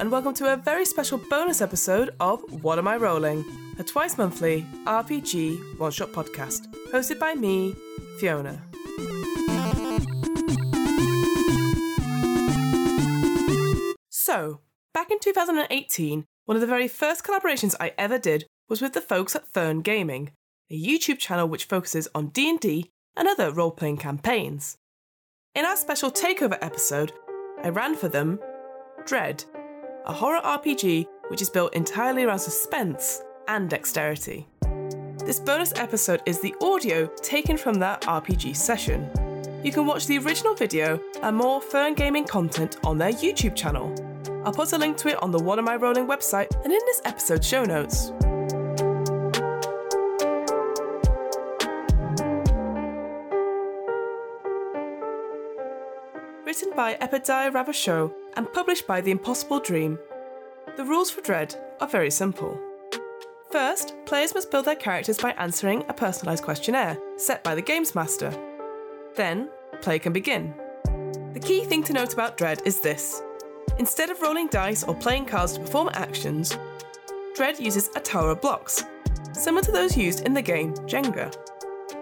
along to a very special bonus episode of What Am I Rolling? A twice monthly RPG one shot podcast hosted by me, Fiona. So, back in 2018, one of the very first collaborations I ever did was with the folks at Fern Gaming, a YouTube channel which focuses on D&D and other role-playing campaigns. In our special takeover episode, I ran for them Dread, a horror RPG which is built entirely around suspense and dexterity. This bonus episode is the audio taken from that RPG session. You can watch the original video and more Fern Gaming content on their YouTube channel. I'll put a link to it on the What Am I Rolling website and in this episode's show notes. Written by Epidiah Ravachot and published by The Impossible Dream, the rules for Dread are very simple. First, players must build their characters by answering a personalised questionnaire set by the Games Master. Then, play can begin. The key thing to note about Dread is this instead of rolling dice or playing cards to perform actions, Dread uses a tower of blocks, similar to those used in the game Jenga.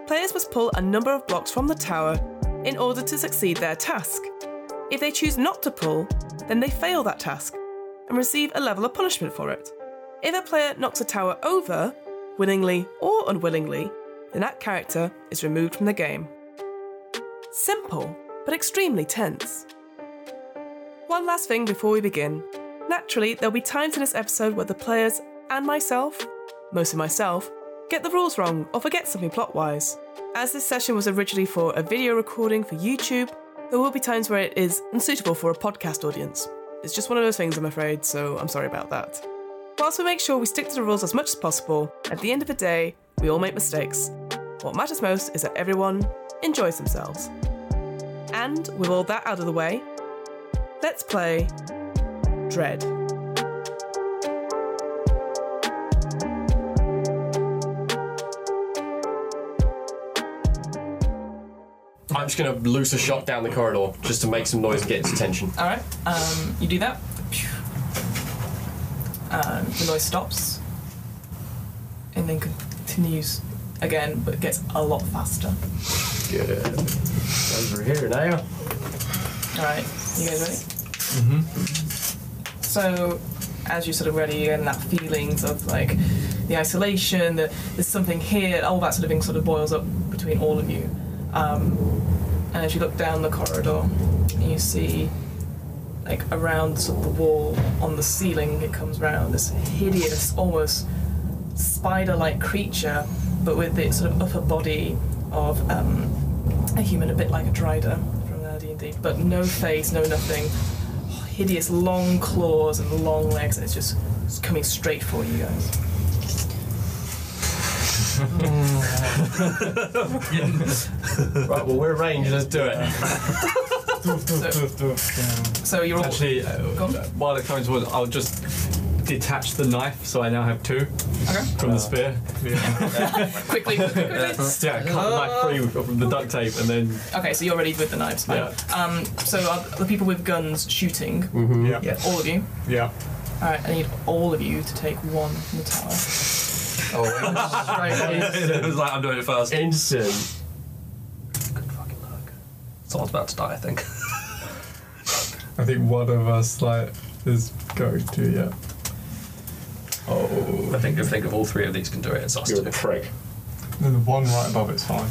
Players must pull a number of blocks from the tower in order to succeed their task. If they choose not to pull, then they fail that task and receive a level of punishment for it. If a player knocks a tower over, willingly or unwillingly, then that character is removed from the game. Simple, but extremely tense. One last thing before we begin. Naturally, there'll be times in this episode where the players and myself, mostly myself, get the rules wrong or forget something plot wise. As this session was originally for a video recording for YouTube, there will be times where it is unsuitable for a podcast audience. It's just one of those things, I'm afraid, so I'm sorry about that. Whilst we make sure we stick to the rules as much as possible, at the end of the day, we all make mistakes. What matters most is that everyone enjoys themselves. And with all that out of the way, let's play Dread. I'm just gonna loose a shot down the corridor just to make some noise and get its attention. All right, um, you do that. Um, the noise stops and then continues again, but gets a lot faster. Good. Over here now. All right, you guys ready? Mm-hmm. So, as you're sort of ready and that feelings of like the isolation, the, there's something here, all that sort of thing sort of boils up between all of you. Um, and as you look down the corridor, you see like around sort of the wall on the ceiling, it comes round this hideous, almost spider-like creature, but with the sort of upper body of um, a human, a bit like a Drider from uh, D&D, but no face, no nothing. Hideous long claws and long legs, and it's just it's coming straight for you guys. Right, well we're arranged. Let's do it. So you're all Actually, uh, Go on. while it comes towards, I'll just detach the knife, so I now have two okay. from the spear. quickly, quickly, quickly. Yeah, cut the knife free from the duct tape, and then Okay, so you're ready with the knives. Fine. yeah, Um, so are the people with guns shooting? yeah, yeah. All of you. All right, I need all of you to take one from the tower. Oh, it was like, I'm doing it first. Instant. Good fucking luck. Someone's about to die, I think. I think one of us like is going to yeah. I think I think if all three of these can do it, it's us You're two. a prick. Then the one right above it's fine.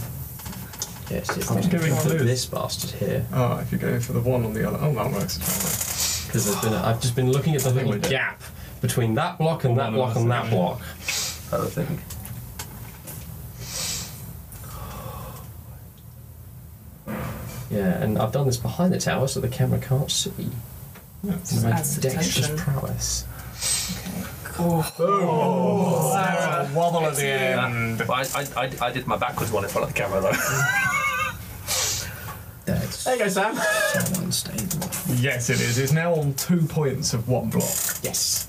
Yes, it's I'm not giving include clues. this bastard here Oh, if you're going for the one on the other, oh that works. because there's been a, I've just been looking at the little gap between that block and that One block of and us, that yeah. block. I think. Yeah, and I've done this behind the tower so the camera can't see. Yes. And my adds to the dexterous tension. prowess. Wobble at the But I, I, I, I did my backwards one in front of the camera though. That's There you go, Sam. so unstable. Yes, it is. It's now on two points of one block. Yes.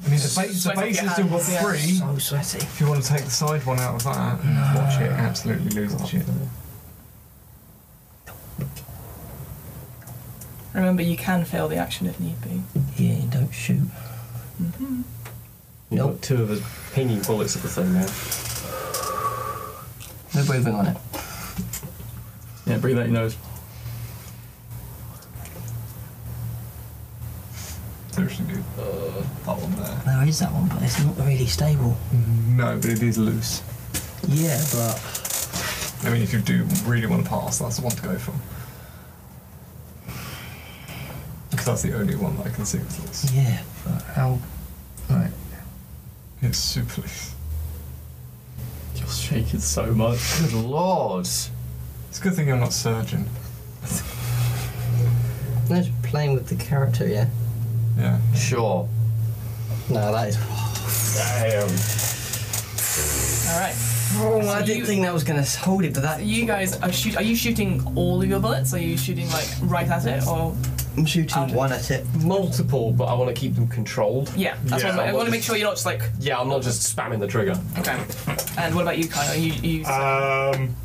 I mean, the base, the Swipe up base your is still got hands, yeah. three. So sweaty. If you want to take the side one out of that, and watch it absolutely lose the shit. Remember, you can fail the action if need be. Yeah, don't shoot. You've got two of us pinging bullets at the thing now. No breathing on it. Yeah, breathe out your nose. There's some good Uh, that one there. There is that one, but it's not really stable. No, but it is loose. Yeah, but I mean, if you do really want to pass, that's the one to go for. Because that's the only one that I can see that's loose. yeah, but how? Right. It's super loose. You're shaking so much. Good lord. It's a good thing I'm not surgeon. No, just playing with the character, yeah. Yeah. Sure. No, that is. Damn. All right. Oh, So I didn't you- think that was gonna hold it to that. You guys are shoot. Are you shooting all of your bullets? Are you shooting like right at it or? I'm shooting Out of- one at it. Multiple, but I want to keep them controlled. Yeah. That's Yeah, what I'm- I I'm want to not make sure you're not just like. Yeah, I'm not just spamming the trigger. Okay. And what about you, Kyle? Are you you. Um,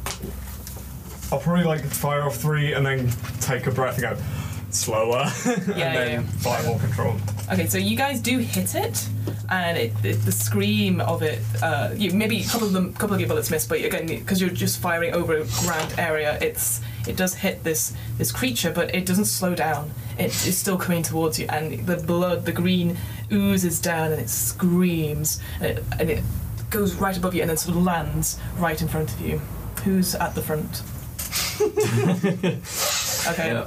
I'll probably like fire off three and then take a breath and go slower, and yeah, then yeah. fire more controlled. Okay, so you guys do hit it, and it, it, the scream of it. Uh, you, maybe a couple of them, couple of your bullets miss, but again, because you're just firing over a grand area, it's it does hit this this creature, but it doesn't slow down. It is still coming towards you, and the blood, the green oozes down, and it screams, and it, and it goes right above you, and then sort of lands right in front of you. Who's at the front? okay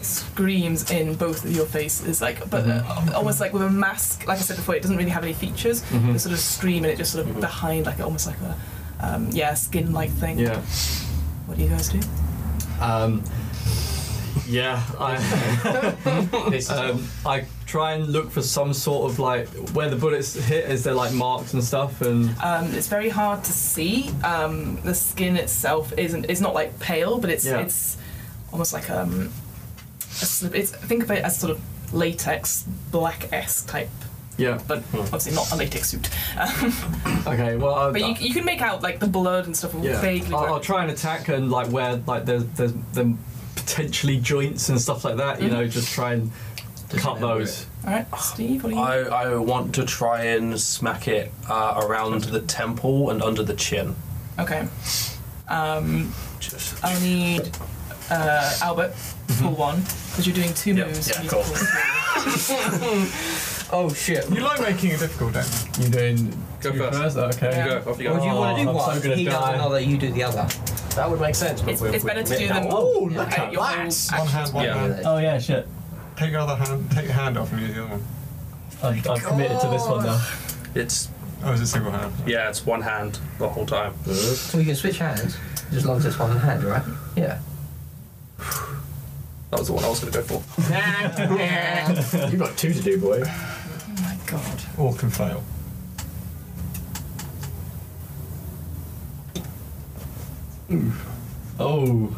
screams in both of your faces, like but Mm-hmm. uh, almost like with a mask. Like I said before, it doesn't really have any features. Mm-hmm. It sort of scream and it just sort of behind, like almost like a um, yeah skin-like thing. Yeah. What do you guys do? Um, yeah, I, This is um, I try and look for some sort of like where the bullets hit. Is there like marks and stuff? And Um, it's very hard to see. Um, the skin itself isn't. It's not like pale, but it's Yeah. it's almost like um, a slip. It's think of it as sort of latex black esque type, yeah, but obviously not a latex suit. okay. Well, I, but you, you can make out like the blood and stuff yeah. vaguely. I'll, I'll try and attack and like where like there's there's the potentially joints and stuff like that. You know, just try and cut those. All right, Steve, what do you? Oh, I, I want to try and smack it uh, around the temple and under the chin. Okay. Um, Just Mm-hmm. I'll need uh, Albert for one because you're doing two Yep, moves. yeah, You need cool. to pull Oh shit. You like making it difficult, don't you? You doing Go you first. Okay. Yeah. go. Off you Or go. do you want Oh, to do I'm so one? gonna he die. does another, you do the other. That would make sense. It's- it's better to do them- Oh, Yeah. look three. Uh, at your whole that. One action- hand, one Yeah. hand. Oh yeah, shit. Take your other hand. Take your hand off and use the other one. I'm, I'm committed to this one now. It's Oh, is it single hand? yeah, it's one hand the whole time. Well, you can switch hands, as long as it's one hand, right? Yeah. That was the one I was gonna go for. You've got two to do, boy. Oh my god. All can fail. Oh,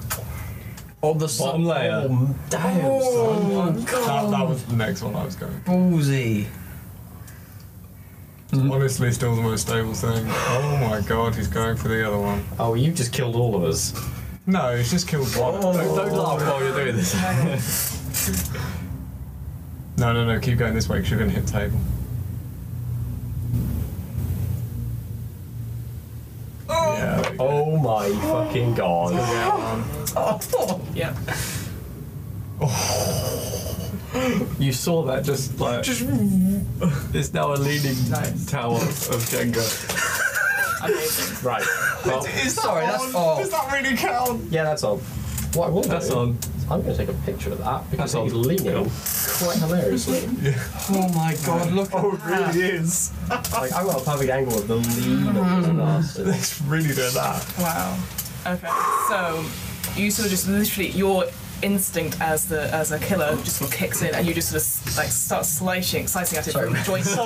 On the bottom layer. Damn. That, that was the next one I was going. Ballsy. Honestly, still the most stable thing. Oh my god, he's going for the other one. Oh, you just killed all of us. No, he's just killed one. Don't, don't laugh while you're doing this. No, no, no, keep going this way because you're going to hit the table. Yeah. there we go. Oh my fucking god. Yeah. You saw that just like. it's now a leaning Nice. tower of Jenga. Amazing. Right. Well, Is that Sorry, on? that's all. Does that really count? yeah, that's on. What I will That's do- on. I'm going to take a picture of that because That's on. he's leaning quite hilariously. Oh my god, look at Oh, it really is. like, I got a perfect angle of the lean of this bastard. It's really doing that. Wow. Okay. So you sort of just literally your instinct as the as a killer just sort of kicks in and you just sort of like start slicing slicing at it from the joints.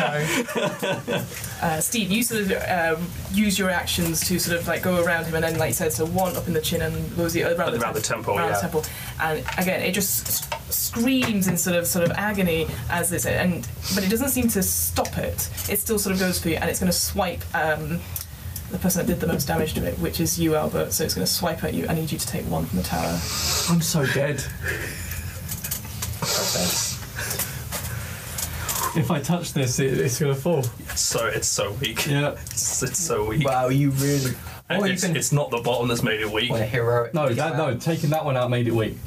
Okay. Uh, Steve, you sort of uh, use your actions to sort of like go around him, and then like you said, so one up in the chin, and what was the around, Around the temple, around the yeah. temple, and again it just s- screams in sort of sort of agony as this, and but it doesn't seem to stop it. It still sort of goes for you, and it's going to swipe um, the person that did the most damage to it, which is you, Albert. So it's going to swipe at you. I need you to take one from the tower. I'm so dead. If I touch this, it, it's gonna fall. So it's so weak. Yeah. It's, it's so weak. Wow, you really. And Or you it's, can. it's not the bottom that's made it weak. What a heroic. No, that no. Taking that one out made it weak.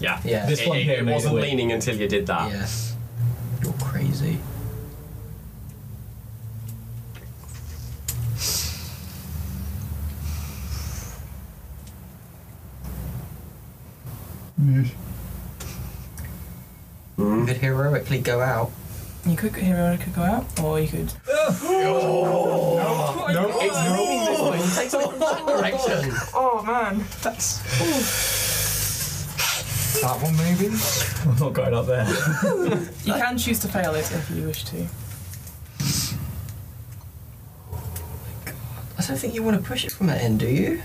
Yeah. Yeah. This It, one it- here it made wasn't it weak. leaning until you did that. Yes. You're crazy. You could heroically go out. You could heroic could go out, or you could. No, no. Oh man, That one maybe. I'm not going up there. you can choose to fail it if you wish to. I don't think you want to push it from that end, do you?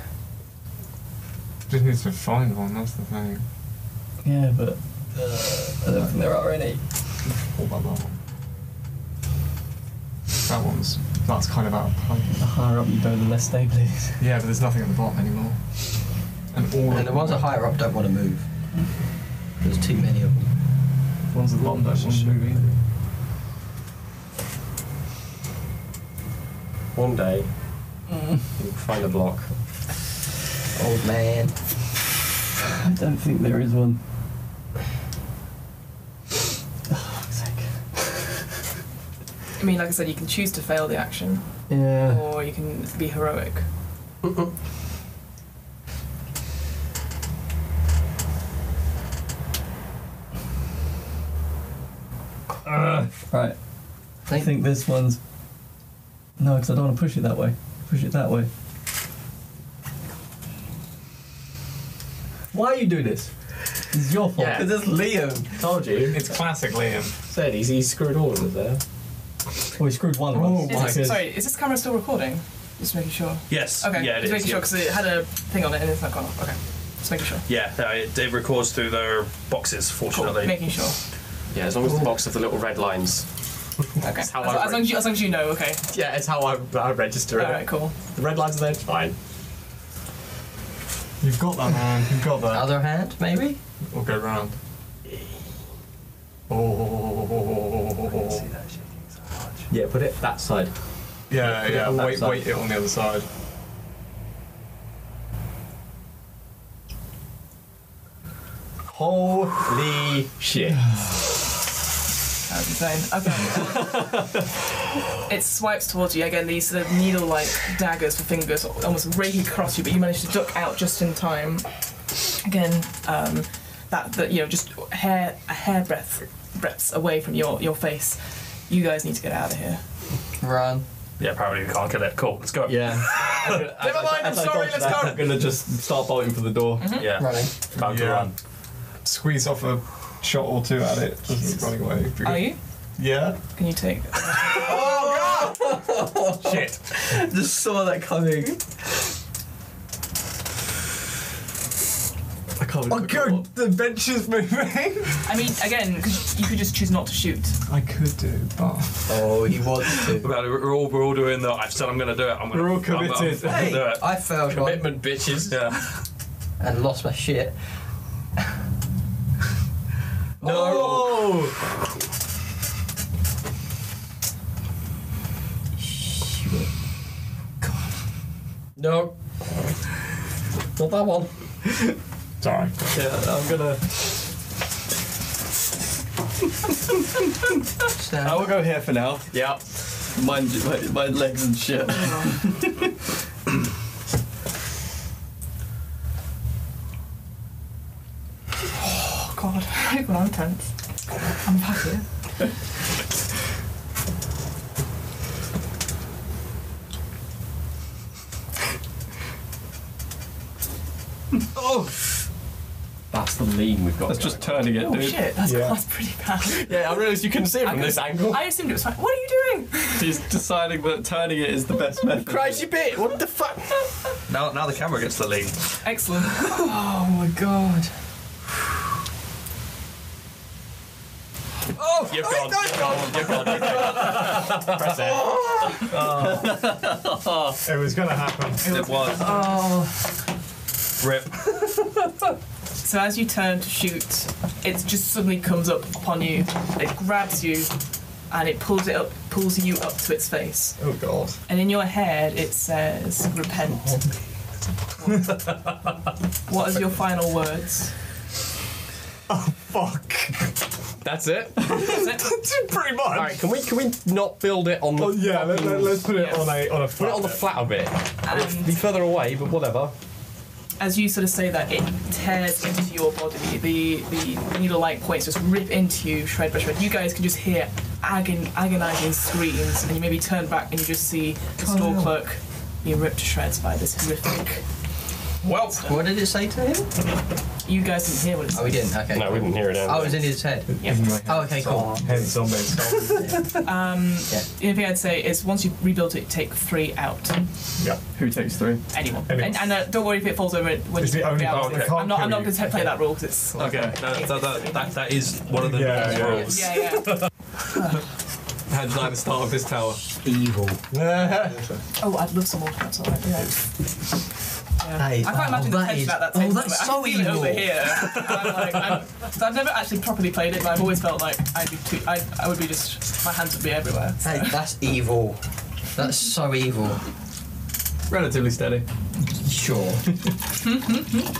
Just need to find one. That's the thing. yeah, but I don't think there are any. What about that one? That one's that's kind of out of play. the higher up you go, the less stable it is. Yeah, but there's nothing at the bottom anymore. And all. And the ones that are higher up don't want to move. There's too many of them. The ones at the bottom don't want to move either. One day, you'll find a block. Old man. I don't think there is one. Oh, fuck's sake. I mean, like I said, you can choose to fail the action, Uh. Yeah. or you can be heroic. Right. I Think- think this one's. No, because I don't want to push it that way. Push it that way. Why are you doing this? It's your fault. Yeah. it's Liam. Told you. It's classic Liam. Said he's, he screwed all of us there. Well, we screwed one of us. Is this- because- sorry, is this camera still recording? Just making sure. Yes. Okay, Yeah, it just is. making sure yeah. because it had a thing on it and it's not gone off. Okay, just making sure. Yeah, no, it, it records through their boxes, Cool, fortunately. making sure. Yeah, as long as the box of the little red lines. Okay, as, how I as long as you, as long as you know. Okay, Yeah, it's how I, I register it. all right, cool. The red lines are there. Fine. You've got that man. You've got that. Other hand, maybe? We'll go round. Oh. Yeah, put it that side. Yeah, yeah. on that Wait, side. wait it on the other side. Holy shit. That's insane. Okay. it swipes towards you again. These sort of needle-like daggers for fingers, almost raking across you, but you manage to duck out just in time. Again, um, that, that you know, just hair a hair breadth breadths away from your your face. You guys need to get out of here. Run. Yeah, apparently we can't get it. Cool, let's go. Yeah. Never mind, I'm sorry, let's go. I'm gonna just start bolting for the door. Yeah. Mm-hmm. Running. Time to Yeah. run. Squeeze off a shot or two at it. Just running away. Be good. Are you? Yeah. Can you take? Shit. Just saw that coming. I can't Oh, good. The bench is moving. I mean, again, 'cause you could just choose not to shoot. I could do, but Oh, he wants to. Well, We're all, we're all doing that. I've said I'm going to do it. I'm gonna, We're all I'm- I'm- committed. I'm Hey, gonna do it. I failed one Commitment, bitches. Yeah. and lost my shit. no. Oh! No. Not that one. sorry. Yeah, I'm gonna. Stand. Oh, I will go here for now. Yeah. My, my, my legs and shit. Oh God, well, I'm tense. I'm back here. That's the lean we've got. That's just turning it, Oh dude. shit, that's, Yeah. that's pretty bad. Yeah, I realised you couldn't see it from this angle. I assumed it was fine. What are you doing? He's deciding that turning it is the best method. Crazy bit. What the fuck? Now, now the camera gets the lead. Excellent. Oh my god. You've gone. You've gone. You've gone. Press it. It was gonna happen. It was. Oh. Rip. So as you turn to shoot, it just suddenly comes up upon you. It grabs you, and it pulls it up, pulls you up to its face. Oh god. And in your head, it says, "Repent." what is your final words? Fuck. That's it. Is it? Pretty much. All right, can we can we not build it on the? Well, Oh, yeah, let, fucking- us put it Yeah. on a on a Put it on the flatbed. flatter bit. And- Be further away, but whatever. as you sort of say that, it tears into your body. The the needle-like points just rip into you, shred by shred. You guys can just hear agon, agonizing screams, and you maybe turn back and you just see the store clerk being ripped to shreds by this horrific. Well, what did it say to him? You guys didn't hear what it Oh, said. we didn't. Okay. No, we didn't hear it. I was in his head. Oh, okay, cool. Head zombies. The only thing I'd say is once you've rebuilt it, take three out. Who takes three? Anyone. Anyone. And, and uh, don't worry if it falls over when It's you the only yeah, button obviously. that can't I'm not, I'm kill not going to play that rule because it's. Okay. That, that, that, that, that is one of the Yeah, yeah. rules. Yeah, yeah. How did I the start of this tower? Evil. Oh, I'd love some more shots on that. Yeah. That is, I can't imagine oh, the that tension is, at that Oh, table. that's I so can feel it evil. over here. And I'm like, I'm, so I've never actually properly played it, but I've always felt like I'd be too, I, I would be just my hands would be everywhere. Hey, that's evil. That's so evil. Relatively steady. Sure.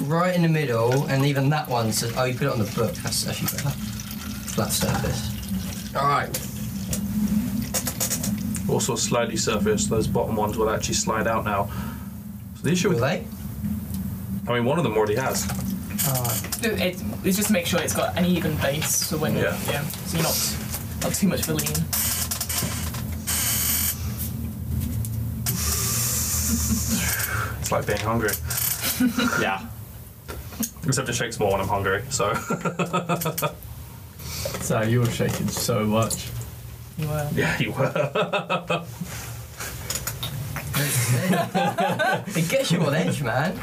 right in the middle, and even that one says, "Oh, you put it on the book." That's actually better. Flat surface. All right. also slightly surfaced. Those bottom ones will actually slide out now. So the issue Will with they? I mean, one of them already has. It, it, it's just to make sure it's got an even base, so when Yeah. yeah, so you're not not too much of a lean. It's like being hungry. yeah. Except it shakes more when I'm hungry. So So you were shaking so much. You were. yeah, you were. it gets you on edge, man.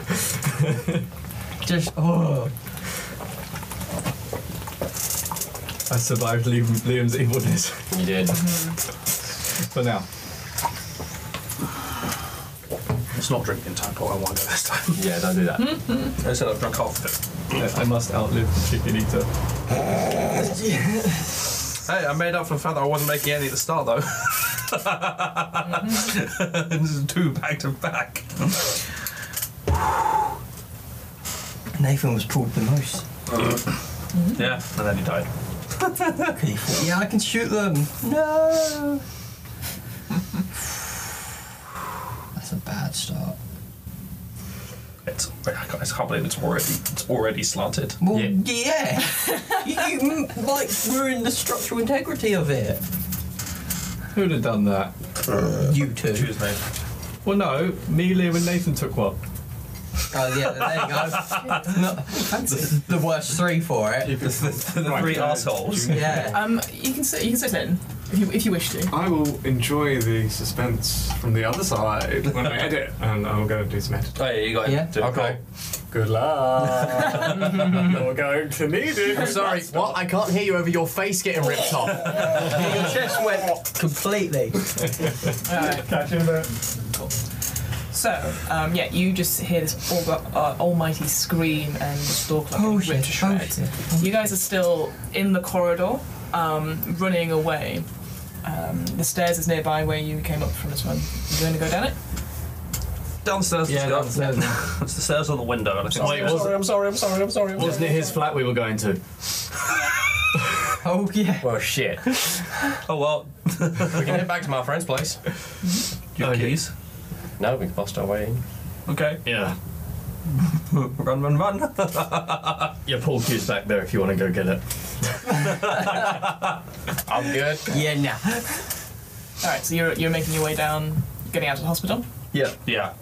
Just oh, I survived Liam- Liam's evilness You did. for now. It's not drinking time, but I want to this time. Yeah, don't do that. I said I've drunk half of it. I I must outlive the chicken eater. Hey, I made up for the fact that I wasn't making any at the start though. this is two back to back. Nathan was pulled the most. Yeah, and then he died. Okay, yeah, I can shoot them. No. That's a bad start. It's I can't, I can't believe it's already it's already slanted. Well, yeah. you, you m- like ruined the structural integrity of it. Who'd have done that? You two. Tuesday. Well, no, me, Liam, and Nathan took one. Oh yeah, there you go. Not- the, the worst three for it. The, the, the Right, three uh, assholes. Yeah. Um, you can sit. You can sit in if you if you wish to. I will enjoy the suspense from the other side when I edit, and I'm gonna do some editing. Hey, Oh, you got Yeah. it. Okay. Good luck. You're going to need it. Sorry, what? I can't hear you over your face getting ripped off. Your chest went completely. All right. Catch you in a bit. So, um, yeah, you just hear this all, uh, almighty scream and the store clock Oh, ripped shit. to Oh, shreds. shit. You guys are still in the corridor, um, running away. Um, the stairs is nearby where you came up from as well. You going to go down it? Downstairs. Yeah, let's go. downstairs. It's the stairs or the window. And I Oh, think Wait, was I'm sorry. I'm sorry. I'm sorry. I'm Wasn't it his flat we were going to? Oh yeah. well, shit. We Oh well, can head back to my friend's place. your keys. No, we can bust our way in. Okay, Yeah. run, run, run. Your pool cue's back there if you want to go get it. I'm good. Yeah, nah. All right, so you're, you're making your way down, getting out of the hospital. Yeah. yeah,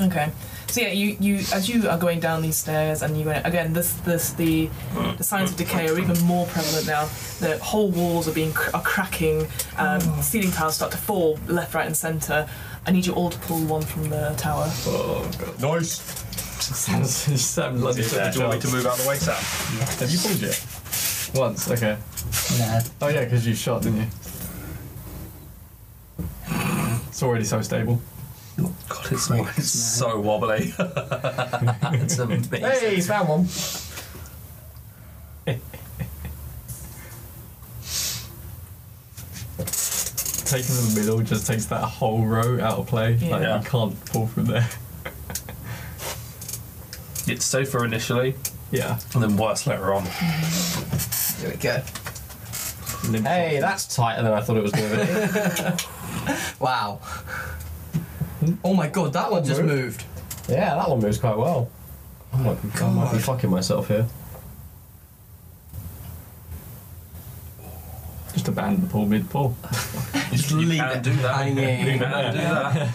Okay. So yeah, you, you as you are going down these stairs, and you again this this the the signs of decay are even more prevalent now. The whole walls are being cr- are cracking. Um, Ceiling tiles start to fall left, right, and centre. I need you all to pull one from the tower. Nice. Sam, Sam loves Do you want me to move out of the way, Sam? Have you pulled it? Once, okay. Nah. Oh yeah, because you shot, didn't you? It's already so stable. God, it's, it's so wobbly. it's amazing. Hey, found one. Taking the middle just takes that whole row out of play. Like Yeah. you can't pull from there. It's safer initially, Yeah. and then worse later on. There we go. Limp Hey, that's tighter than I thought it was going to be. Wow. Oh my god, that one just moved. yeah, that one moves quite well. I might be, I might be God. fucking myself here. Just abandon the pull mid pull. Just leave can it do that. hanging. do that.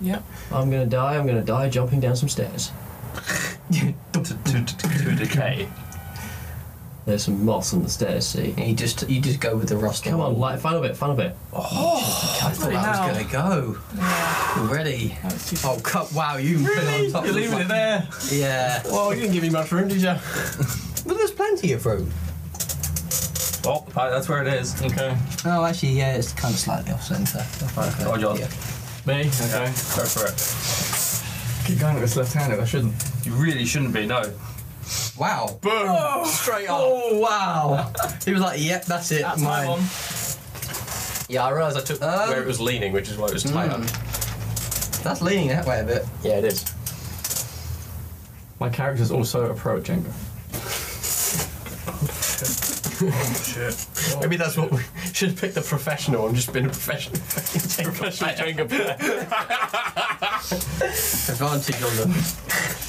Yep. I'm gonna die. I'm gonna die jumping down some stairs. to, to, to, to decay. There's some moss on the stairs. See. And you just you just go with the rust. Come on, like final bit, final bit. I thought that was gonna go. Already. Oh cut wow, you really? on top You're leaving it there. Yeah. Well, you didn't give me much room, did you? But there's plenty of room. Oh, uh, right, that's where it is. Okay. Oh actually yeah, it's kinda slightly off centre. Oh, yours. Yeah. Me? Okay. Go for it. Keep going with this left handed, I shouldn't. You really shouldn't be, no. Wow. Boom! Straight up. Oh wow. he was like, yep, that's it. That's my mine. one. Yeah, I realised I took Um, where it was leaning, which is why it was tighter. That's leaning that way a bit. Yeah, it is. My character's also a pro at Jenga. Maybe that's what we should pick the professional and just been a professional. professional Jenga player. Advantage on them.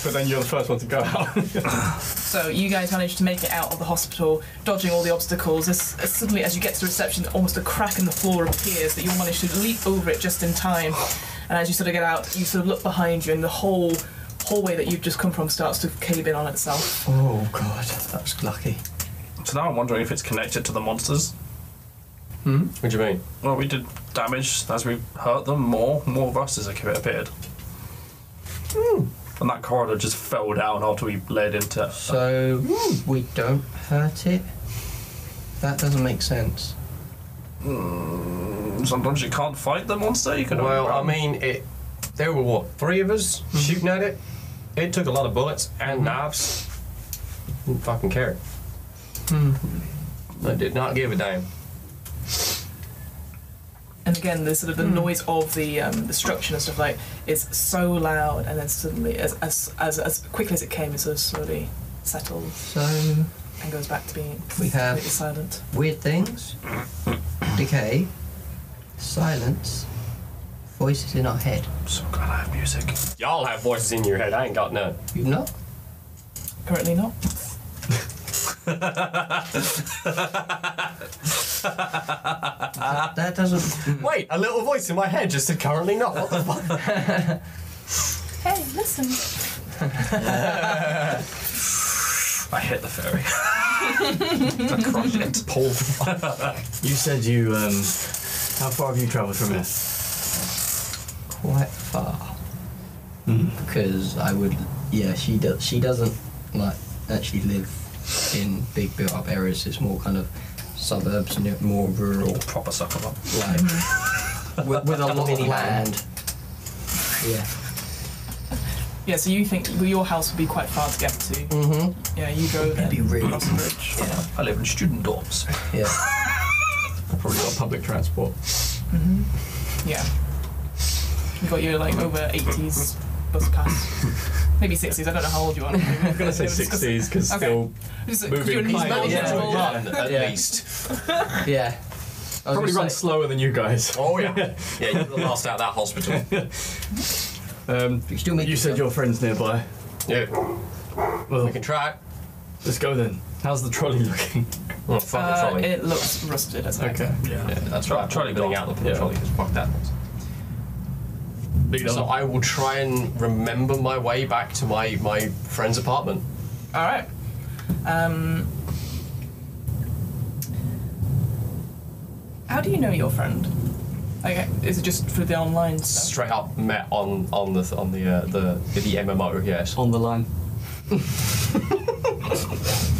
But then you're the first one to go out. So you guys managed to make it out of the hospital, dodging all the obstacles. As, as suddenly, as you get to reception, almost a crack in the floor appears that you'll manage to leap over it just in time. And as you sort of get out, you sort of look behind you, and the whole hallway that you've just come from starts to cave in on itself. Oh god, that was lucky. So now I'm wondering if it's connected to the monsters. What do you mean? Well, we did damage as we hurt them more. More of us as it appeared. And that corridor just fell down after we led into. So we don't hurt it. That doesn't make sense. Sometimes you can't fight the monster. You can. only Well, I run. mean, it. There were what three of us shooting at it. It took a lot of bullets and knives. Didn't fucking care. I did not give a damn. And again, the sort of the Hmm. noise of the um, the structure and stuff like is so loud, and then suddenly, as as as, as quickly as it came, it sort of slowly settles So and goes back to being We have- completely silent. weird things, decay, silence, voices in our head. so glad I have music. Y'all have voices in your head. I ain't got none. You not? Currently not. that doesn't. Wait, a little voice in my head just said currently not. What the fuck? Hey, listen. I hit the fairy. I crushed it. Paul. You said you, um, how far have you travelled from here? quite far because I would. Yeah, she does. She doesn't like actually live in big built-up areas. It's more kind of suburbs, n- more rural, Proper sucker up. like with, with a lot of land. Yeah. Yeah, so you think well, your house would be quite far to get to. Mm-hmm. Yeah, you drove It'd it. be really. Yeah. I live in student dorms. Yeah. Probably got public transport. Yeah. You got your like over 80s bus pass. Maybe 60s, I don't know how old you are. I'm I say 60s because Okay. still moving Your knees quite manage well, to roll up. Run, at Yeah. least. Yeah. I was probably gonna run say- slower than you guys. Oh yeah. Yeah, you're the last out of that hospital. Um, You still make you said yourself- your friend's nearby. Yeah. Well, We can try. it. let's go then. How's the trolley looking? Oh, fuck the Uh, trolley. it looks rusted as heck. Okay. yeah, that's Tro- right. trolley Putting gone. out the Yeah. trolley. 'cause Fuck that. Lead So on. I will try and remember my way back to my my friend's apartment. All right. Um, how do you know your friend? Okay, is it just through the online stuff? Straight up met on on the on the uh, the the MMO. Yes. On the line.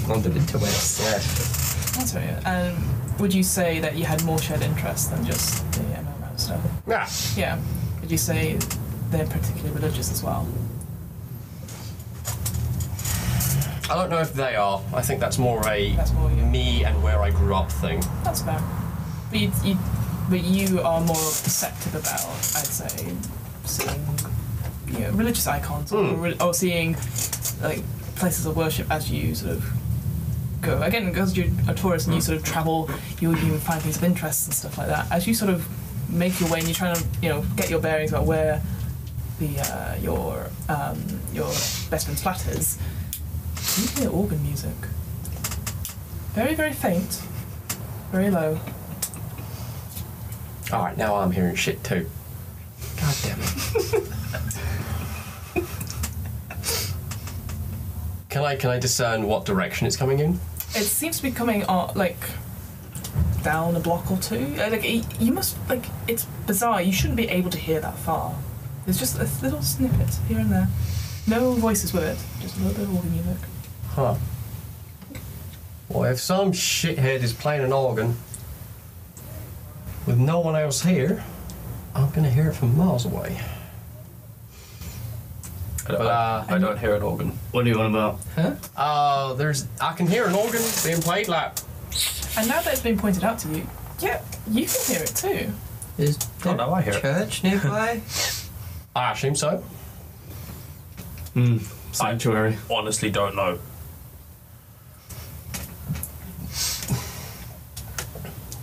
Under the interwebs. That's right. Um, would you say that you had more shared interests than just the MMO stuff? so. Yeah. Yeah. Would you say they're particularly religious as well? I don't know if they are. I think that's more a That's more you. me and where I grew up thing. That's fair. But you, you, but you are more perceptive about, I'd say, seeing you know, religious icons or, re- or seeing like places of worship as you sort of go. Again, because you're a tourist and you sort of travel, you you find things of interest and stuff like that. As you sort of make your way and you're trying to you know get your bearings about where the uh, your um, your best friend's flat is, you hear organ music. Very very faint, very low. All right, now I'm hearing shit too. God damn it. can I can I discern what direction it's coming in? It seems to be coming on like down a block or two. Uh, Like y- you must like it's bizarre. You shouldn't be able to hear that far. There's just a little snippet here and there. No voices with it. Just a little bit of organ music. Huh. Well, if some shithead is playing an organ with no one else here, I'm gonna hear it from miles away. I don't, But, uh, I don't hear an organ. What do you want about? Uh, there's I can hear an organ being played like And now that it's been pointed out to you, yeah, you can hear it too. Is Oh there no, I hear it. church nearby? I assume so. Sanctuary. Honestly, don't know.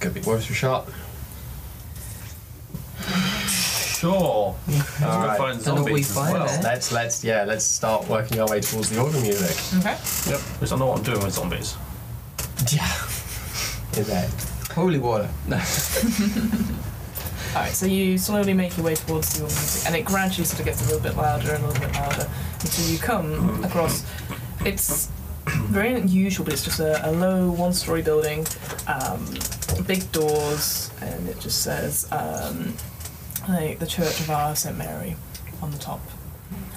Could be worth a shot. Sure. Let's go find Don't know what we zombies as find well. there. Let's let's yeah, let's start working our way towards the organ music. Okay. Yep. Because I know what I'm doing with zombies. Yeah. Is that Holy water. No. All right. So you slowly make your way towards the organ music, and it gradually sort of gets a little bit louder and a little bit louder until you come across. It's very unusual, but it's just a, a low one-story building, um, big doors, and it just says um, like the Church of Our Saint Mary on the top.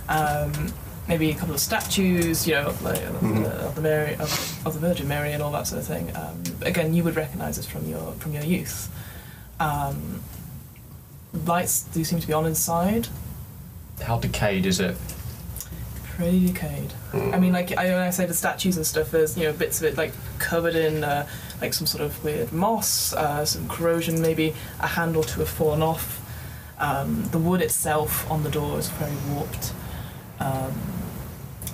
Um, maybe a couple of statues, you know, of, like, of, the, of the Mary, of, of the Virgin Mary, and all that sort of thing. Um, again, you would recognise this from your from your youth. Um, lights do seem to be on inside. how decayed is it? Pretty decayed. I mean, like I, when I say the statues and stuff, there's you know bits of it like covered in uh, like some sort of weird moss, uh, some corrosion, maybe a handle to have fallen off. Um, the wood itself on the door is very warped. Um,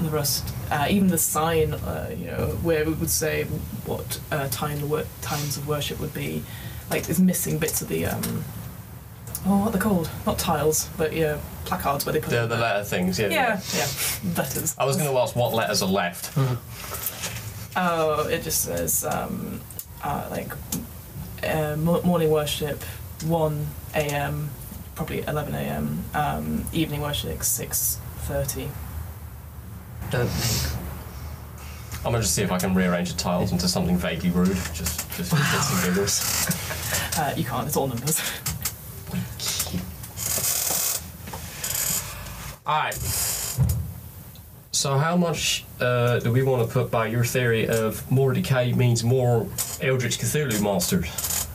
the rust, uh, even the sign, uh, you know, where it would say what uh, time the wor- times of worship would be, like is missing bits of the um, oh what they're called, not tiles, but you know, placards where they put The it. the letter things, yeah. Yeah, yeah, letters. I was gonna ask what letters are left. Oh, it just says um, uh, like uh, mo- morning worship, one a.m., probably eleven a.m. Um, evening worship six thirty. Don't think. I'm gonna just see if I can rearrange the tiles into something vaguely rude. Just just bits and giggles. Uh, you can't. It's all numbers. Alright. So how much uh, do we want to put by your theory of more decay means more Eldritch Cthulhu monsters?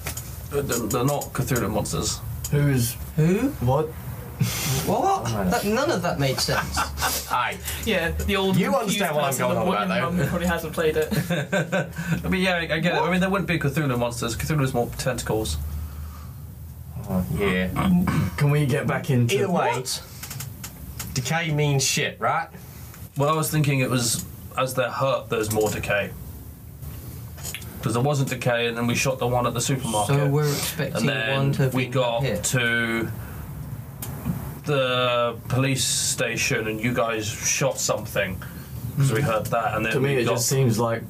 They're, they're not Cthulhu monsters. Who's Who? what? What? That, none of that made sense. Aye. yeah, the old. You understand what I'm confused going on person, the about, one though. who Probably hasn't played it. I mean, yeah, I get it. I mean, there wouldn't be Cthulhu monsters. Cthulhu is more tentacles. Oh, yeah. Can we get back into? Either way, decay means shit, right? Well, I was thinking it was as they're hurt, there's more decay. Because there wasn't decay, and then we shot the one at the supermarket. So we're expecting and then one to we be got here. to the police station, and you guys shot something because we heard that, and then To me, we it got, just seems like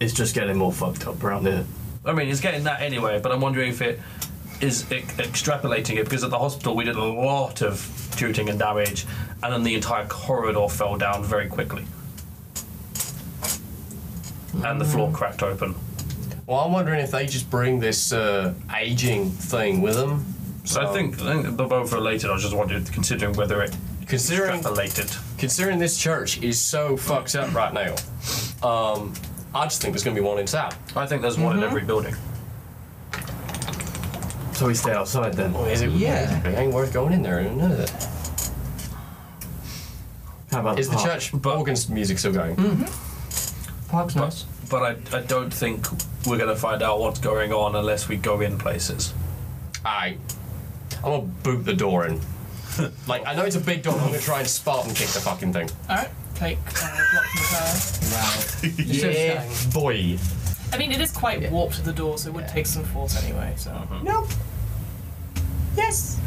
it's just getting more fucked up around here. I mean, it's getting that anyway, but I'm wondering if it is e- extrapolating it because at the hospital we did a lot of shooting and damage, and then the entire corridor fell down very quickly, and the floor cracked open. Well, I'm wondering if they just bring this uh, aging thing with them. Um, So I think I think they're both related. I was just wondering, considering whether it Considering- extrapolated. Considering this church is so fucked up right now, um, Mm-hmm. I just think there's going to be one in town. I think there's one in every building. So we stay outside then. Well, Oh, is it? Yeah. It ain't worth going in there, is it? How about Is the park? church organ's music still going? Hmm. Park's nice. But I, I don't think we're going to find out what's going on unless we go in places. Aye. I'm gonna boot the door in. like, I know it's a big door, but I'm gonna try and Spartan kick the fucking thing. Alright, take uh, block from the Wow. tower. Yeah, boy. I mean, it is quite warped at the door, so it would take some force anyway, so. Nope. Yes.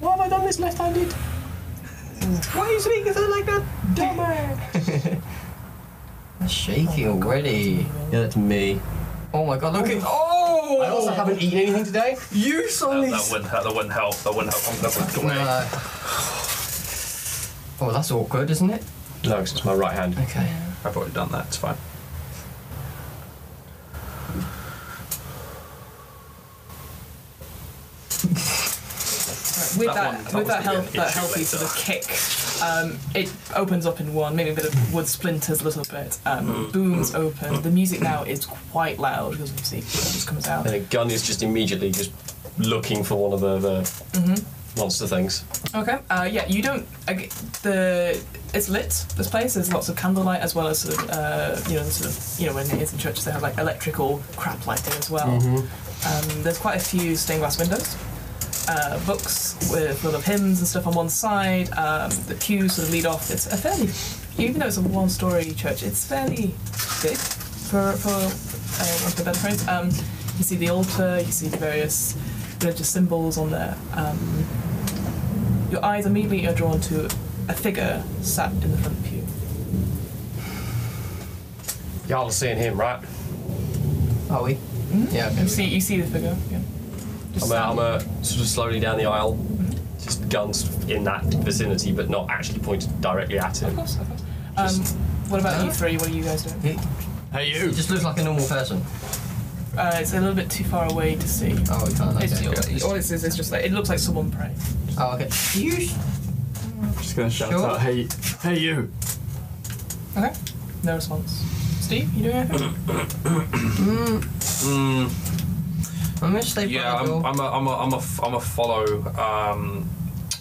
Why have I done this left-handed? Why are you sneaking through like that, dumbass? That's shaky already. Yeah, that's me. Oh my god, look at. Oh! I also haven't eaten anything today. You That, suddenly. that, wouldn't, help- that wouldn't help. That wouldn't help. That wouldn't help. Uh, oh, that's awkward, isn't it? No, 'cause it's my right hand. Okay. I've already done that. It's fine. With That that, one- that with that, one's gonna health, be an that issue healthy sort of later. kick, um, it opens up in one, maybe a bit of wood splinters a little bit, um, Mm. booms open. The music now is quite loud because obviously it just comes out. And a gun is just immediately just looking for one of the, the Mm-hmm. monster things. Okay, uh, yeah, you don't. ag- The it's lit. This place there's lots of candlelight as well as sort of uh, you know the sort of you know when it's in churches they have like electrical crap lighting as well. Um, there's quite a few stained glass windows. Uh, books with a lot of hymns and stuff on one side. Um, the pews sort of lead off. It's a fairly, even though it's a one-story church, it's fairly big for for uh, want of a better phrase. Um, you see the altar. You see the various religious symbols on there. Um, your eyes immediately are drawn to a figure sat in the front pew. Y'all are seeing him, right? Are we? Yeah, okay. You see, you see the figure. Yeah. Just I'm a, I'm a sort of slowly down the aisle, Mm-hmm. just guns in that vicinity, but not actually pointed directly at Of him. course, of course. Um, what about you three? What are you guys doing? He, Hey, he you! just looks like a normal person. Uh, it's a little bit too far away to see. Oh, we can't. It's, Okay. all it is is just like it looks like someone praying. Oh, okay. You. Just gonna shout Sure. out, hey, hey you! Okay. No response. Steve, you doing anything? I'm gonna stay by Yeah, the I'm, door. I'm, a, I'm, a, I'm, a, f- I'm a follow um,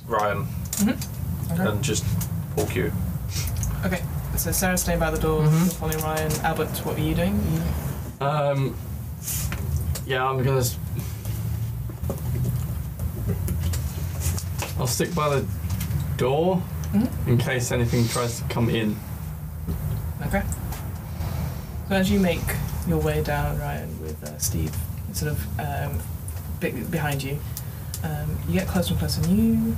Ryan Mm-hmm. Okay. and just walk you. okay. So Sarah's staying by the door, following Ryan. Albert, what are you doing? You- Um, yeah, I'm gonna. s- I'll stick by the door in case anything tries to come in. Okay. So as you make your way down, Ryan, with uh, Steve sort of um, bit behind you, um, you get closer and closer, and you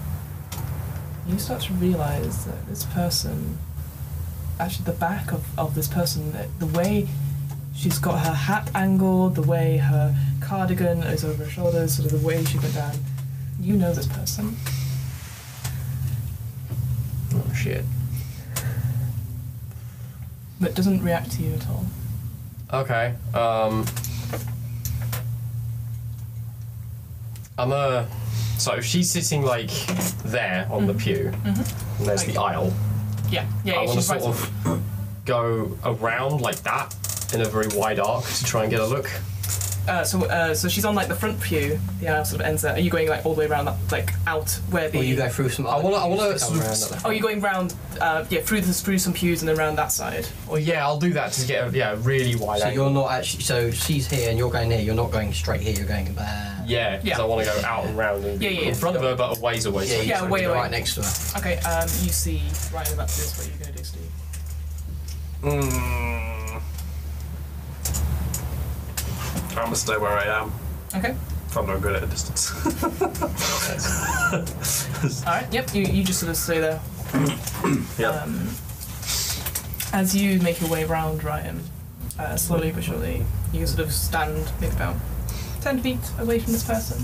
you start to realise that this person, actually the back of, of this person, that the way she's got her hat angled, the way her cardigan is over her shoulders, sort of the way she went down, you know this person. Oh, shit. But doesn't react to you at all. Okay. Um, I'm a. So if she's sitting like there on Mm-hmm. the pew, and there's the aisle, Yeah, yeah, I want to she's right. sort of go around like that in a very wide arc to try and get a look. Uh, so, uh, so she's on like the front pew. The aisle sort of ends there. Are you going like all the way around, that, like out where the? Or you go through some. I want to. I want Come around to. at Oh, you're going round. Uh, yeah, through the through some pews and then round that side. Well, yeah, I'll do that to get a yeah a really wide So angle. you're not actually. So she's here and you're going here. You're not going straight here. You're going back. Yeah, because Yeah. I want to go out and round and Yeah, yeah, in yeah. front of her, but a ways away. so Yeah, I can yeah, try and way get away. Right next to her. Okay. Um, you see right about this. What are you going to do, Steve? Mm. I'm gonna stay where I am. Okay. I'm not good at a distance. All right. Yep. You, you just sort of stay there. Yeah. Um, as you make your way round, Ryan, uh, slowly but surely, you sort of stand maybe about ten feet away from this person.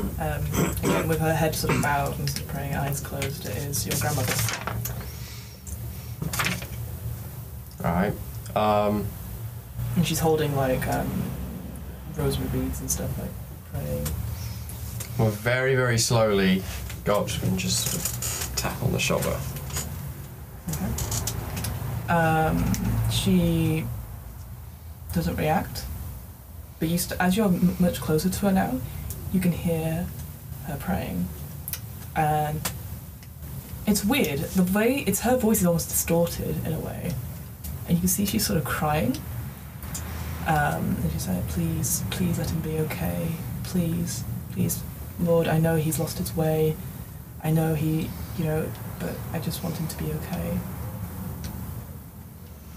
Hmm. Um, again, with her head sort of bowed and sort of praying, eyes closed, it is your grandmother. Right. Um, And she's holding like um, rosary beads and stuff, like praying. we'll very, very slowly go up to her and just sort of tap on the shoulder. Um, she doesn't react. But you st- as you're m- much closer to her now, you can hear her praying. And it's weird. The way it's her voice is almost distorted in a way. And you can see she's sort of crying. Um, and she's like, please, please let him be okay. Please, please, Lord, I know he's lost his way. I know he, you know, but I just want him to be okay.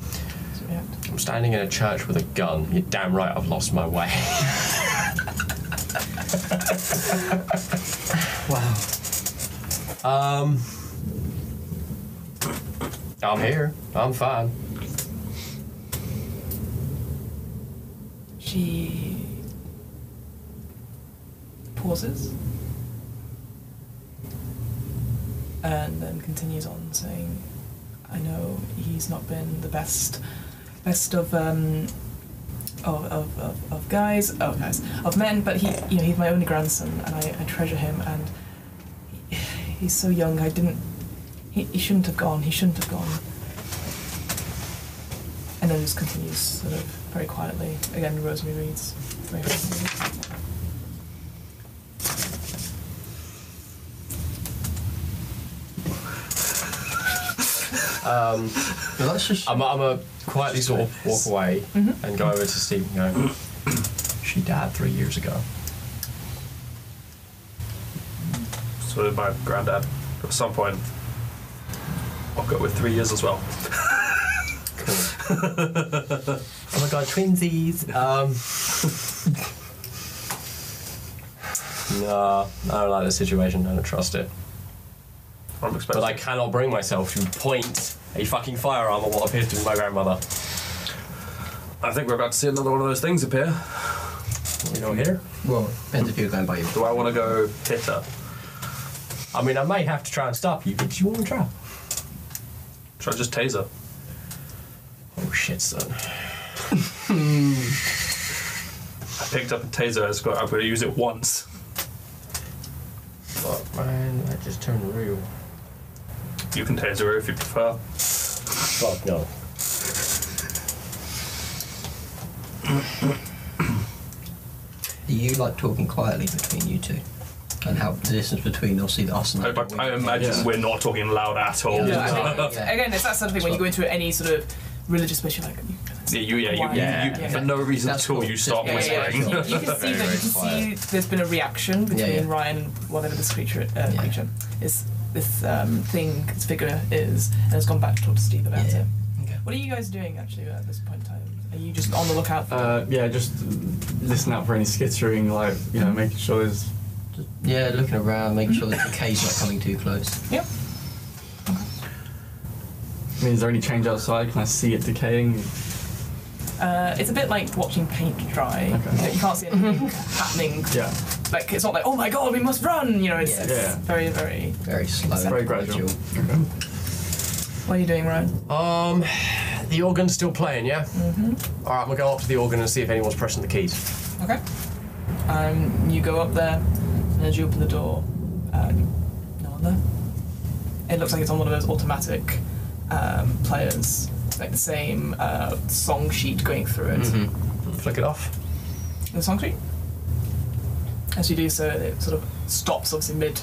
So, yeah. I'm standing in a church with a gun. You're damn right I've lost my way. wow. Um. I'm here. I'm fine. She pauses and then continues on saying, "I know he's not been the best, best of um, of, of, of, of guys, of guys, of men, but he, you know, he's my only grandson, and I, I treasure him, and he, he's so young. I didn't. He, he shouldn't have gone. He shouldn't have gone." And then just continues sort of very quietly. Again, Rosemary reads. Very quietly. Um, But that's just. I'm, I'm a quietly sort of walk away and go over to Steve and go, she died three years ago. So did my granddad. At some point, I'll go with three years as well. Oh my god, twinsies! Um, nah, I don't like the situation. I don't trust it. I'm expecting. But I cannot bring myself to point a fucking firearm at what appears to be my grandmother. I think we're about to see another one of those things appear. You know here? Well, depends if you're going by your. Do I want to go hit her? I mean, I may have to try and stop you, but do you want to try? Should I just taser? Oh shit, son. I picked up a taser. I just got, I'm going to use it once. Fuck, man, I just turned real. You can taser her if you prefer. Fuck no. Do you like talking quietly between you two? And how the distance between obviously us and I, I imagine we're not talking loud at all. Yeah. Yeah, Yeah, Oh. Yeah. Again, it's that sort of thing when you go into any sort of religious place, you're like, you, you, yeah, you, you- Yeah. you- for no reason That's at all, cool. you start Yeah, yeah, yeah, whispering. yeah. you can see that you can see there's been a reaction between yeah. Ryan and whatever this creature, uh, Yeah. creature is, this um, thing, this figure is, and has gone back to talk to Steve about Yeah. it. Okay. What are you guys doing actually at this point in time? Are you just on the lookout? For Uh, yeah, just listen out for any skittering, like you know, making sure there's Yeah, looking around, making sure that the cave's not coming too close. Yep. I mean, is there any change outside? Can I see it decaying? Uh, it's a bit like watching paint dry. Okay. You can't see anything happening. Yeah. Like it's not like, oh my god, we must run. You know, it's, Yeah. it's Yeah. very, very. Very slow. Very gradual. What are you doing, Ryan? Um, the organ's still playing, yeah? Mm-hmm. Alright, I'm gonna go up to the organ and see if anyone's pressing the keys. Okay. Um, you go up there, and as you open the door, um, no one there. It looks like it's on one of those automatic um, players, like the same uh, song sheet going through it. Mm-hmm. Flick it off. The song sheet. As you do so, it sort of stops, obviously mid.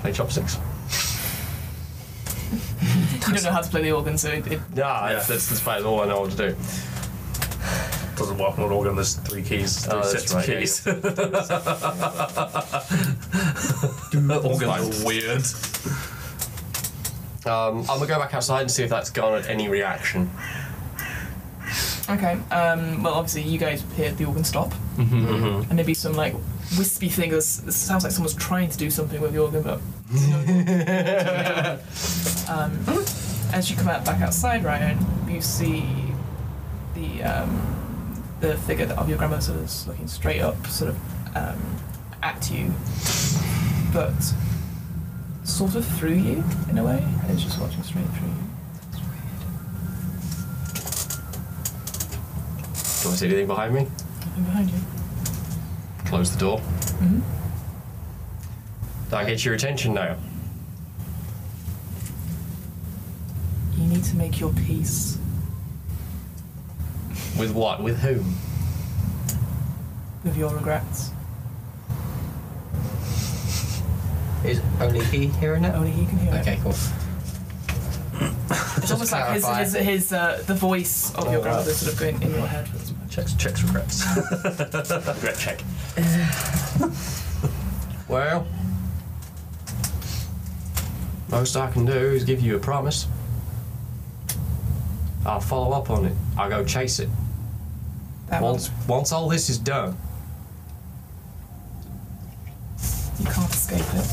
Play chopsticks. You don't know how to play the organ, so it, it Nah, that's, that's, that's fine. That's all I know what to do. Doesn't work on an organ. There's three keys, three Oh, that's sets right, of yeah, keys. Organs are weird. Um, I'm gonna go back outside and see if that's garnered any reaction. Okay. Um, well, obviously, you guys hear the organ stop, mm-hmm, and maybe some like wispy thing. This this sounds like someone's trying to do something with the organ, but. um, as you come out back outside, Ryan, you see the um, the figure of your grandmother sort of is looking straight up, sort of um, at you, but sort of through you in a way. And it's just watching straight through you. Do I see anything behind me? Nothing behind you. Close the door. Mm-hmm. That gets your attention now. You need to make your peace With what? With whom? with your regrets. Is only he hearing it? Only he can hear Okay, cool. it. It's almost like his, clarify. Oh. his, his uh, the voice of Oh, your grandmother sort of going in your head. Checks, checks regrets. Regret check. Well, most I can do is give you a promise. I'll follow up on it. I'll go chase it. That one, Once, once all this is done, you can't escape it.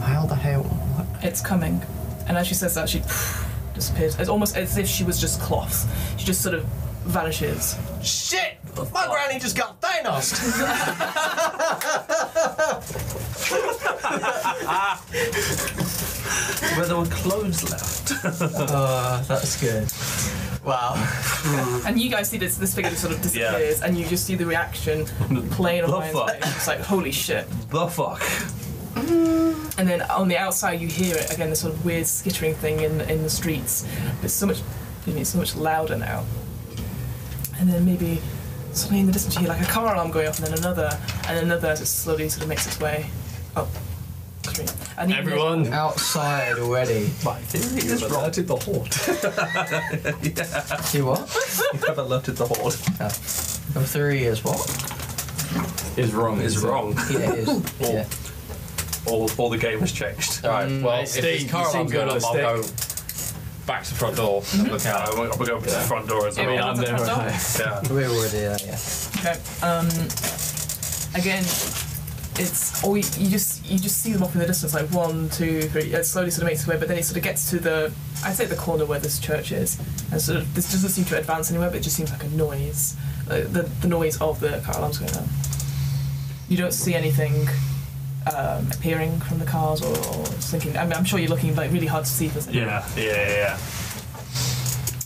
how the hell? What? It's coming. And as she says that, she disappears. It's almost as if she was just cloth. She just sort of vanishes. Shit! My granny just got Thanos. Where there were clothes left. Uh, that's good. Wow. And you guys see this this figure just sort of disappears, and you just see the reaction playing on The Ryan's fuck? face. It's like, holy shit. The fuck. And then on the outside, you hear it again, this sort of weird skittering thing in, in the streets. It's so much, excuse me, it's so much louder now. And then maybe suddenly in the distance, you hear like a car alarm going off, and then another, and another as it slowly sort of makes its way up. the street. And even- Everyone, Outside already. My theory is You've alerted the horde. See what? you have alerted the horde. Number three is what? is wrong. Is wrong. Yeah, it is. yeah. All, all the game has changed. Uh, All right. Well, hey, if Steve, this car you alarm seem good goes on off, the I'll go back to the front door and look Uh, out. we're, we're going to the front door as well. Everyone's I'm at there. the front door? Yeah. We're already there, yeah. Okay. Um, again, it's all you, you just you just see them off in the distance, like one, two, three. It slowly sort of makes its way, but then it sort of gets to the I'd say the corner where this church is, and sort of this doesn't seem to advance anywhere, but it just seems like a noise, like the the noise of the car alarms going on. You don't see anything. Um, appearing from the cars or, or thinking I mean, I'm sure you're looking like really hard to see for something. Yeah, yeah, yeah, yeah.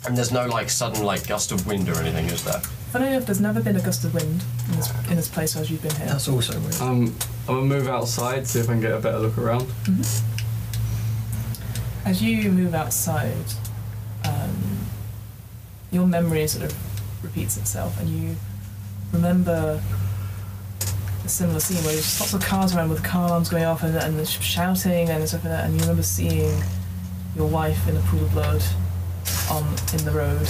And there's no like sudden like gust of wind or anything, is there? Funny enough there's never been a gust of wind in this, in this place as you've been here That's also weird. Um, I'm gonna move outside, see if I can get a better look around. As you move outside, um, your memory sort of repeats itself, and you remember a similar scene where there's just lots of cars around with car alarms going off and, and the sh- shouting and stuff like that, and you remember seeing your wife in a pool of blood on in the road,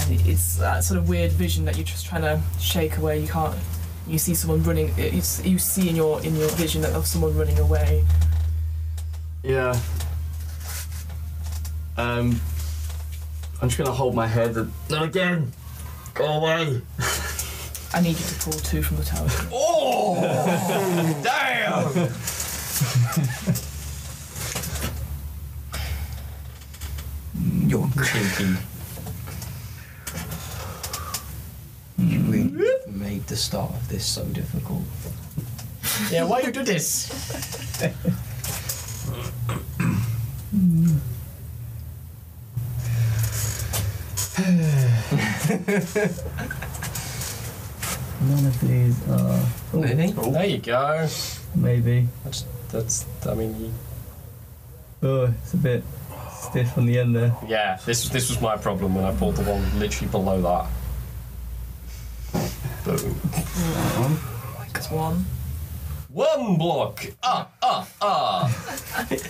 and it's that sort of weird vision that you're just trying to shake away. You can't. You see someone running. You s- you see in your in your vision that of someone running away. Yeah. Um, I'm just gonna hold my head. And, Not again. Go away. I need you to pull two from the tower. You're cheeky. We made the start of this so difficult. Yeah. Why you do this? None of these are. Really? There you go. Maybe. That's that's. I mean, you, Oh, it's a bit stiff on the end there. yeah. This this was my problem when I pulled the one literally below that. Boom. That's one. One block. Ah ah ah. Maybe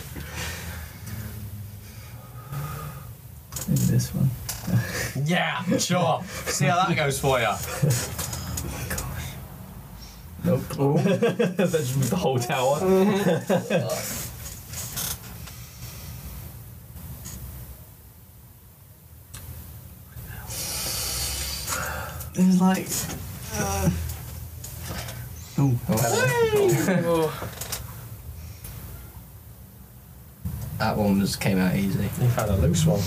this one. Yeah. Sure. See how that goes for you. That's just the whole tower. There's like. Oh, Oh, That one was came out easy. You found a loose one.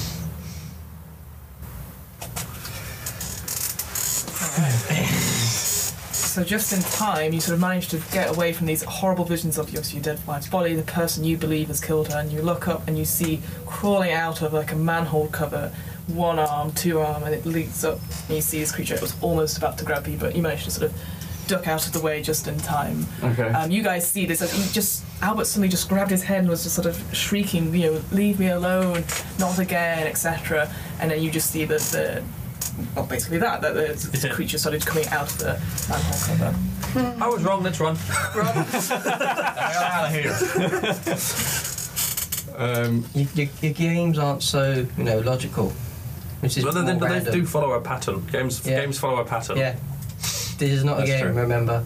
so just in time, you sort of manage to get away from these horrible visions of your, your dead wife's body, the person you believe has killed her, and you look up and you see crawling out of like a manhole cover, one arm, two arm, and it leaps up, and you see this creature. It was almost about to grab you, but you managed to sort of duck out of the way just in time. Okay. Um, you guys see this. Like, he just Albert suddenly just grabbed his head and was just sort of shrieking, you know, "Leave me alone! Not again!" etc. And then you just see that the well, basically that that the, the creature started coming out of the manhole cover. I was wrong. Let's run. out of here. um, your, your, your games aren't so you know logical, which is But then, more then they random. do follow a pattern. Games games follow a pattern. Yeah, this is not That's a game. true. Remember,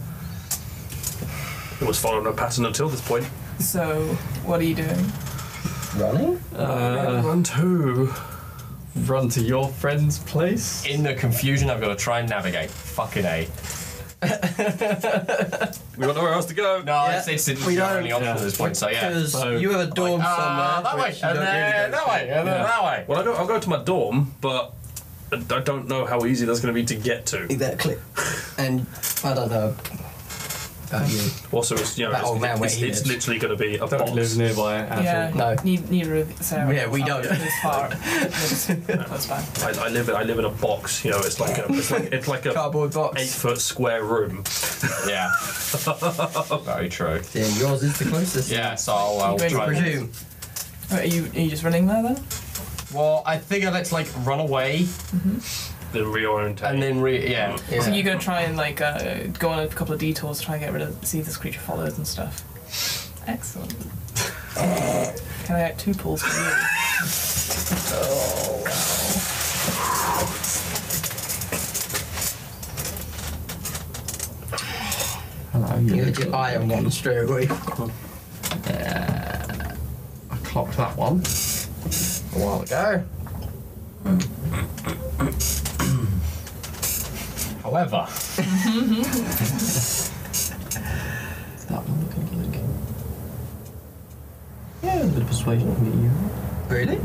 It was following a pattern until this point. So what are you doing? running. Uh, run to. Run to your friend's place. In the confusion, I've got to try and navigate. Fucking A. we got nowhere else to go. No, it's, it's, it's We your don't- only option at this point, so yeah. Because you have a dorm Ah, that somewhere. way, which you and don't really then go that way, and then Yeah. that way. Well, I don't, I'll go to my dorm, but I I don't know how easy that's going to be to get to. Exactly. And I don't know about you. Also, it's you know, That it's, old man where it's, he it's lives. literally going to be a Don't box. live nearby at yeah. No. ne- Neither of Sarah. Yeah, we don't. This far. That's fine. I, I live in I live in a box. You know, it's like a, it's like it's like a Cardboard box. eight foot square room. Yeah. Very true. Yeah, yours is the closest. Yeah, so I'll, I'll You went I try. crazy. presume. Are you are you just running there then? Well, I think I let's like run away Then reorientate. and then re. Yeah. Yeah. So you're gonna try and like uh, go on a couple of detours to try and get rid of see if this creature follows and stuff. Excellent. Can I get two pulls for you? Hello, you you. had your eye on one straight away. I clocked that one. a while ago. However, That one looking like. Yeah, a bit of persuasion for you. Really?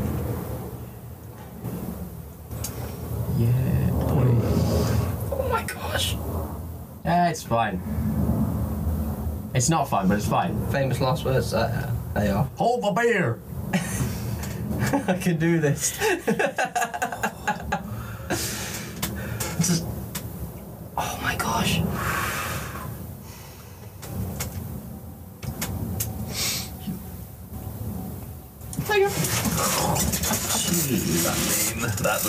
Yeah. Oh my gosh. Yeah, it's fine. It's not fine, but it's fine. Famous last words. Uh, they are. Hold my beer. I can do this. Just- oh my gosh. that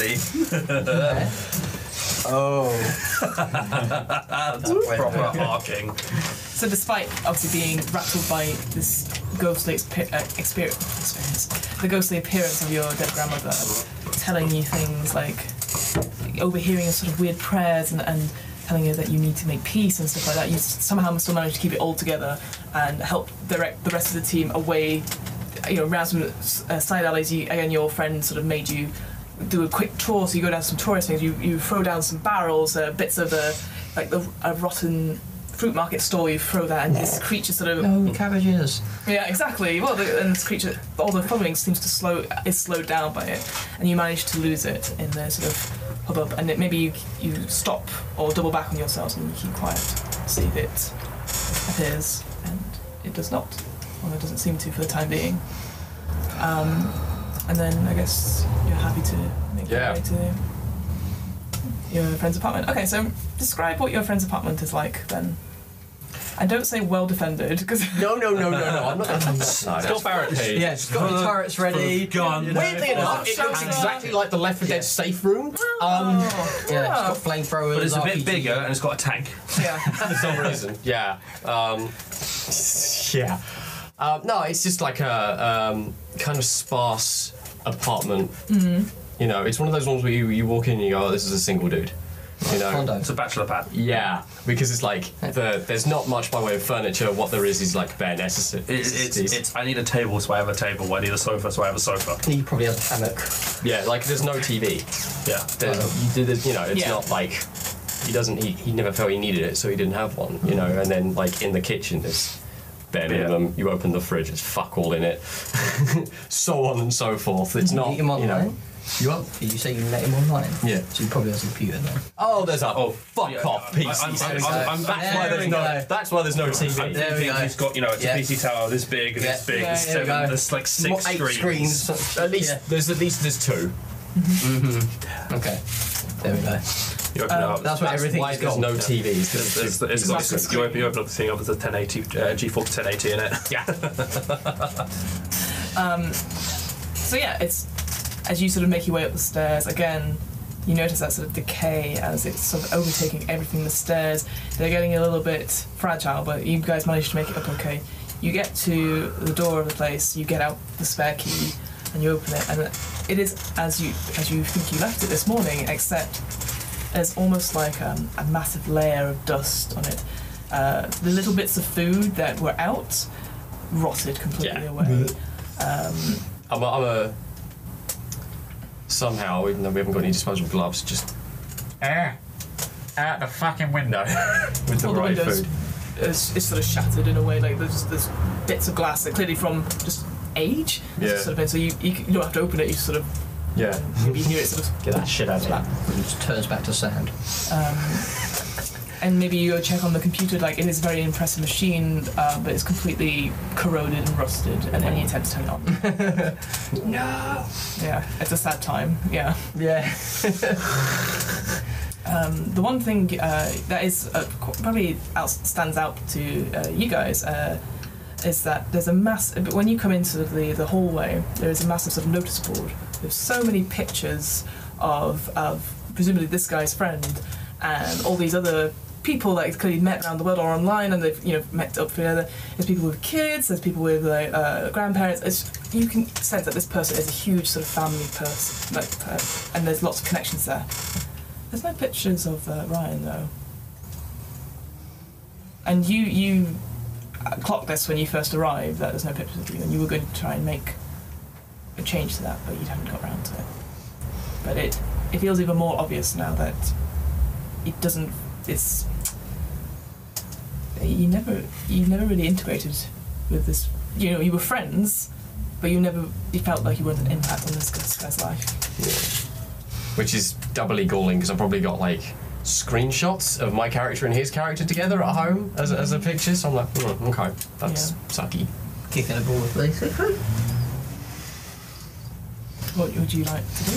Lee. Oh. proper arcing. So despite obviously being rattled by this ghostly expe- uh, exper- experience, the ghostly appearance of your dead grandmother, telling you things like overhearing your sort of weird prayers and, and telling you that you need to make peace and stuff like that, you s- somehow still manage to keep it all together and help direct the rest of the team away, you know, around some uh, side alleys. You, again, your friend sort of made you do a quick tour, so you go down some tourist things. You, you throw down some barrels, uh, bits of a like the, a rotten fruit market stall. You throw that, and this creature sort of No cabbages. yeah, exactly. Well, the, and this creature, all the following seems to slow is slowed down by it, and you manage to lose it in the sort of hubbub. And it, maybe you you stop or double back on yourselves and you keep quiet, see if it appears, and it does not, or it doesn't seem to for the time being. Um, and then I guess you're happy to make Yeah. your way to your friend's apartment. Okay, so describe what your friend's apartment is like then. And don't say well defended because No, no, no, no, no. I'm not going to. Still barricade. Yeah, it's got the turrets ready. Gun. Weirdly enough, it looks exactly like the Left 4 Dead safe room. Oh. Um, Yeah, it's got flamethrowers. But it's a RPG. bit bigger and it's got a tank. yeah. for some reason. Yeah. Um, yeah. Um, no, it's just like a um, kind of sparse apartment. You know, it's one of those ones where you, you walk in and you go, oh, this is a single dude. You know? Condo. It's a bachelor pad. Yeah, because it's like the, there's not much by way of furniture. What there is is like bare necessities. It, it's, it's, I need a table, so I have a table. I need a sofa, so I have a sofa. He probably has a hammock. yeah, like there's no TV. Yeah. There's, you, did it- you know, it's Yeah. not like he doesn't. He, he never felt he needed it, so he didn't have one. You know, and then like in the kitchen, there's bare minimum. You open the fridge, it's fuck all in it, so on and so forth. It's Did you not. Meet him you know, online. You what? Did you say you met him online? Yeah. So he probably has a computer then. oh, there's a oh fuck Yeah, off I- PC. I'm- I'm- system. I'm- I'm- that's why there there's we no. go. That's why there's no TV. There we You go. think He's got, you know, it's Yeah. a PC tower this big, and Yeah. this big, Yeah, and there we seven, go. there's like six More- eight screens. screens. At least Yeah. there's at least there's two. Okay. There we go. You open it Um, up. that's why everything why is there's gold. no TVs. It's, it's, it's, it's, Exactly. it's- you open you open up the thing up with the 1080 uh, G4 1080 in it. Yeah. Um, so yeah, it's as you sort of make your way up the stairs again. You notice that sort of decay as it's sort of overtaking everything. The stairs they're getting a little bit fragile, but you guys manage to make it up okay. You get to the door of the place. You get out the spare key and you open it, and it is as you as you think you left it this morning, except there's almost like um, a massive layer of dust on it. Uh, the little bits of food that were out rotted completely away. Um, I'm a, I'm a somehow, even though we haven't got any disposable gloves, just Air out the fucking window. with the all the right windows food. is, is sort of shattered in a way. Like there's there's bits of glass that clearly from just age Yeah. sort of thing. So you, you c- you don't have to open it. You sort of Yeah. you hear it sort of Get that shit out of here. It just turns back to sand. Um, and maybe you go check on the computer, like it is a very impressive machine, uh, but it's completely corroded and rusted at any attempt to turn it on. no! Yeah, it's a sad time, yeah. Yeah. um, the one thing uh, that is uh, qu- probably out- stands out to uh, you guys. Uh, is that there's a mass but when you come into the, the hallway there is a massive sort of notice board with so many pictures of, of presumably this guy's friend and all these other people that he's clearly met around the world or online and they've you know met up together there's people with kids there's people with like uh, grandparents it's, you can sense that this person is a huge sort of family person like, uh, and there's lots of connections there there's no pictures of uh, Ryan though and you you uh, clocked this when you first arrived that there's no pictures of you, and you were going to try and make a change to that, but you haven't got round to it. But it it feels even more obvious now that it doesn't. It's you never you never really integrated with this. You know, you were friends, but you never you felt like you weren't an impact on this this guy's life. Which is doubly galling because I've probably got like screenshots of my character and his character together at home as, as a picture. So I'm like, "Hmm, okay, that's sucky. Kicking a ball with basically. What would you like to do?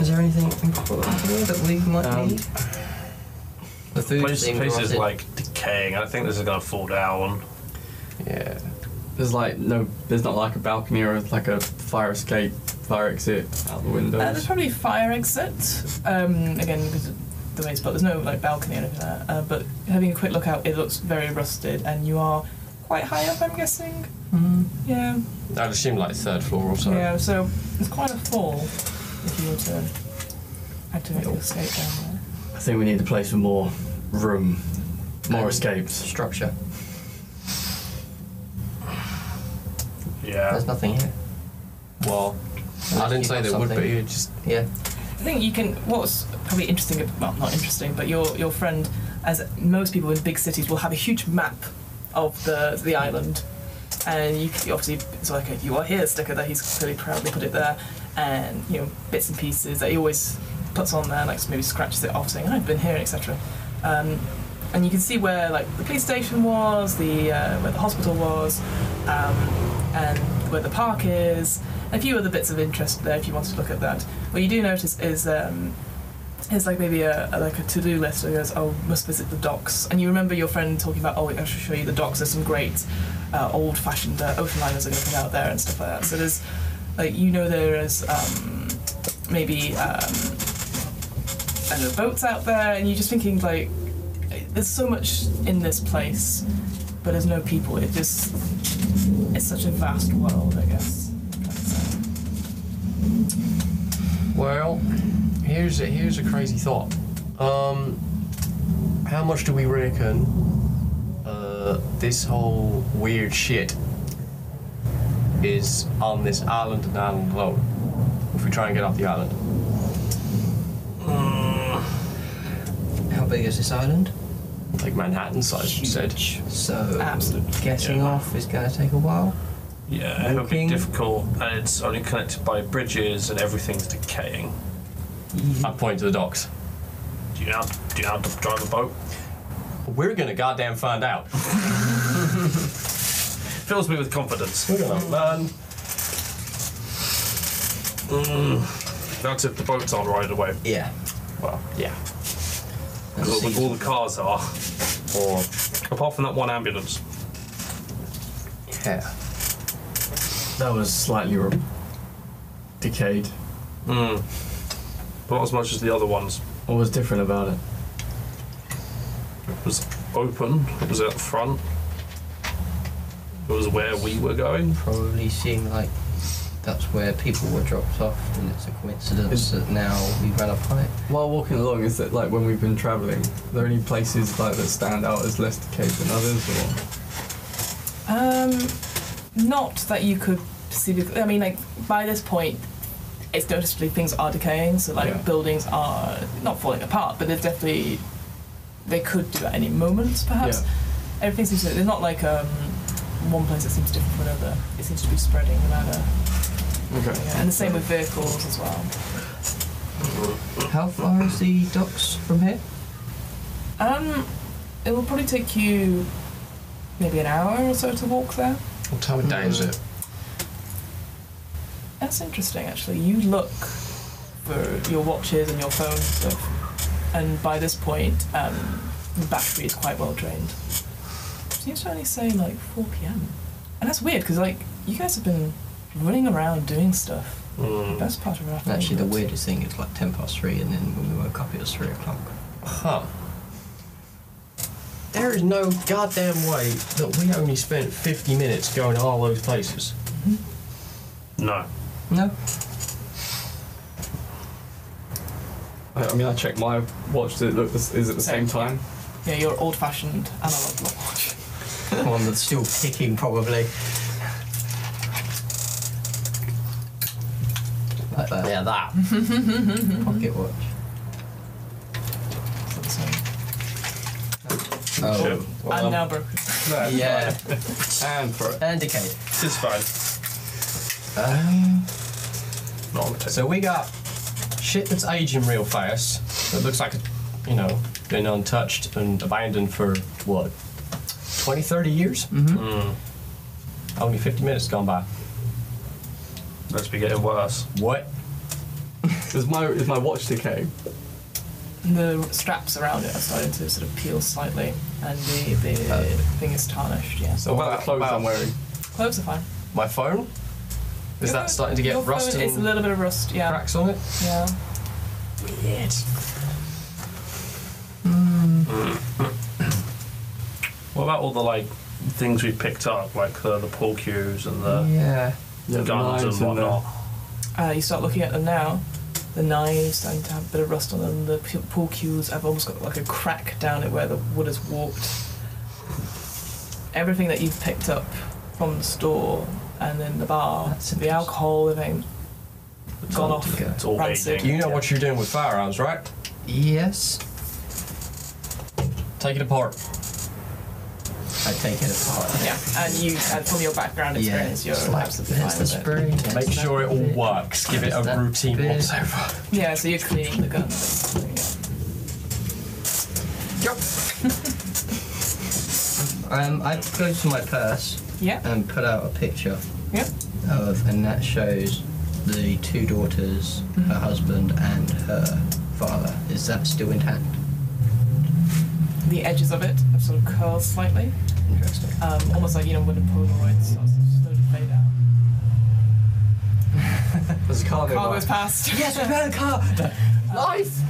Is there anything important here that we might need? The food place, thing place is rotted. like decaying. I think this is going to fall down. Yeah. There's like no, there's not like a balcony or like a fire escape, fire exit out the windows. Uh, there's probably a fire exit. Um, again, because of the way it's built, there's no like balcony or anything like that. Uh, but having a quick look out, it looks very rusted, and you are quite high up, I'm guessing. Yeah, I'd assume like third floor or so. yeah. So it's quite a fall if you were to activate your escape down there. I think we need a place with more room, more escapes, um, structure. Yeah. There's nothing here. Well, I didn't say there would be. It just yeah. I think you can. What's probably interesting, well, not interesting, but your your friend, as most people in big cities, will have a huge map of the the island, and you can, obviously it's like a "you are here" sticker that he's clearly proudly put it there, and you know bits and pieces that he always puts on there, like maybe scratches it off saying "I've been here," etc. Um, and you can see where like the police station was, the uh, where the hospital was, um, and where the park is, and a few other bits of interest there if you want to look at that. What you do notice is um, is like maybe a, a- like a to do list that goes, oh, must visit the docks, and you remember your friend talking about, oh, I should show you the docks. There's some great uh, old fashioned uh, ocean liners are going to put out there and stuff like that. So there's like you know there is um, maybe um, and there are boats out there, and you're just thinking like, there's so much in this place, but there's no people. It just, it's such a vast world, I guess. Well, here's a, here's a crazy thought. Um, how much do we reckon uh, this whole weird shit is on this island and island alone? If we try and get off the island, How big is this island? like Manhattan size, you said. So Absolutely. getting off is going to take a while. Yeah, it'll be difficult, and it's only connected by bridges, and everything's decaying. I point to the docks. Do you know? Do you know how to drive a boat? We're gonna goddamn find out. Fills me with confidence. We're gonna learn. That's if the boats aren't right away. Yeah. Well, yeah. That's All the, all the cars are. Or apart from that one ambulance. Yeah. That was slightly re- decayed. Mm. But not as much as the other ones. What was different about it? It was open. It was out front. It was where we were going. Probably seemed like that's where people were dropped off, and it's a coincidence Mm. that now we ran upon it. While walking along, is it like when we've been travelling? Are there any places like that stand out as less decayed than others, or Um, not that you could see. I mean, like by this point, it's noticeably things are decaying. So like Yeah. buildings are not falling apart, but they're definitely they could do at any moment, perhaps. Yeah. Everything seems to. There's not like um, one place that seems different from another. It seems to be spreading around. Okay. Yeah, and the same with vehicles as well. How far is the docks from here? Um, it will probably take you maybe an hour or so to walk there. What time of day is it? That's interesting, actually. You look for your watches and your phone and stuff, and by this point, um, the battery is quite well drained. Seems to only say like 4 p.m. And that's weird because like you guys have been running around doing stuff. The best part of our Actually, the weirdest thing is like 10 past 3, and then when we woke up, it was 3 o'clock. Huh. There is no goddamn way that we only spent 50 minutes going to all those places. No. No. I, I mean, I checked my watch. Did it look? This, is it the same, time? Yeah, your old-fashioned analog watch. One that's still kicking, probably. Like that. Yeah, that. Mm-hmm. Pocket watch. Oh. Shit. I'm now broken. Yeah. and for it. And decayed. This is fine. Um, Not on the table. So we got shit that's aging real fast. That looks like, you know, been untouched and abandoned for what, 20, 30 years? Mm-hmm. Mm. Only 50 minutes gone by. Let's be getting worse. What? Is my is my watch decaying? And the straps around it are starting to sort of peel slightly, and the, the thing is tarnished. Yeah. So about the clothes I'm wearing. Clothes are fine. My phone? Is that starting to Your get phone- rusted? It's a little bit of rust. Yeah. Cracks on it. Yeah. Weird. What about all the like things we picked up, like uh, the, the pool cues and Uh. the Yeah. Yeah, the guns knives and and the- whatnot? Uh, you start looking at them now. The knives starting to have a bit of rust on them. The p- pool cues have almost got like a crack down it where the wood has warped. Everything that you've picked up from the store and then the bar, the alcohol, everything gone all off. decayed. It's all rancid. You know what you're doing with firearms, right? Yes. Take it apart. I take it apart. Yeah, and you and from your background experience, it's you're like, absolutely there's fine the with it. spray. Make sure it all works. Give it a routine once over. Yeah, so you're cleaning the gun. basically, yeah. Um, I go to my purse Yeah. and put out a picture Yeah. of, and that shows the two daughters, Mm-hmm. her husband, and her father. Is that still intact? The edges of it have sort of curled slightly, Interesting. um, almost like you know when a Polaroid starts to slowly fade out. There's a car Car nearby. goes past. Yes, we found a car. Life.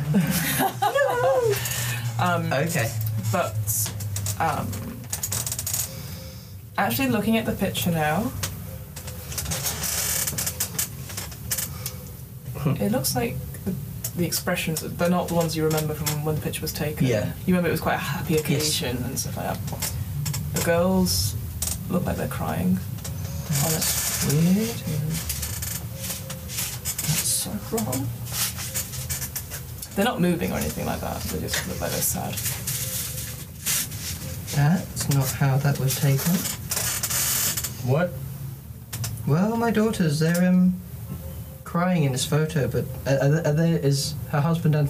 um, Okay. but um, actually looking at the picture now, Hmm. it looks like the, the expressions. They're not the ones you remember from when the picture was taken. Yeah. You remember it was quite a happy occasion and stuff like that. The girls look like they're crying. On it. Weird. That's so wrong. They're not moving or anything like that. They just look like they're sad. That's not how that was taken. What? Well, my daughters, they're um, crying in this photo, but are, are, are they, is her husband and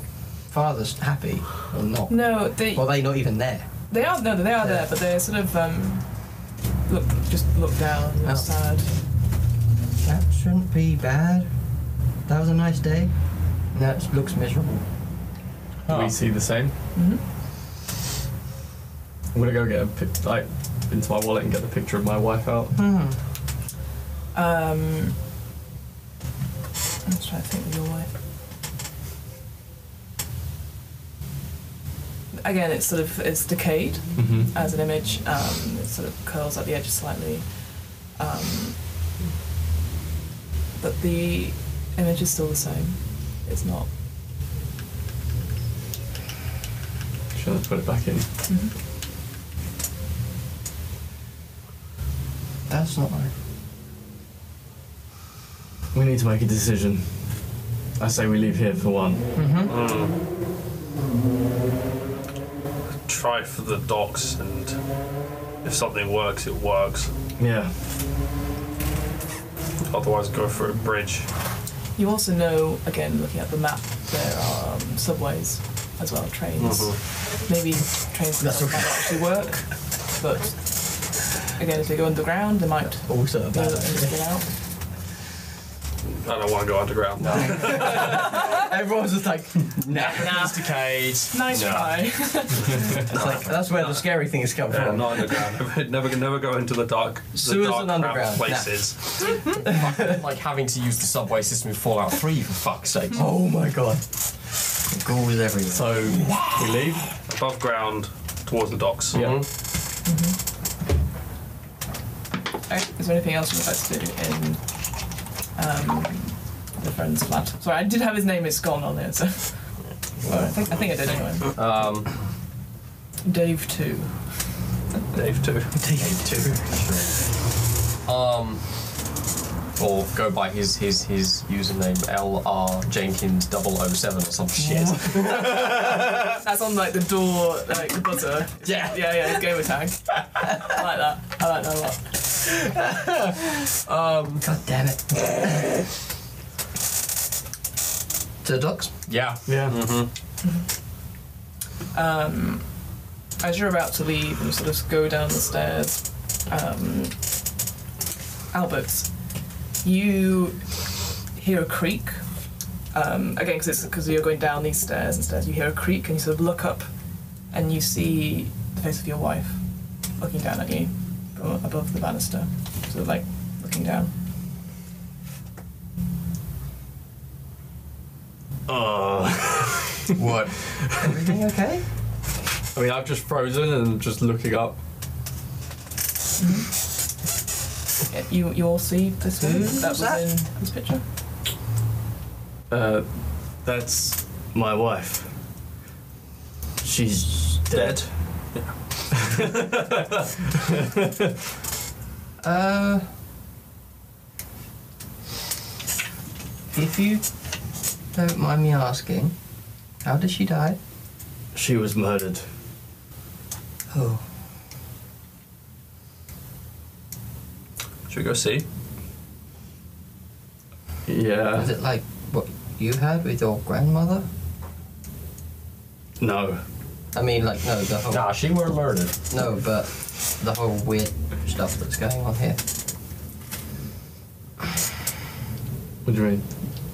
father's happy or not? No, they Or are they not even there? They are no, they are there, but they're sort of um, look just look down, look Oh. sad. That shouldn't be bad. That was a nice day. That looks miserable. Do we see the same? Mm-hmm. I'm gonna go get a pic- like into my wallet and get the picture of my wife out. Hmm. Um, I'm just trying to think of your wife. Again, it's sort of it's decayed Mhm. as an image. Um, it sort of curls at the edges slightly, um, but the image is still the same. It's not. Should I put it back in? That's not right. We need to make a decision. I say we leave here for one. Try for the docks, and if something works, it works. Yeah. Otherwise, go for a bridge. You also know, again, looking at the map, there are um, subways as well, trains. Maybe trains themselves might not actually work, but again, if they go underground, they might also a bad get out. I don't want to go underground. Everyone's just like, nah, nah. it's decayed. Nice try. it's like, that's where the scary thing has come Yeah, from. not underground. never, never go into the dark, the Sewers dark and crap underground, nah. places. like having to use the subway system in Fallout 3, for fuck's sake. Oh my god. Ghouls everywhere. So we leave above ground towards the docks. Yeah. Alright, is there anything else you'd like to do in um, the friend's flat? Sorry, I did have his name, it's gone on there, so. I, think, I think I did anyway. Um, Dave 2. Dave too. Dave too. Um, or go by his his his username LR Jenkins 007 or some shit. That's on like the door, like the buzzer. Yeah. Yeah, yeah, gamer tag. I like that. I like that a lot. um, God damn it. to the docks? Yeah. Yeah. um, as you're about to leave and sort of go down the stairs, um, Albert, you hear a creak. Um, again, because because you're going down these stairs and stairs, you hear a creak and you sort of look up, and you see the face of your wife looking down at you from above the banister, sort of like looking down. what? Everything okay? I mean, I've just frozen and just looking up. Yeah, You you all see this one Hmm? Who's that was that? in this picture. Uh, that's my wife. She's dead. Uh. If you don't mind me asking, how did she die? She was murdered. Oh. Should we go see? Yeah. Was it like what you had with your grandmother? No. I mean, like, no, the whole. Nah, she weren't murdered. No, but the whole weird stuff that's going on here. What do you mean?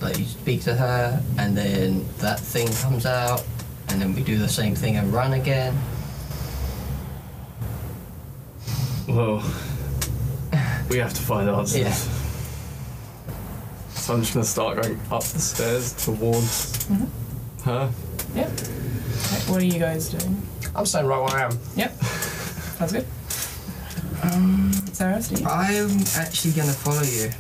Like, you speak to her, and then that thing comes out, and then we do the same thing and run again. Well, we have to find answers. Yeah. So I'm just gonna start going up the stairs towards Mhm. her. Yeah. Right, what are you guys doing? I'm staying right where I am. Yep. Sounds good. Um, Sarah, Steve? I'm actually gonna follow you.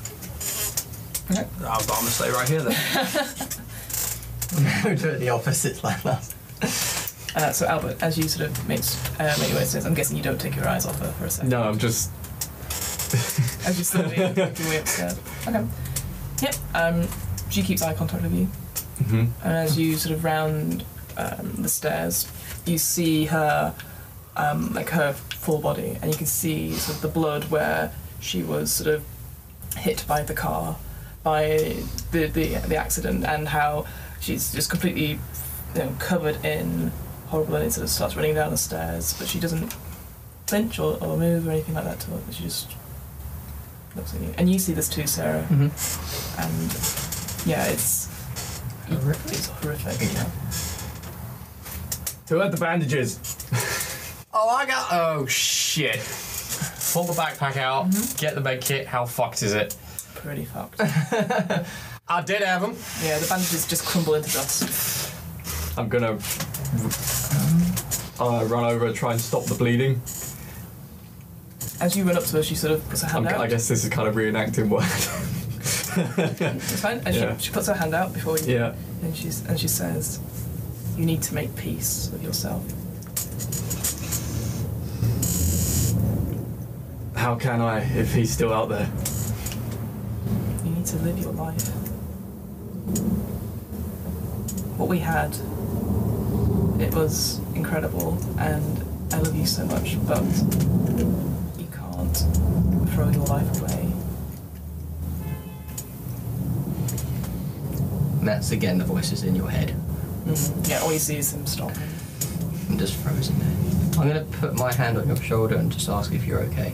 I'm, I'm gonna stay right here then. We're doing the opposite like that. Uh, so Albert, as you sort of make, uh, make your way upstairs, I'm guessing you don't take your eyes off her for a second. No, I'm just. As you slowly make your way upstairs. Okay. Yep. Um, she keeps eye contact with you, Mhm. and as you sort of round um, the stairs, you see her, um, like her full body, and you can see sort of the blood where she was sort of hit by the car, by the the, the accident, and how she's just completely you know, covered in horrible and it sort of starts running down the stairs, but she doesn't flinch or, or move or anything like that to it. She just looks at you. And you see this too, Sarah. Mhm. And yeah, it's horrific. It's horrific. Who had the bandages? Oh, I got. Oh shit! Pull the backpack out. Get the med kit. How fucked is it? Pretty fucked. I did have them. Yeah, the bandages just crumble into dust. I'm gonna uh, run over and try and stop the bleeding. As you run up to her, she sort of puts her I'm, hand out. I guess this is kind of reenacting what. It's fine. And Yeah. she, she puts her hand out before you. Yeah. And she's and she says, "You need to make peace with yourself." How can I if he's still out there? You need to live your life. What we had, it was incredible, and I love you so much, but you can't throw your life away. And that's again the voices in your head. Yeah, all you see is him stop. I'm just frozen there. I'm gonna put my hand on your shoulder and just ask if you're okay.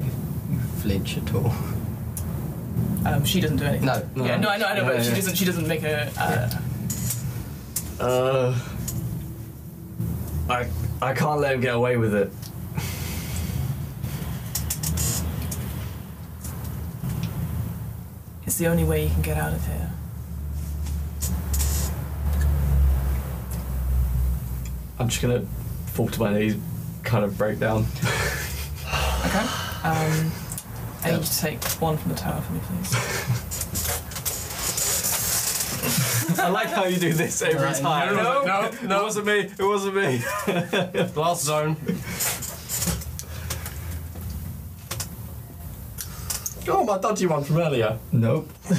If you flinch at all. Um, she doesn't do anything. No. yeah, no, I know, I know, but she doesn't. She doesn't make a. Uh, Uh, I I can't let him get away with it. It's the only way you can get out of here. I'm just gonna fall to my knees, kind of break down. Okay. Um, I need you to take one from the tower for me, please. I like how you do this every Right. time. No, no, no, it wasn't me. It wasn't me. Last zone. Oh, my dodgy one from earlier. Nope. I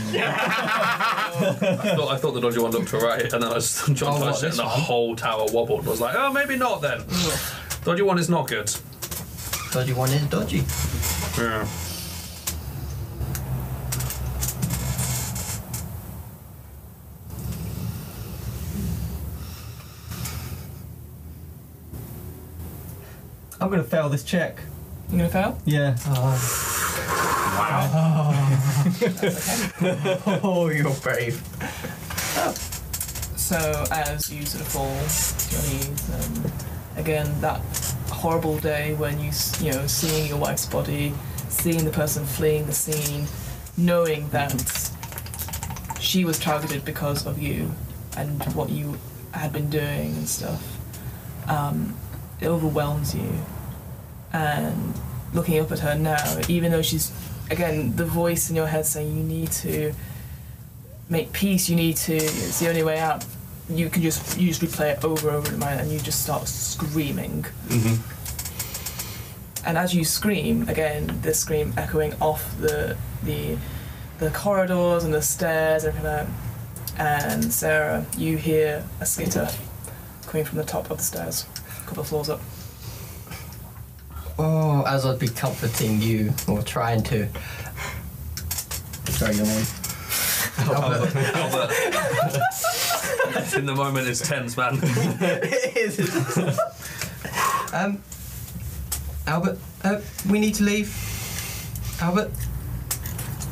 thought, I thought the dodgy one looked alright, and then I just jumped on it, and the whole tower wobbled. I was like, oh, maybe not then. dodgy one is not good. Dodgy one is dodgy. Yeah. I'm gonna fail this check. You gonna fail? Yeah. oh, you're brave. So as you sort of fall to your knees, um, again that horrible day when you s- you know seeing your wife's body, seeing the person fleeing the scene, knowing that she was targeted because of you and what you had been doing and stuff. Um, it overwhelms you, and looking up at her now, even though she's again the voice in your head saying you need to make peace. You need to. It's the only way out. You can just you just replay it over and over in your mind, and you just start screaming. Mm-hmm. And as you scream again, this scream echoing off the the the corridors and the stairs and everything like that. And Sarah, you hear a skitter coming from the top of the stairs, a couple of floors up. Oh, as I'd be comforting you or trying to. Sorry, you're on. Albert. Albert. In the moment, it's tense, man. it is. um, Albert, uh, we need to leave. Albert,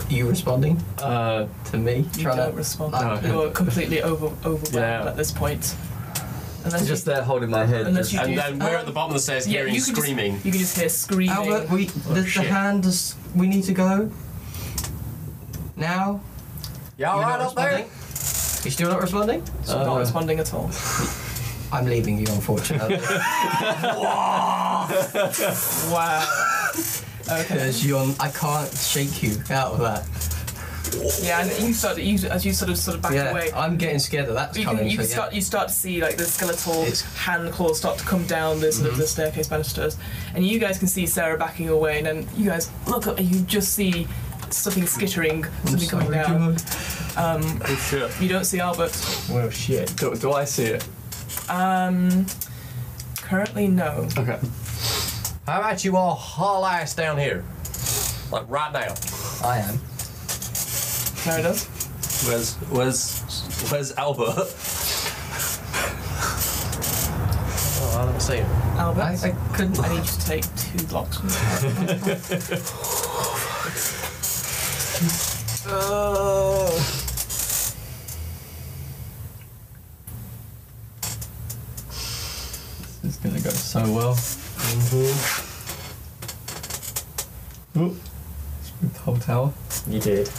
you responding uh, to me? You trying don't to respond. I- You're completely over overwhelmed Yeah. at this point. Unless just there holding my head. Unless you and do- then we're at the bottom of the stairs Yeah, hearing you can just- screaming. you can just hear screaming. Albert, we the, the hand is. We need to go now. Yeah, all right up there? You still not responding? So not responding at all. I'm leaving you, unfortunately. wow. Okay. Because you're, I can't shake you out of that. Yeah, and you start you, as you sort of sort of back yeah, away. I'm getting scared that that's You, coming. can, so you can yeah. start you start to see like the skeletal hand claws start to come down the Mm-hmm. sort of the staircase banisters, and you guys can see Sarah backing away, and then you guys look up and you just see something skittering, something coming down. Um, You don't see Albert. Well, shit. Do, do I see it? Um, currently no. Okay. How about you all haul ass down here? Like right now. I am. Sarah does. Where's where's where's Albert? Oh, I don't see him. Albert, I, I couldn't. I need you to take two blocks. From is gonna go so well. Mm-hmm. Oop. Spooked the whole tower. You did.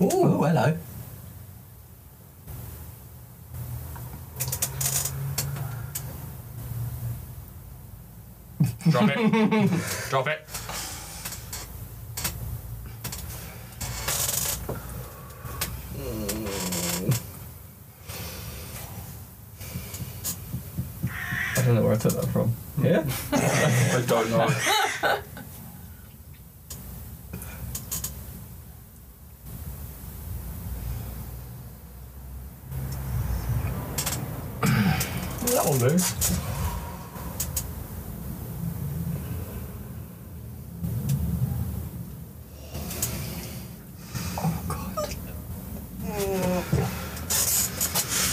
Ooh, Oh, hello. Drop it. Drop it. I don't know where I took that from. Yeah? I don't know. That will do.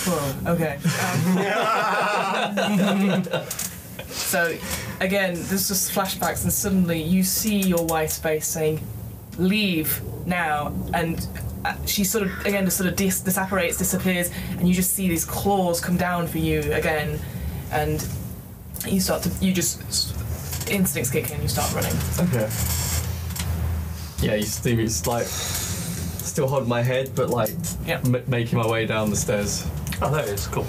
Whoa, okay. Um, so, again, there's just flashbacks, and suddenly you see your wife's face saying, Leave now. And uh, she sort of, again, just sort of dis- disapparates, disappears, and you just see these claws come down for you again. And you start to, you just, instincts kick in, you start running. Okay. Yeah, you see me, it's like still holding my head, but like Yeah. m- making my way down the stairs. Oh, there it is. Cool.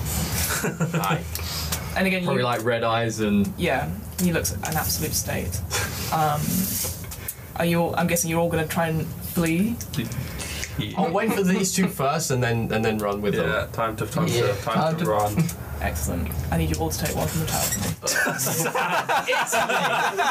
And again, Probably you, like red eyes and Yeah, he looks an absolute state. Um, are you? All, I'm guessing you're all going to try and flee. I'll wait for these two first, and then and then run with them. Yeah, time to time Yeah, to time, time to, to- run. Excellent. I need you all to take one from the tower.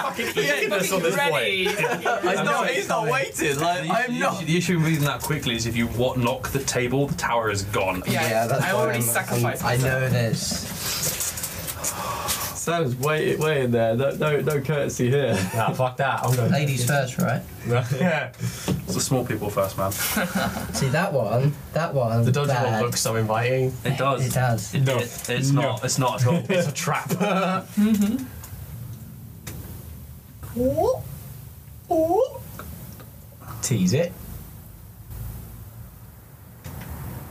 fucking eagerness on this ready. He's not- he's not waiting. Like I'm not. The issue with moving that quickly is if you what knock the table, the tower is gone. that's why I'm- I'm- I know this. Sam's way way in there. No no, no courtesy here. Nah, fuck that. I'm going. Ladies first, right? yeah. It's the small people first, man. See that one? That one. The dodgy one looks so inviting. It does. It does. no, Mm-hmm. it's not. It's not at all. It's a trap. Ooh. Ooh. Tease it.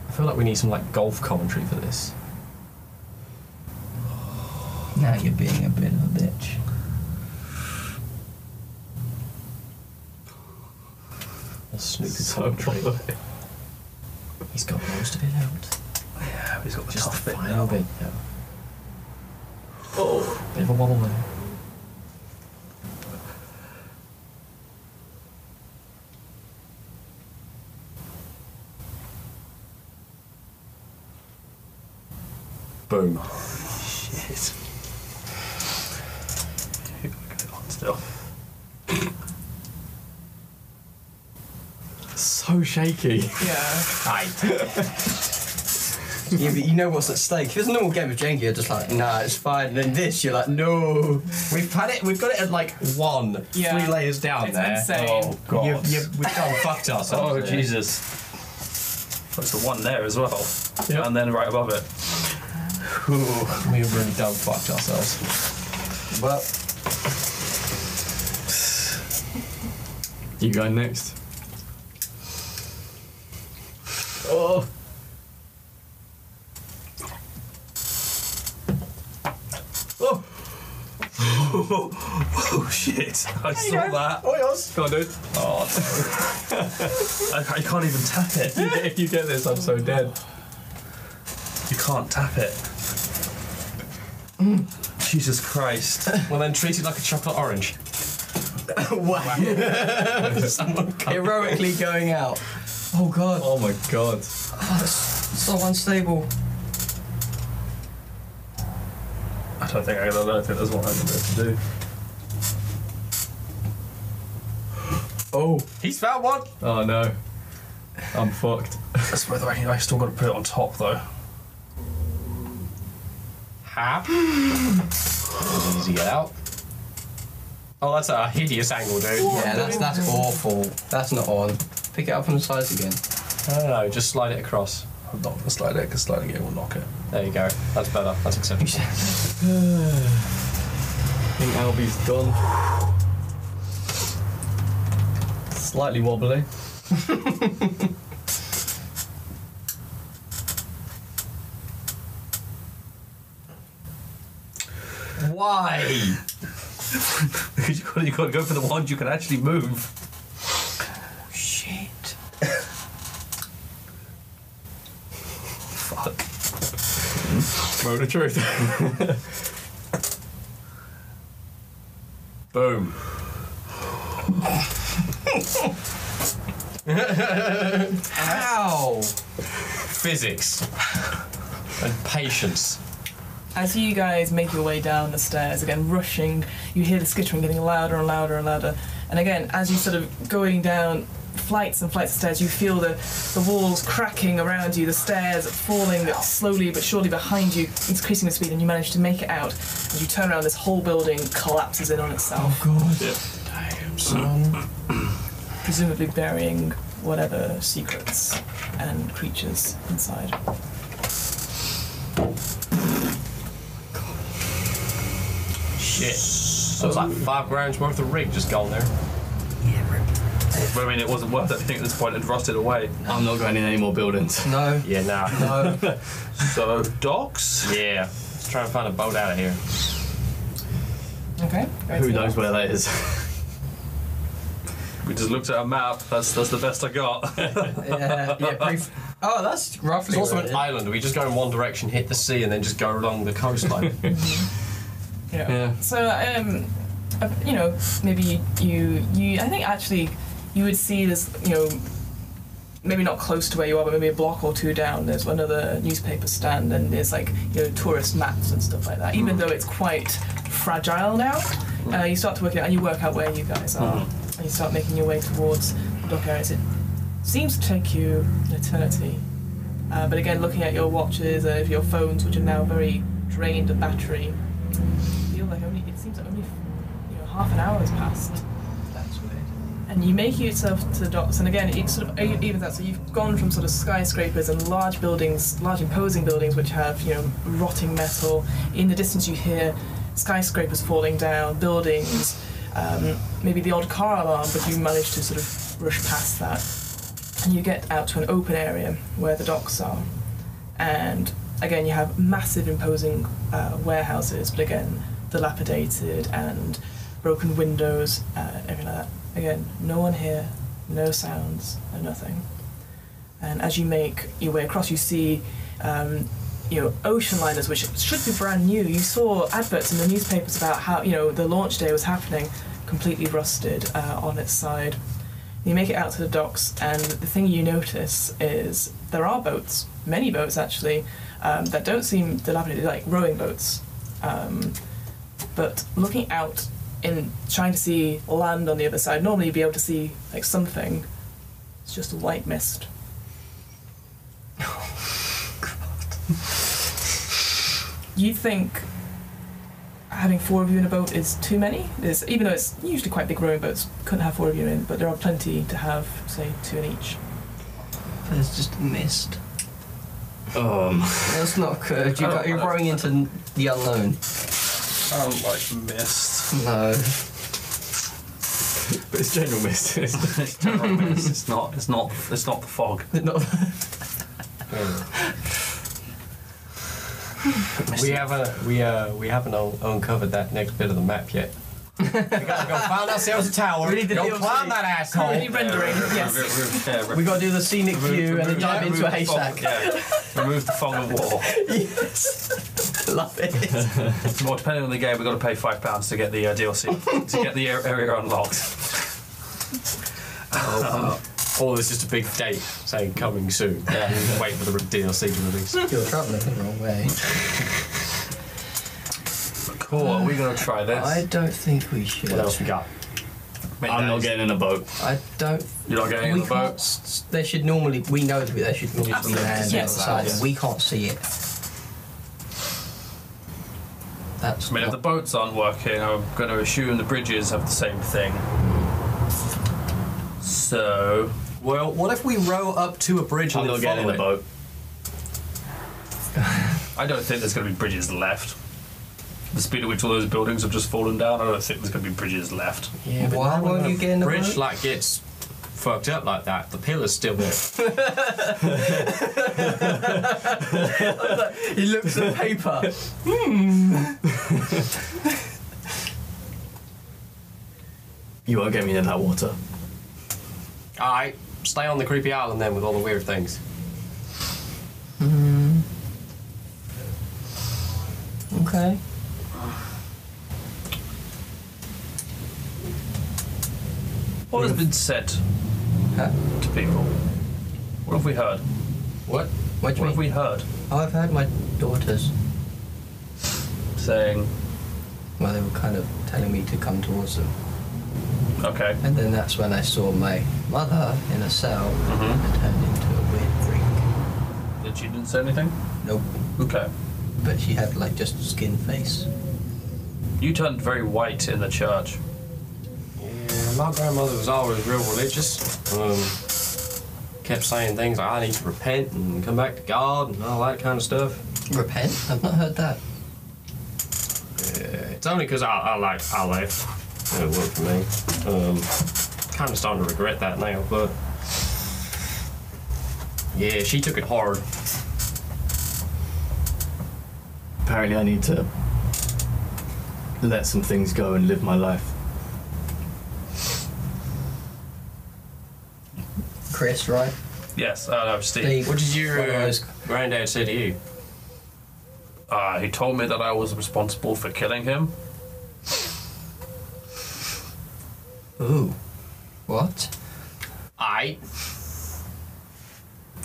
I feel like we need some like golf commentary for this. Now you're being a bit of a bitch. A snoopy So commentary. He's got most of it out. Yeah, he's got the Just tough the bit. final bit. though. Oh, Bit of a wobble there. Boom. Shit. Look at it on still. so shaky. Yeah. yeah, but you know what's at stake. If it's a normal game of Jenga, you're just like, nah, it's fine. And then this, you're like, no. We've had it. We've got it at like one, Yeah. three layers down It's there. insane. Oh god. You've, you've, we've done fucked ourselves. Oh there. Jesus! That's the one there as well, Yeah. and then right above it. Ooh, we've really done fucked ourselves. Well, You go next. Oh. Oh. oh shit! I saw that. Oh yes. Come on, dude. Oh, I, I can't even tap it. You get- if you get this, I'm so dead. You can't tap it. Jesus Christ! Well then, treat it like a chocolate orange. heroically going out. Oh god. Oh my god. Oh, that's so unstable. I don't think I, I don't think that's what I'm going to do. Oh. He's found one. Oh no. I'm fucked. That's whether I, I still got to put it on top though. Hap. Easy get out. Oh, that's a hideous angle, dude. Yeah, that's that's awful. That's not on. Pick it up from the sides again. No, no, no, just slide it across. I'm not going to slide it because sliding it will knock it. There you go. That's better. That's acceptable. I think Albie's done. Slightly wobbly. Why? Because you gotta, you gotta go for the ones you can actually move. Shit. Fuck. Moment of truth. Boom. How? Physics and patience. As you guys make your way down the stairs, again rushing, you hear the skittering getting louder and louder and louder. And again, as you sort of going down flights and flights of stairs, you feel the, the walls cracking around you, the stairs falling slowly but surely behind you, increasing the speed, and you manage to make it out. As you turn around, this whole building collapses in on itself. God. Presumably burying whatever secrets and creatures inside. Shit. So it's like five grand's worth of rig just gone there. I mean, it wasn't worth anything at this point. It rusted away. I'm not going in any more buildings. No. Yeah, nah. No. so, docks? Yeah. Let's try and find a boat out of here. Okay. Who knows where that is? We just looked at a map. That's that's the best I got. yeah, yeah, brief. Oh, that's It's roughly. also where it an is. island. We just go in one direction, hit the sea, and then just go along the coastline. Yeah. Yeah. So um, uh, you know, maybe you you I think actually you would see this you know maybe not close to where you are, but maybe a block or two down. There's another newspaper stand, and there's like you know tourist maps and stuff like that. Even though it's quite fragile now, uh, you start to work it out, and you work out where you guys are, and you start making your way towards the dock areas. It seems to take you an eternity. Uh, but again, looking at your watches and your phones, which are now very drained of battery, feel like only it seems like only you know half an hour has passed. That's weird. And you make yourself to the docks, and again, it sort of e- evens out. So you've gone from sort of skyscrapers and large buildings, large imposing buildings, which have you know rotting metal. In the distance, you hear skyscrapers falling down, buildings, um, maybe the odd car alarm, but you manage to sort of rush past that. And you get out to an open area where the docks are, and again, you have massive, imposing uh, warehouses, but again, dilapidated and broken windows, uh, everything like that. Again, no one here, no sounds, and nothing. And as you make your way across, you see, um, you know, ocean liners, which should be brand new. You saw adverts in the newspapers about how you know the launch day was happening, completely rusted uh, on its side. You make it out to the docks, and the thing you notice is there are boats, many boats actually, um, that don't seem dilapidated, like rowing boats. Um, but looking out and trying to see land on the other side, normally you'd be able to see like something. It's just a white mist. You think having four of you in a boat is too many? There's, even though it's usually quite big rowing boats, couldn't have four of you in, but there are plenty to have, say, two in each. There's just a mist. Um, That's not good. You I got, don't you're wanna- growing into n- the unknown. I don't like mist. No. but it's general mist. It's general mist. It's not. It's not. It's not the fog. No. we haven't we uh we haven't un- uncovered that next bit of the map yet. we gotta go find ourselves a tower. We need the go DLC. climb that Oh, asshole. rendering, We gotta do the scenic Remove- view and then remove- dive yeah, into a remove the fog, haystack. yeah. Remove the fog of war. Love it. Well, depending on the game, we've got to pay five pounds to get the uh, DLC to get the a- area unlocked. Or Oh, there's just a big date saying coming soon. Wait for the DLC to release. You're traveling the wrong way. Cool. Are we gonna try this? I don't think we should. What else we got? Mate, I'm not that getting in a boat. I don't. You're not getting in we the boat? can't s- s- There should normally. We know that there should normally be Absolutely, land yes. outside. Yes. We can't see it. That's I mean, if the not- boats aren't working, I'm going to assume the bridges have the same thing. So, Well, what if we row up to a bridge I'm and not then getting in follow the it? boat. I don't think there's going to be bridges left. The speed at which all those buildings have just fallen down, I don't think there's going to be bridges left. Why won't you get in the bridge boat? like gets fucked up like that, the pillar's still there. he looks at paper. Hmm. You won't get me in that water. Alright, stay on the creepy island then with all the weird things. Mm. Okay. What has been said Uh, to people? What have we heard? What? What, have we heard? I've had my daughters saying. Well, they were kind of telling me to come towards them. Okay. And then that's when I saw my mother in a cell Mm-hmm. and turned into a weird freak. That she didn't say anything? Nope. Okay. But she had like just skin face. You turned very white in the church. Yeah, my grandmother was always real religious. Um, kept saying things like, I need to repent and come back to God and all that kind of stuff. Repent? I've not heard that. Yeah, it's only because I, I like I left. It worked for me. Um, kind of starting to regret that now, but yeah, she took it hard. Apparently, I need to let some things go and live my life. Chris, right? Yes, I know, Steve. Steve. What did your uh, granddad say to you? Uh, he told me that I was responsible for killing him. Ooh. What? I.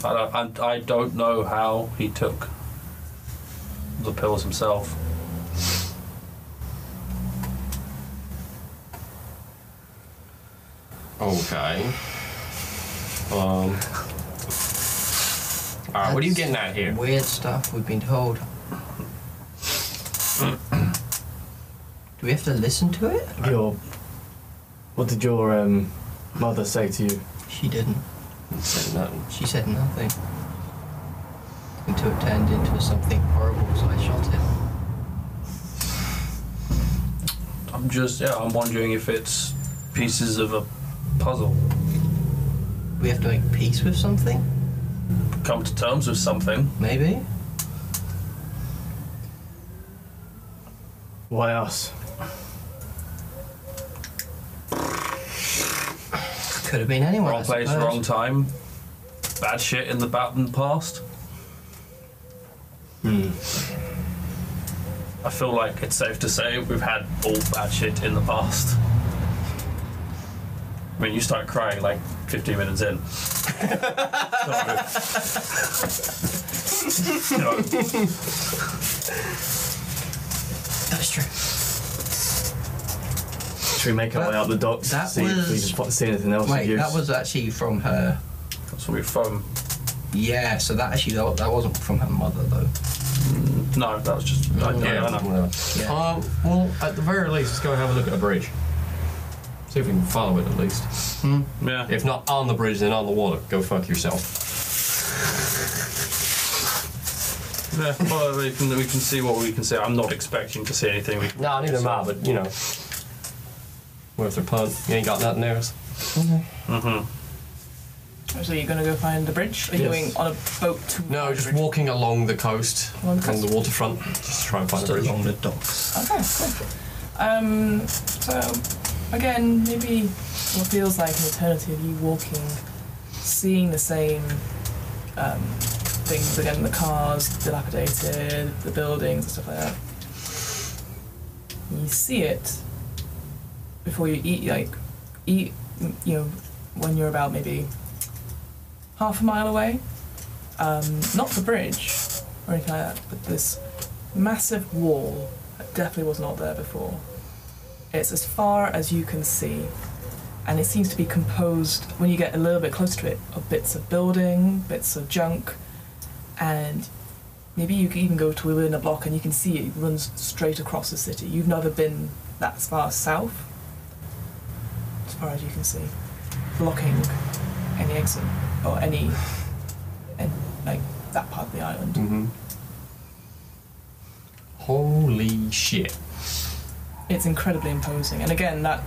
I don't, I, I don't know how he took the pills himself. Okay. Um. All right, what are you getting at here? Weird stuff we've been told. Do we have to listen to it? Your. What did your um, mother say to you? She didn't. Said nothing. She said nothing. Until it turned into something horrible, so I shot it. I'm just, yeah, I'm wondering if it's pieces of a puzzle. We have to make peace with something? Come to terms with something. Maybe? What else? Could have been anyone. Wrong I place, suppose. wrong time. Bad shit in the ba- in the past. Hmm. I feel like it's safe to say we've had all bad shit in the past. I mean, you start crying like 15 minutes in. So, you know, That's true. Should we make our way up the docks? that see if we was- can spot- see anything else of Wait, use? that was actually from her. That's from your phone. Yeah, so that actually that, that wasn't from her mother though. no, that was just. I, yeah, I know. Yeah. Um, well, at the very least, let's go and have a look at a bridge. See if we can follow it at least. Yeah. If not on the bridge, then on the water. Go fuck yourself. Yeah, well, we can, we can see what we can see. I'm not expecting to see anything. We can No, neither am I, but you know. Worth a punt. You ain't got nothing else. Mm-hmm. So you're gonna go find the bridge? Are you Yes. going on a boat to? No, just walking along the coast, Along along the, the coast. waterfront. Just try and find a bridge. along the docks. Okay, cool. Um, so again, maybe what feels like an eternity of you walking, seeing the same um, things again, the cars dilapidated, the buildings and stuff like that. You see it before you eat, like eat, you know, when you're about maybe half a mile away. Um, not the bridge or anything like that, but this massive wall that definitely was not there before. It's as far as you can see, and it seems to be composed, when you get a little bit closer to it, of bits of building, bits of junk, and maybe you can even go to within a block and you can see it runs straight across the city. You've never been that far south, as far as you can see, blocking any exit or any, and like that part of the island. Mm-hmm. Holy shit. It's incredibly imposing, and again, that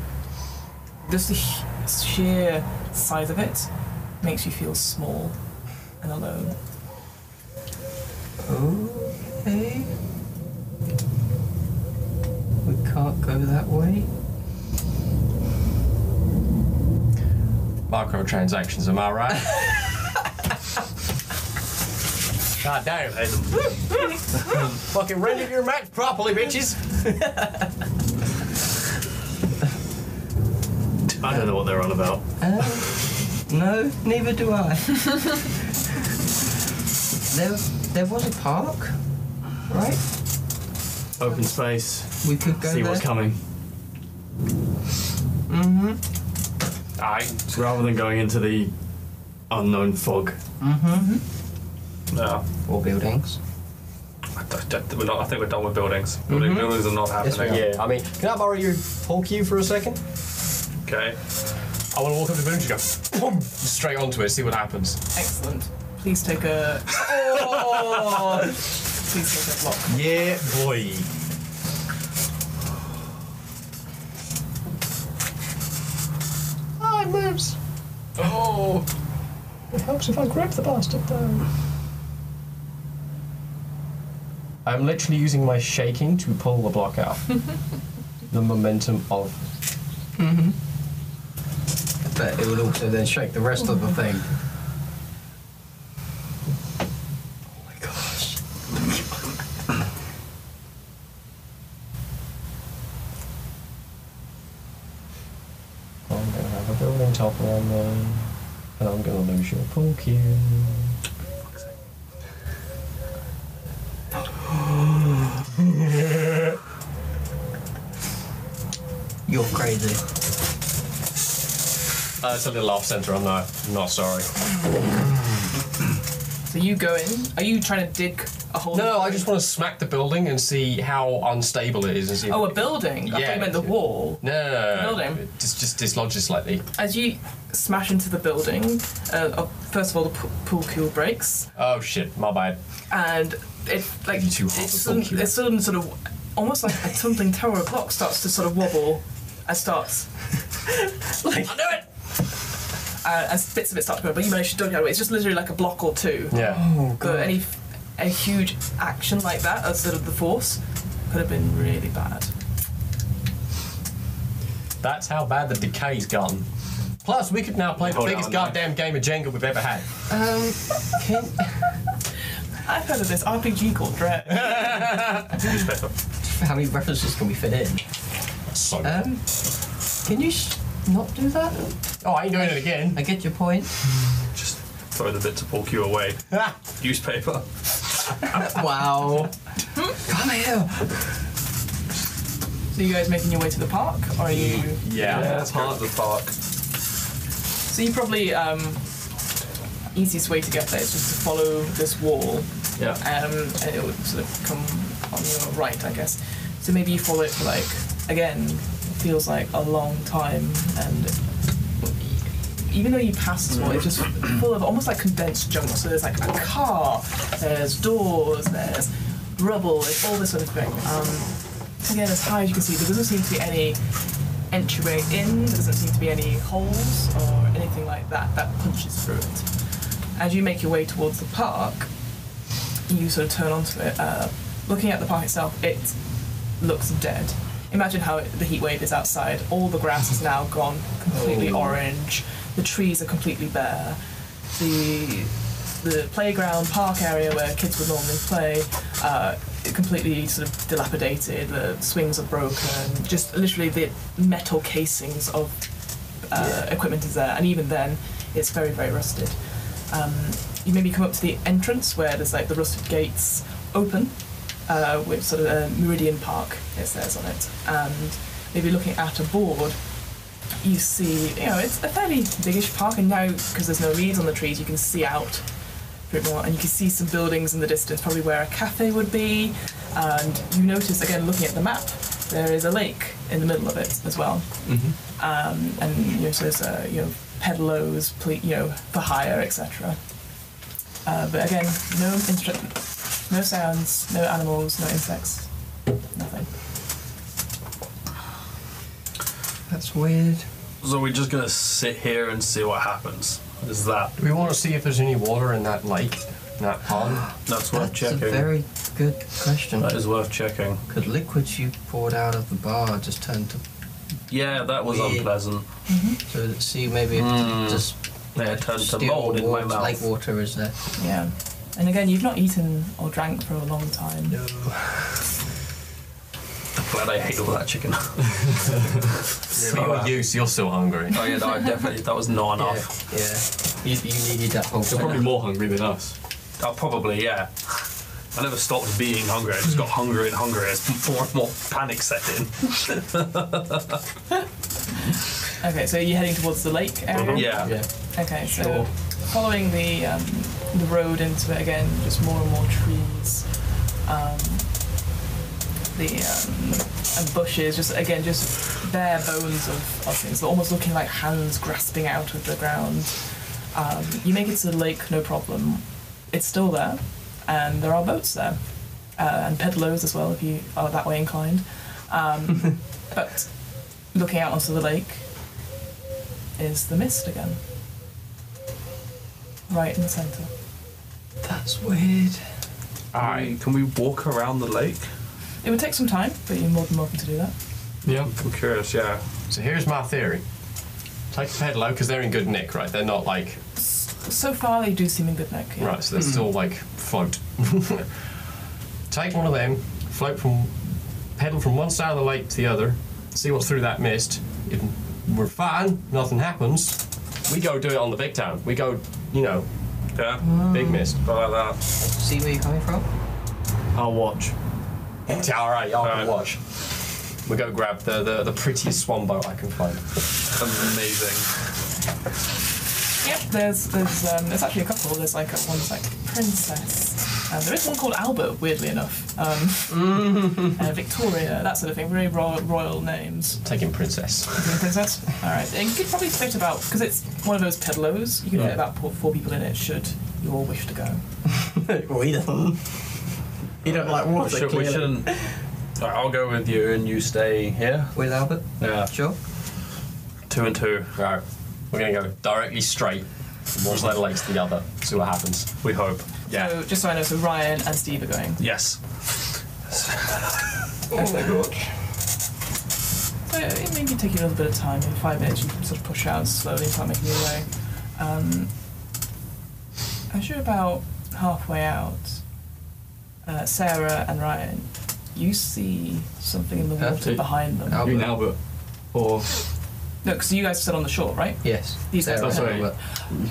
just the, hu- sheer size of it makes you feel small and alone. Okay. We can't go that way. Microtransactions, am I right? God damn. Fucking rented your max properly, bitches. I don't know what they're on about. Uh, No, neither do I. there, there was a park, right? Open space. We could go See what's there. coming. Mm-hmm. I rather than going into the unknown fog. Mm-hmm. Yeah. Or buildings. I, don't- don't- we're not, I think we're done with buildings. Building, Mm-hmm. Buildings are not happening. Yeah, I mean, can I borrow your pole cue for a second? Okay. I want to walk up to the moon and just go boom, straight onto it, see what happens. Excellent. Please take a. Oh! Please take a block. Yeah, boy. Ah, it moves. Oh. It helps if I grab the bastard, though. I'm literally using my shaking to pull the block out. the momentum of. oh, Mm-hmm. But it would also then shake the rest of the thing. Oh I'm going to have a building topple on there, and I'm going to lose your pole cue. You're crazy. Uh, it's a little off center, I'm not, not sorry. So you go in. Are you trying to dig a hole? No, I just want to smack the building and see how unstable it is. And see Oh, a building. I thought you meant the wall. No, no, no, no. Building. Just, just dislodge it slightly. As you smash into the building, uh, uh, first of all, the p- pool cue breaks, Oh shit, my bad. and it like You too hard it's to sudden, pool cue. it's sudden sort of almost like a tumbling tower of blocks starts to sort of wobble. and starts like I know it. Uh, as bits of it start to go, but you manage to dodge out of it. It's just literally like a block or two. Yeah. Oh, but any f- a huge action like that, as sort of the force, could have been really bad. That's how bad the decay's gotten. Plus, we could now play the Hold biggest on, goddamn game of Jenga we've ever had. Um, I've heard of this RPG called Dread. How many references can we fit in? So. Um, can you sh- not do that? Oh, I ain't doing it again. I get your point. Throw the bits of pork you away. Newspaper. wow. Come here. So you guys making your way to the park, or are you? Yeah. that's part of the park. So you probably um, easiest way to get there is just to follow this wall. Yeah. Um, and it would sort of come on your right, I guess. So maybe you follow it for like again, feels like a long time, and even though you pass this wall, it's just full of almost like condensed jungle. So there's like a car, there's doors, there's rubble, it's all this sort of thing. Um, again, as high as you can see, there doesn't seem to be any entryway in. There doesn't seem to be any holes or anything like that that punches through it. As you make your way towards the park, you sort of turn onto it. Uh, looking at the park itself, it looks dead. Imagine how it, the heat wave is outside. All the grass is now gone, completely Oh. orange. The trees are completely bare. The the playground park area where kids would normally play, uh, completely sort of dilapidated. The swings are broken. Just literally the metal casings of uh, equipment is there, and even then, it's very very rusted. Um, you maybe come up to the entrance where there's like the rusted gates open, uh, with sort of a Meridian Park it says on it, and maybe looking at a board you see, you know, it's a fairly biggish park, and now because there's no leaves on the trees, you can see out a bit more, and you can see some buildings in the distance, probably where a cafe would be. And you notice again, looking at the map, there is a lake in the middle of it as well, um, and you know, so there's uh, you know pedalos, ple- you know, for hire, etc. Uh, but again, no instru- no sounds, no animals, no insects, nothing. That's weird. So we're just gonna sit here and see what happens. Is that? Do we want to see if there's any water in that lake, in that pond? That's worth That's checking. a very good question. That is worth checking. Could liquids you poured out of the bar just turn to Yeah, that was Weird. unpleasant. so that see maybe if Mm. just Yeah, it turned to still mold in my water, mouth. lake water is there? Yeah. And again, you've not eaten or drank for a long time. No. I'm glad I ate all that chicken. So you are used, you're still hungry. Oh yeah, no, I definitely that was not enough. Yeah, You, you needed that whole. You're probably more hungry than us. Oh, probably yeah. I never stopped being hungry. I just got hungrier and hungrier as more and more panic set in. Okay, so you're heading towards the lake area. Yeah. yeah. Okay, so Sure. following the um, the road into it again, just more and more trees, um, the um, and bushes, just again, just bare bones of, of things, but almost looking like hands grasping out of the ground. Um, you make it to the lake, no problem. It's still there, and there are boats there, uh, and pedalos as well if you are that way inclined. Um, but looking out onto the lake is the mist again right in the centre. That's weird. Alright, can we walk around the lake? It would take some time, but you're more than welcome to do that. Yeah. I'm curious, yeah. So here's my theory. Take the pedalo because they're in good nick, right? They're not like So far, they do seem in good nick. yeah. right, so they're still like float. Take one of them, float from pedal from one side of the lake to the other, see what's through that mist. If we're fine, nothing happens, we go do it on the big town. We go, you know, yeah. big mist. I like that. See where you're coming from? I'll watch. Yeah, all right, y'all can watch. We go grab the, the, the prettiest swan boat I can find. Amazing. Yep. There's there's um, there's actually a couple. There's like a, one's like princess. and there is one called Albert, weirdly enough. Um, uh, Victoria, that sort of thing. Very royal, royal names. Taking princess. Is it a princess. All right. And you could probably fit about because it's one of those pedalos. You can fit Yeah. about four, four people in it. Should you all wish to go? we don't. You don't like We, should, we shouldn't. Alright, I'll go with you and you stay here. With Albert? Yeah. Sure. Two and two. Right. We're gonna go directly straight from one side of the lake to the other, see what happens. We hope. Yeah. So just so I know, so Ryan and Steve are going. Yes. Oh my god. So it maybe take you a little bit of time, in five minutes you can sort of push out slowly and start making your way. Um, as you're about halfway out, uh, Sarah and Ryan, you see something in the water Absolutely. behind them. You and Albert. Or. No, because you guys stood on the shore, right? Yes. These guys. Oh, are- sorry. You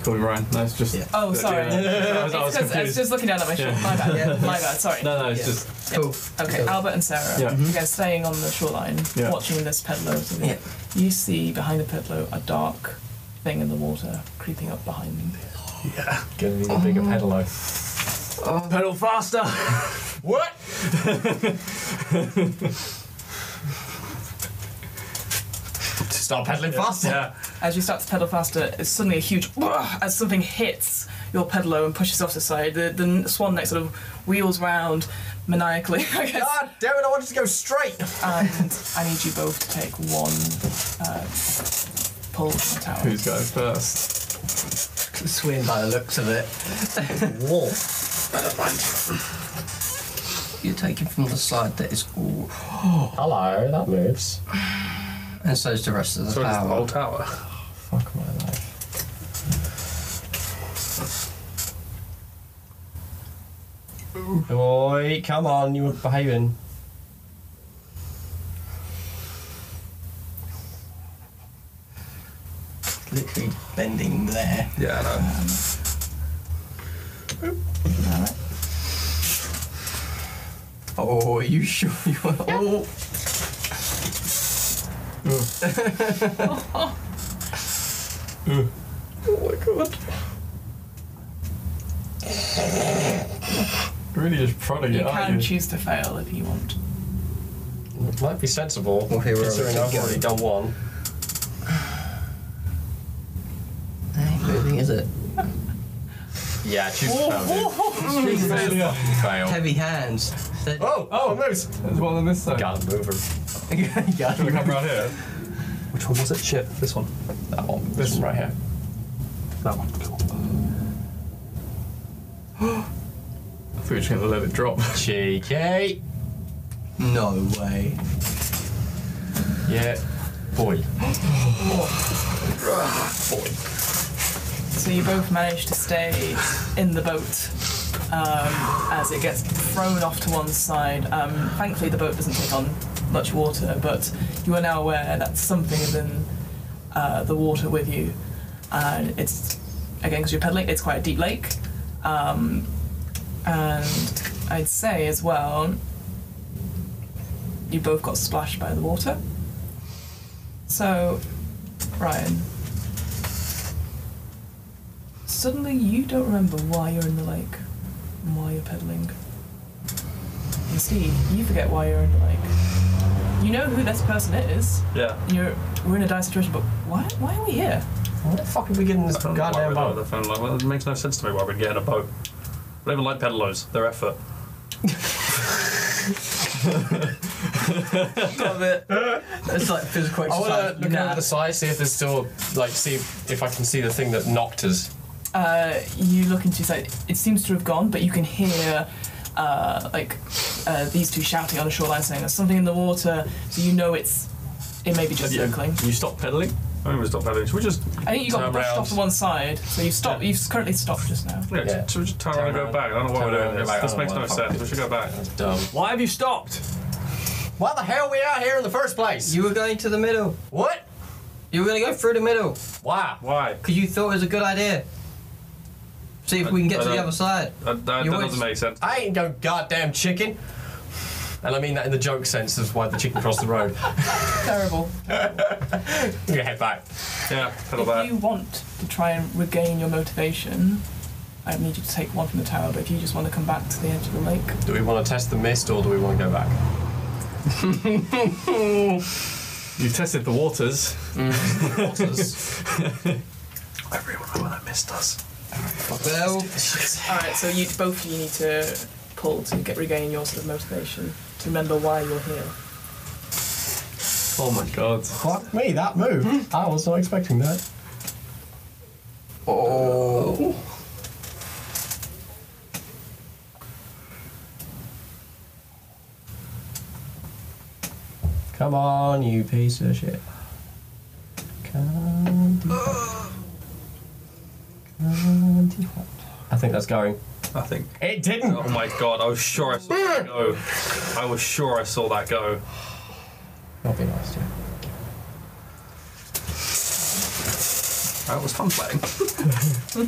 call me Ryan. No, it's just. Oh, sorry. I was, I was It's 'cause I was confused. just looking down at my shirt. Yeah. My bad. My bad. Sorry. No, no, it's Yeah. just. Cool. Okay, Cool. Albert and Sarah, Yeah. Mm-hmm. you guys staying on the shoreline, Yeah. watching this pedalo. sort of- Yeah. You see behind the pedalo a dark thing in the water creeping up behind them. Yeah. Gonna need a bigger pedalo. Pedal faster! What? Start pedaling faster. Yeah. As you start to pedal faster, it's suddenly a huge as something hits your pedalo and pushes off the side. The, the swan neck sort of wheels round maniacally, I guess. God damn it! I wanted to go straight. And I need you both to take one uh, pull from the tower. Who's going first? Swim by the looks of it. Whoa. You're taking from the side that is all, Hello, that moves. and so is the rest of the So does the tower. whole tower. Fuck my life. Boy, come on, you were behaving. Literally bending there. Yeah, I know. Oh, are you sure you are? Oh, You're really just prodding You it, can aren't you? choose to fail if you want. It might be sensible, Well, here we're considering I've already already done one. that ain't moving, is it? Yeah, choose to fail. Failure. dude. Fail. Heavy hands. Oh, oh, it moves. There's one on this side. God, mover. yeah. Should we come round here? Which one was it? Shit, this one. That one. This, one right here. That one. Cool. I thought you were going to let it drop. Cheeky. No way. Yeah. Boy. Boy. So you both manage to stay in the boat um, as it gets thrown off to one side. Um, thankfully, the boat doesn't take on much water, but you are now aware that something is in uh, the water with you. And it's, again, because you're pedaling, it's quite a deep lake. Um, and I'd say as well, you both got splashed by the water. So, Ryan, suddenly you don't remember why you're in the lake and why you're pedaling. You see, you forget why you're in the lake. You know who this person is. Yeah. and You're we're in a dire situation, but why why are we here? Why the fuck are we getting this I don't know why we're there. They found like, well, it makes no sense to me why we'd get in a boat. I don't even like pedalos. Their effort. Love it. It's like physical I exercise. want to look over the side, see if there's still like see if I can see the thing that knocked us. Uh, you look into so it seems to have gone, but you can hear uh, like uh, these two shouting on the shoreline saying there's something in the water, so you know it's it may be just Yeah. circling. You stop pedaling? I think we stop pedaling. Should we just. I think you got turn brushed round? off to one side, so you've stopped. You've currently stopped just now. Yeah, yeah. Should we just turn around and go back? I don't know why Turn we're around doing and go this. back. This I don't makes know no why the sense. We should go back. That's dumb. Why have you stopped? Why the hell are we out here in the first place? You were going to the middle. What? You were going to go through the middle Why? Why? because you thought it was a good idea. See if we can get I to the don't- other side. Uh, that that You doesn't always- make sense. I ain't no goddamn chicken. And I mean that in the joke sense of why the chicken crossed the road. Terrible. I'm gonna head back. Yeah, pedal If back. you want to try and regain your motivation, I need you to take one from the tower. But if you just want to come back to the edge of the lake, Do we want to test the mist or do we want to go back? You've tested the waters. I really want to know why that missed us. Well, all right. So you both you need to pull to get regain your sort of motivation to remember why you're here. Oh my god. Fuck me, that move. I was not expecting that. Oh. Come on, you piece of shit. Candy hot. Candy hot. I think that's going. I think. It didn't. Oh my god, I was sure I saw that go. I was sure I saw that go. That'll be nice, yeah. That was fun playing.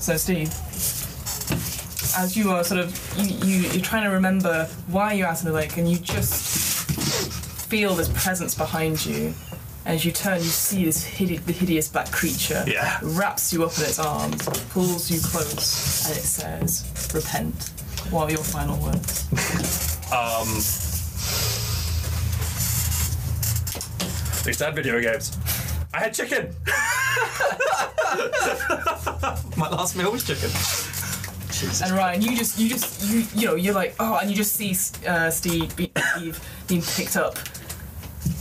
So, Steve, as you are sort of you, you you're trying to remember why you're out in the lake, and you just feel this presence behind you. As you turn, you see this hide- the hideous black creature. Yeah. Wraps you up in its arms, pulls you close, and it says, "Repent." What are your final words? Um. It's that video games. I had chicken. My last meal was chicken. And Ryan, you just, you just, you, you know, you're like, oh, and you just see uh, Steve, be- Steve being picked up,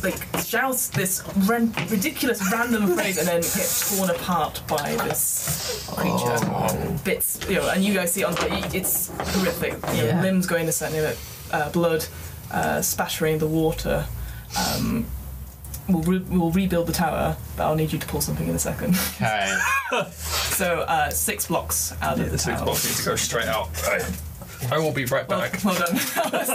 like shouts this ran- ridiculous random phrase, and then gets torn apart by this creature. Bits, you know, and you guys see it on, it's horrific. You know, Yeah. limbs going to certainly like uh, blood, uh, spattering the water. Um, We'll, re- we'll rebuild the tower, but I'll need you to pull something in a second. Okay. So uh, six blocks out of the The six tower. box needs to go straight out. I, I will be right Well, back. well done. That was,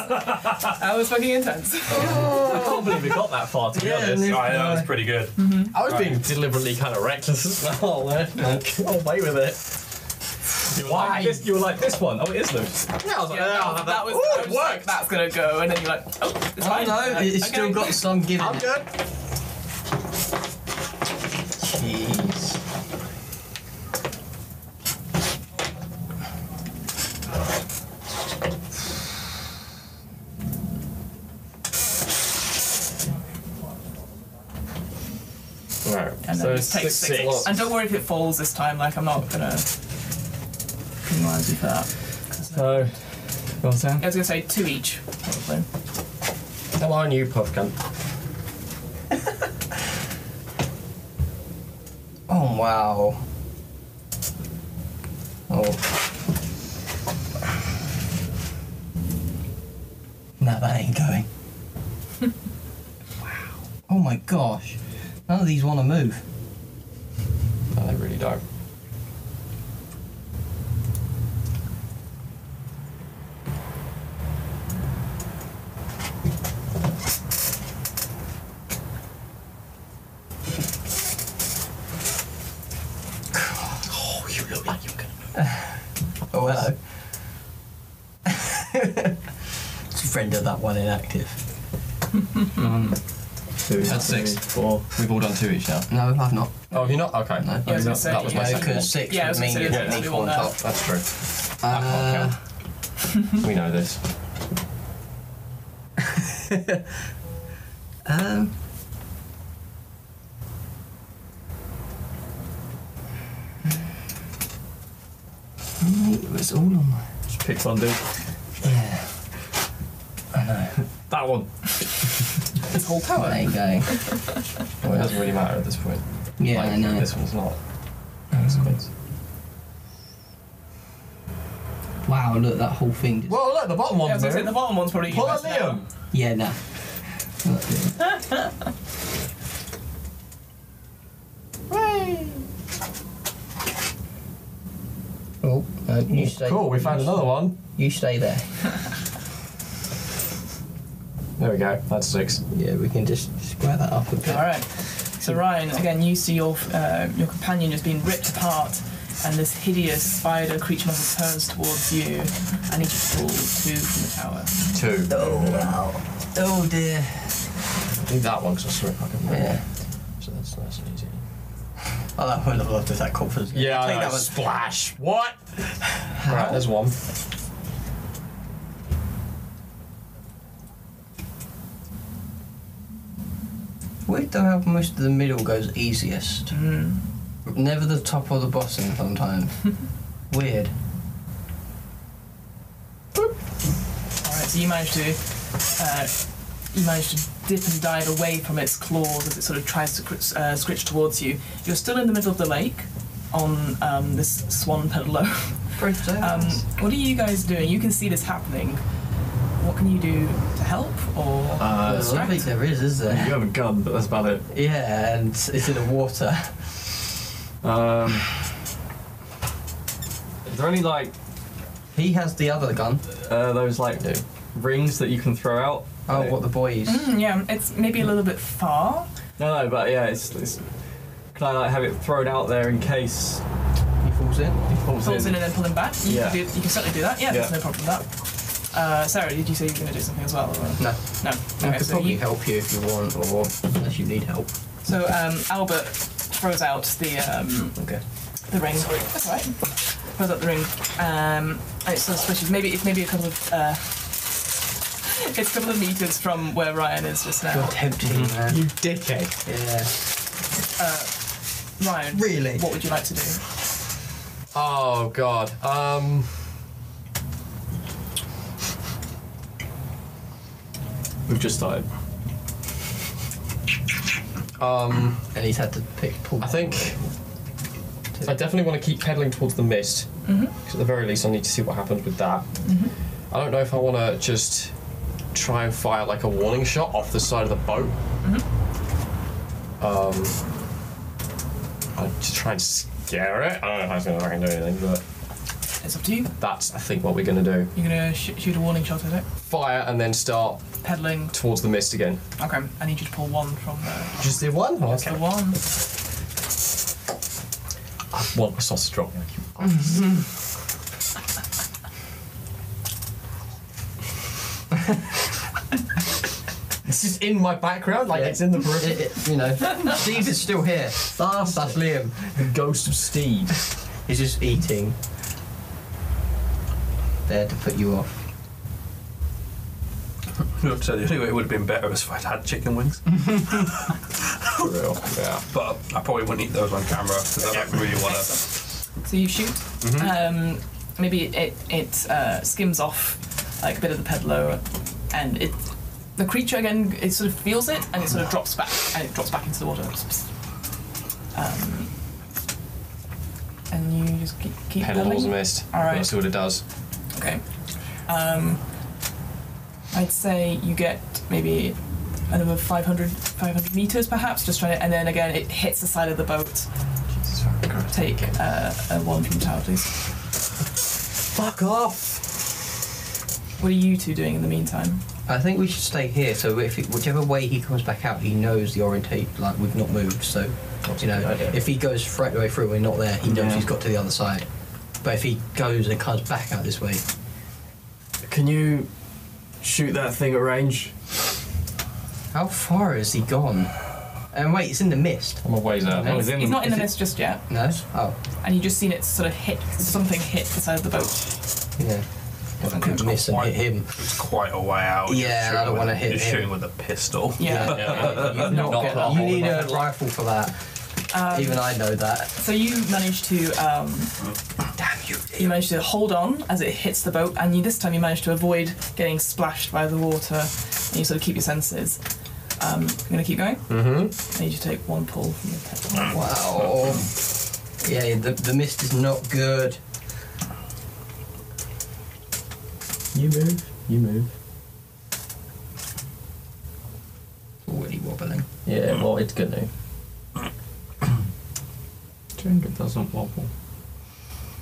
that was fucking intense. I can't believe we got that far, to be honest. Oh, yeah, that was pretty good. I was being deliberately kind of reckless as well. Then. Like, got away with it. You were like this, you were like this one. Oh, it is loose. Yeah, I was like, Yeah, "Ah, that, that was, ooh, I it was just like, worked. that's gonna go, and then you're like, oh, it's I fine. know, Like, it's still okay. got some giving. I'm it. good. Jeez. and So then just take six, six. six. And don't worry if it falls this time. Like I'm not gonna penalise you for that. So, your turn. I was gonna say two each. Probably. Come on, you puff cunt. Oh wow. Oh. No, that ain't going. wow. Oh my gosh. None of these want to move. No, they really don't. Oh, you look like you're gonna. oh hello. Just render that one inactive. Two, That's three, six. Four. We've all done two each now. No, I've not. Oh, you're not? Okay. No. You're not- that was my second one. because six Yeah, I would was gonna mean say, you yeah, need we four on want top. that. That's true. Uh, We know this. Um. Mate, it was all on my. Just pick one, dude. Yeah. I know. That one. This whole That one tower. ain't going. Well, it doesn't really matter at this point. Yeah, I know. This one's not. Wow, look, that whole thing. Just... Well, look, the bottom Yeah, I one's was gonna say the moved. bottom one's probably. Pull it, Liam. Yeah, no. Oh, no, you stay. Cool, we found another one. You stay there. There we go. That's six. Yeah, we can just square that up a bit. All right. So Ryan, again, you see your uh, your companion has been ripped apart, and this hideous spider creature monster turns towards you. I need you to pull two from the tower. Two. Oh wow. Oh dear. Do that one because I saw it fucking Yeah. So that's nice and easy. Oh, that would have loved if that confidence. Yeah, I, I think know. that was splash. What? Right, there's one. Weird though how most of the middle goes easiest. Never the top or the bottom sometimes. Weird. All right. So you manage to uh, you manage to dip and dive away from its claws as it sort of tries to cr- uh, scritch towards you. You're still in the middle of the lake on um, this swan pedalo. Pretty Um, what are you guys doing? You can see this happening. What can you do to help or Uh, I don't distract? think there is, is You there? have a gun, but that's about it. Yeah, and it's in the water. Um, is there any like He has the other gun. uh, those like rings that you can throw out? Oh, what the boy is. Mm, yeah, it's maybe a little bit far. No, no, but yeah, it's, it's can I like have it thrown out there in case He falls in. he falls, Pulls in and then pulling back. You, Yeah. can, do, you can certainly do that. Yeah, there's Yeah. no problem with that. Uh, Sarah, did you say you were going to do something as well? Or? No. No. I Okay, could so, probably you, help you if you want, or unless you need help. so um, Albert throws out the um, Okay. the ring. That's all right. Throws out the ring. Um, and it's suspicious. Maybe it's maybe a couple of uh, it's a couple of meters from where Ryan is just now. You're tempting, man. You dickhead. Mm-hmm. Yeah. Ryan, Really? what would you like to do? Oh god. Um. We've just started. Um. And he's had to pick pull. I think I definitely want to keep pedaling towards the mist. Because at the very least, I need to see what happens with that. I don't know if I want to just try and fire like a warning shot off the side of the boat. Mm-hmm. Um, I just try and scare it. I don't know if that's going to fucking do anything, but It's up to you. that's I think what we're going to do. You're gonna sh- shoot a warning shot at it. Fire and then start Pedaling. towards the mist again. Okay, I need you to pull one from the. Just did one. That's the one. I want my sauce to drop. It's just in my background, like Yeah. it's in the periphery. It- it- you know, Steve is still here. That's, that's Liam. The ghost of Steve. He's just eating. There to put you off. Look, so the only way it would have been better is if I'd had chicken wings. for real. Yeah. But I probably wouldn't eat those on camera because I don't really want to. So you shoot. Mhm. Um, maybe it it uh, skims off like a bit of the pedalo, and it the creature again it sort of feels it and it sort of drops back and it drops back into the water. Um, and you just keep keep Pedal paddling? was missed. All right. Let's see what it does. Okay. Um, I'd say you get maybe another 500, 500 meters perhaps, just trying to, and then again it hits the side of the boat. Take uh, a one from tower, please. Fuck off! What are you two doing in the meantime? I think we should stay here. So if it, whichever way he comes back out, he knows the orientation. Like we've not moved, so you know if he goes straight away through, and we're not there. He knows Yeah. he's got to the other side. But if he goes and comes back out this way, Can you shoot that thing at range? how far is he gone? And wait, it's in the mist. I'm a ways out. he's, he's not in the mist just yet, No. Oh, and you've just seen it sort of hit something hit the side of the boat. yeah. If I could miss and hit him. It's quite a way out. You're Yeah, I shooting don't with wanna a- hit You're him. shooting with a pistol. Yeah. You, not get that. you need a rifle for that. Um, Even I know that. So you manage to, um, damn you! You manage to hold on as it hits the boat, and you this time you manage to avoid getting splashed by the water, and you sort of keep your senses. Um, I'm gonna keep going. Mm-hmm. And you just take one pull from your pet. Wow. Yeah, the, the mist is not good. You move. You move. Already wobbling. Yeah, well, it's good now. Jenga doesn't wobble.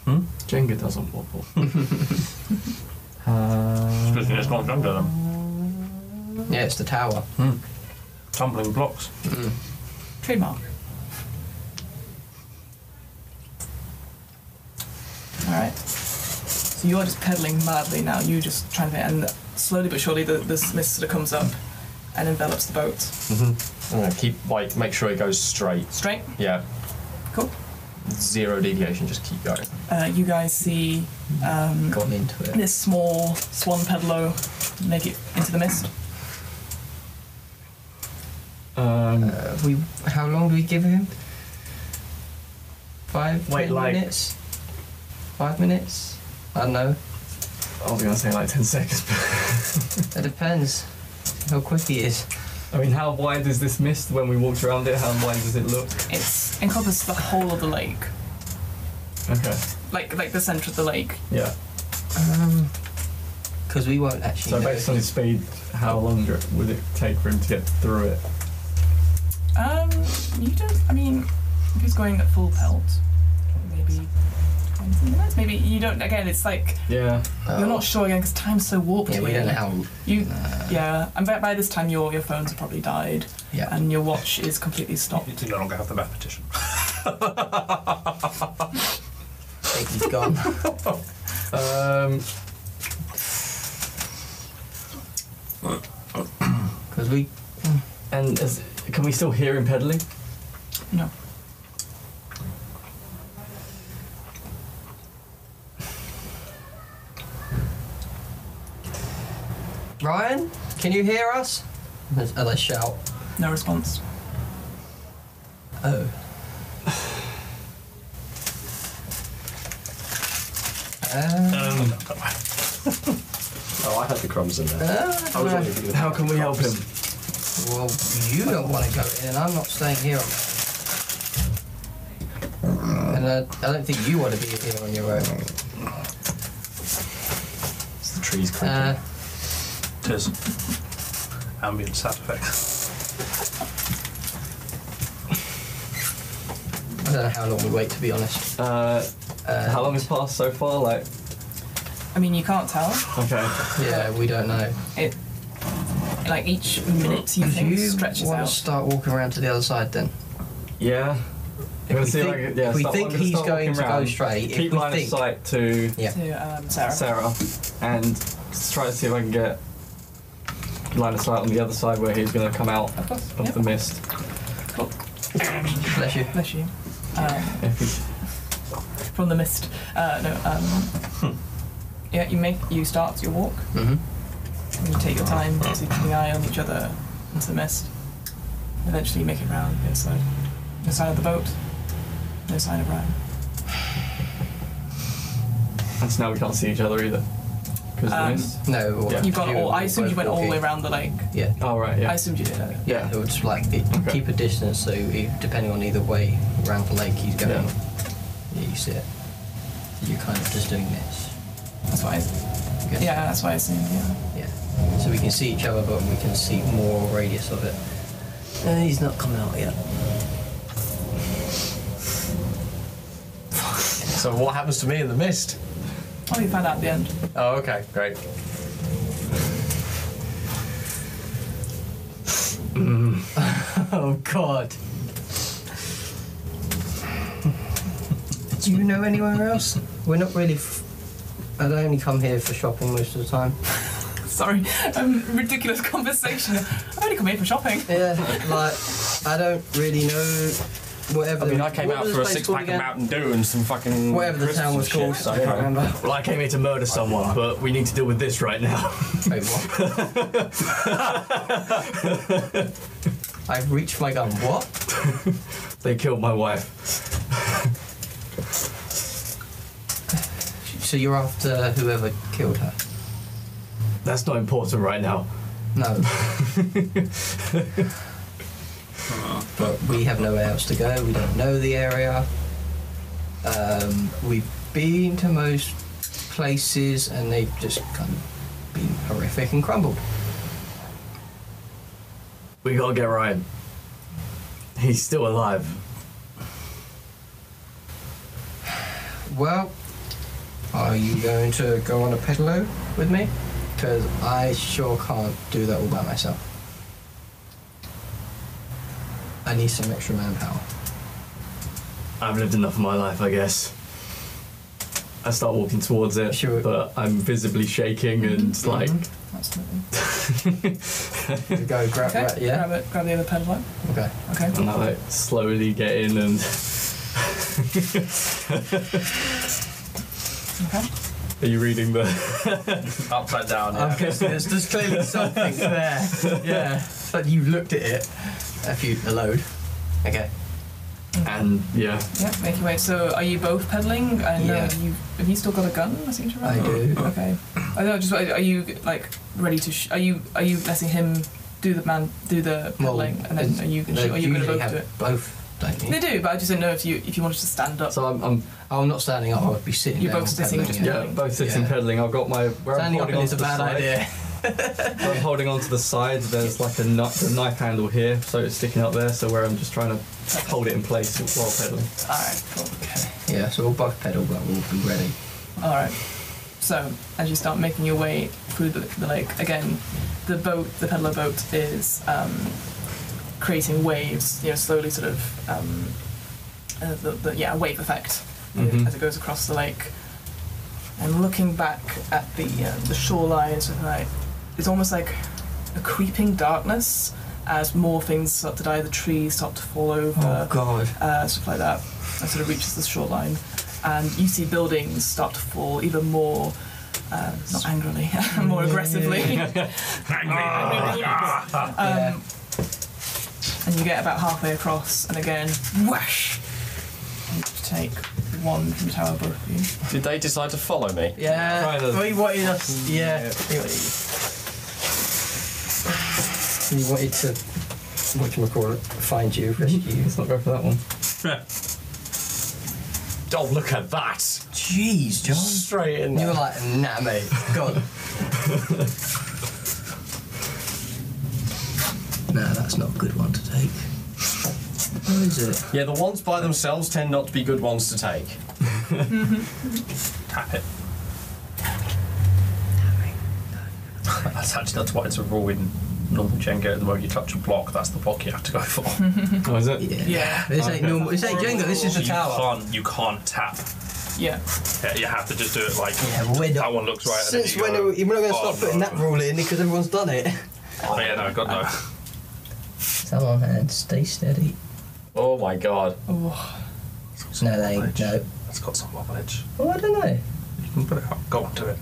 Hmm? Jenga doesn't wobble. Especially it's not under them. Yeah, it's the tower. Tumbling blocks. Trademark. All right. So you are just pedaling madly now. You just trying to, and slowly but surely the, this mist sort of comes up and envelops the boat. Mm-hmm. I'm gonna keep like make sure it goes straight. Straight. Yeah. Cool. Zero deviation. Just keep going. Uh, you guys see um, Gone into it. this small swan pedalo make it into the mist. Um, Uh, we, how long do we give him? Five, Wait, ten like- minutes? Five minutes? I don't know. I was gonna say like ten seconds. It depends how quick he is. I mean, how wide is this mist when we walked around it? How wide does it look? It's encompasses the whole of the lake, Okay. like like the centre of the lake. Yeah. Um, because we won't actually. So know. based on his speed, how long dr- would it take for him to get through it? Um, you don't. I mean, if he's going at full pelt, maybe twenty minutes. Maybe you don't. Again, it's like Yeah. you're not sure again because time's so warped. Oh. Yeah, we here. don't know how. You, yeah, and by, by this time your your phones have probably died, Yeah. and your watch is completely stopped. You do no longer have the mathematician. I think he's gone. Um, Because we. And is, can we still hear him pedaling? No. Ryan, can you hear us? As as I shout. No response. Oh. Uh, Oh, I had the crumbs in there. uh, I was wondering if you- How can we help him? well, you don't want to go in, and I'm not staying here. On and I, I don't think you want to be here on your own. It's the trees creeping. Uh, It is. Ambient sound effects. I don't know how long we wait, to be honest. Uh, how long has passed so far? Like, I mean, you can't tell. okay. Yeah, we don't know. It like each minute you If think you stretches want out. to start walking around to the other side, then. Yeah. If We'll we see, think, like, yeah, if we start- think I'm gonna he's start going walking to go round, straight, Keep if we line think, of sight to yeah, To um, Sarah. Sarah and s- try to see if I can get line of sight on the other side where he's going to come out Of course. of Yep. the mist. bless you. Bless you. Um, If he, from the mist. Uh, no. Hmm. Um, yeah, you make you start your walk. Mhm. And you take your time, keeping an eye on each other into the mist. Eventually, you make it round the inside. No sign of the boat. No sign of Ryan. And so now we can't see each other either. Because Um, No, well, You've gone you all. I were assumed you both went all the way walking. around the lake. Yeah. Oh, right, yeah. I assumed you did. Okay. Yeah, it was like it, keep a distance, so if, depending on either way around the lake he's going, yeah. you see it. You're kind of just doing this. That's why. Yeah, that's why I assumed. Yeah. Yeah. So we can see each other, but we can see more radius of it. Uh, he's not coming out yet. So what happens to me in the mist? Oh, you found out at the end. Oh, okay, great. oh God. Do you know anywhere else? We're not really. F- I only come here for shopping most of the time. Sorry, um, ridiculous conversation. I've only come here for shopping. Yeah, like I don't really know whatever. I mean, the- I came what out was for a place six called pack again? of Mountain Dew and some fucking Whatever the crisps town and was shit, called, so- I can't remember. Well, I came here to murder someone, but we need to deal with this right now. I reached my gun. What? they killed my wife. So you're after whoever killed her? That's not important right now. No. but we have nowhere else to go. We don't know the area. Um, we've been to most places, and they've just kind of been horrific and crumbled. We gotta get Ryan. He's still alive. Well, are you going to go on a pedalo with me? Because I sure can't do that all by myself. I need some extra manpower. I've lived enough of my life, I guess. I start walking towards it, but I'm visibly shaking and Mm-hmm. like. Absolutely. go grab Okay. that, yeah? Grab it. Grab the other pedal one. Okay. Okay. And I like slowly get in and. Okay. Are you reading the. Upside down. I'm guessing there's, there's clearly something there. Yeah. But you looked at it. If you load. Okay. And yeah. Yeah, make your way. So, are you both pedaling? And Yeah. uh, you have you still got a gun? I seem to I remember. do. Okay. I know. Just are you like ready to? Sh- are you are you letting him do the man do the Well, pedaling, and then are you gonna they shoot? Are you gonna usually both have do it? Both, don't you? They do, but I just didn't know if you if you wanted to stand up. So I'm, I'm, I'm not standing up. I'd be sitting. You're down both sitting, pedaling just it. Yeah, both sitting pedaling. I've got my. Where I'm Standing up holding is onto a the bad side. idea. I'm holding onto the side. There's like a, kni- the knife handle here, so it's sticking up there. So where I'm just trying to hold it in place while pedaling. All right. Cool. Yeah, so we'll both pedal, but we'll be ready. All right. So as you start making your way through the, the lake again, the boat, the peddler boat, is um, creating waves. You know, slowly sort of um, uh, the, the yeah wave effect Mhm. as it goes across the lake. And looking back at the uh, the shoreline, it's sort of like it's almost like a creeping darkness as more things start to die. The trees start to fall over Oh God. uh, stuff like that. That sort of reaches the shoreline, and you see buildings start to fall even more, uh, not angrily, more aggressively. Angry buildings. um, and you get about halfway across, and again, whoosh! You take one from tower above you. Did they decide to follow me? Yeah. We wanted us. Yeah. We wanted to. Whatchamacallit, find you, rescue you. Let's not go for that one. Oh, Don't look at that. Jeez, John. Straight in there. You were like, nah, mate. God. nah, that's not a good one to take. Where is it? Yeah, the ones by themselves tend not to be good ones to take. Tap it. That's actually that's why it's a rule in normal Jenga. The moment you touch a block, that's the block you have to go for. Oh, is it? Yeah. This ain't normal. This ain't Jenga. This is the you tower. Can't, you can't tap. Yeah. Yeah, you have to just do it like that one looks right. Since when are we, we're not going to stop putting that rule in because everyone's done it. Oh yeah, no, God Uh. no. Come on, man. Stay steady. Oh my god. No, they ain't. No. It's got some knowledge. Oh, I don't know. You can put it up. Go on to it.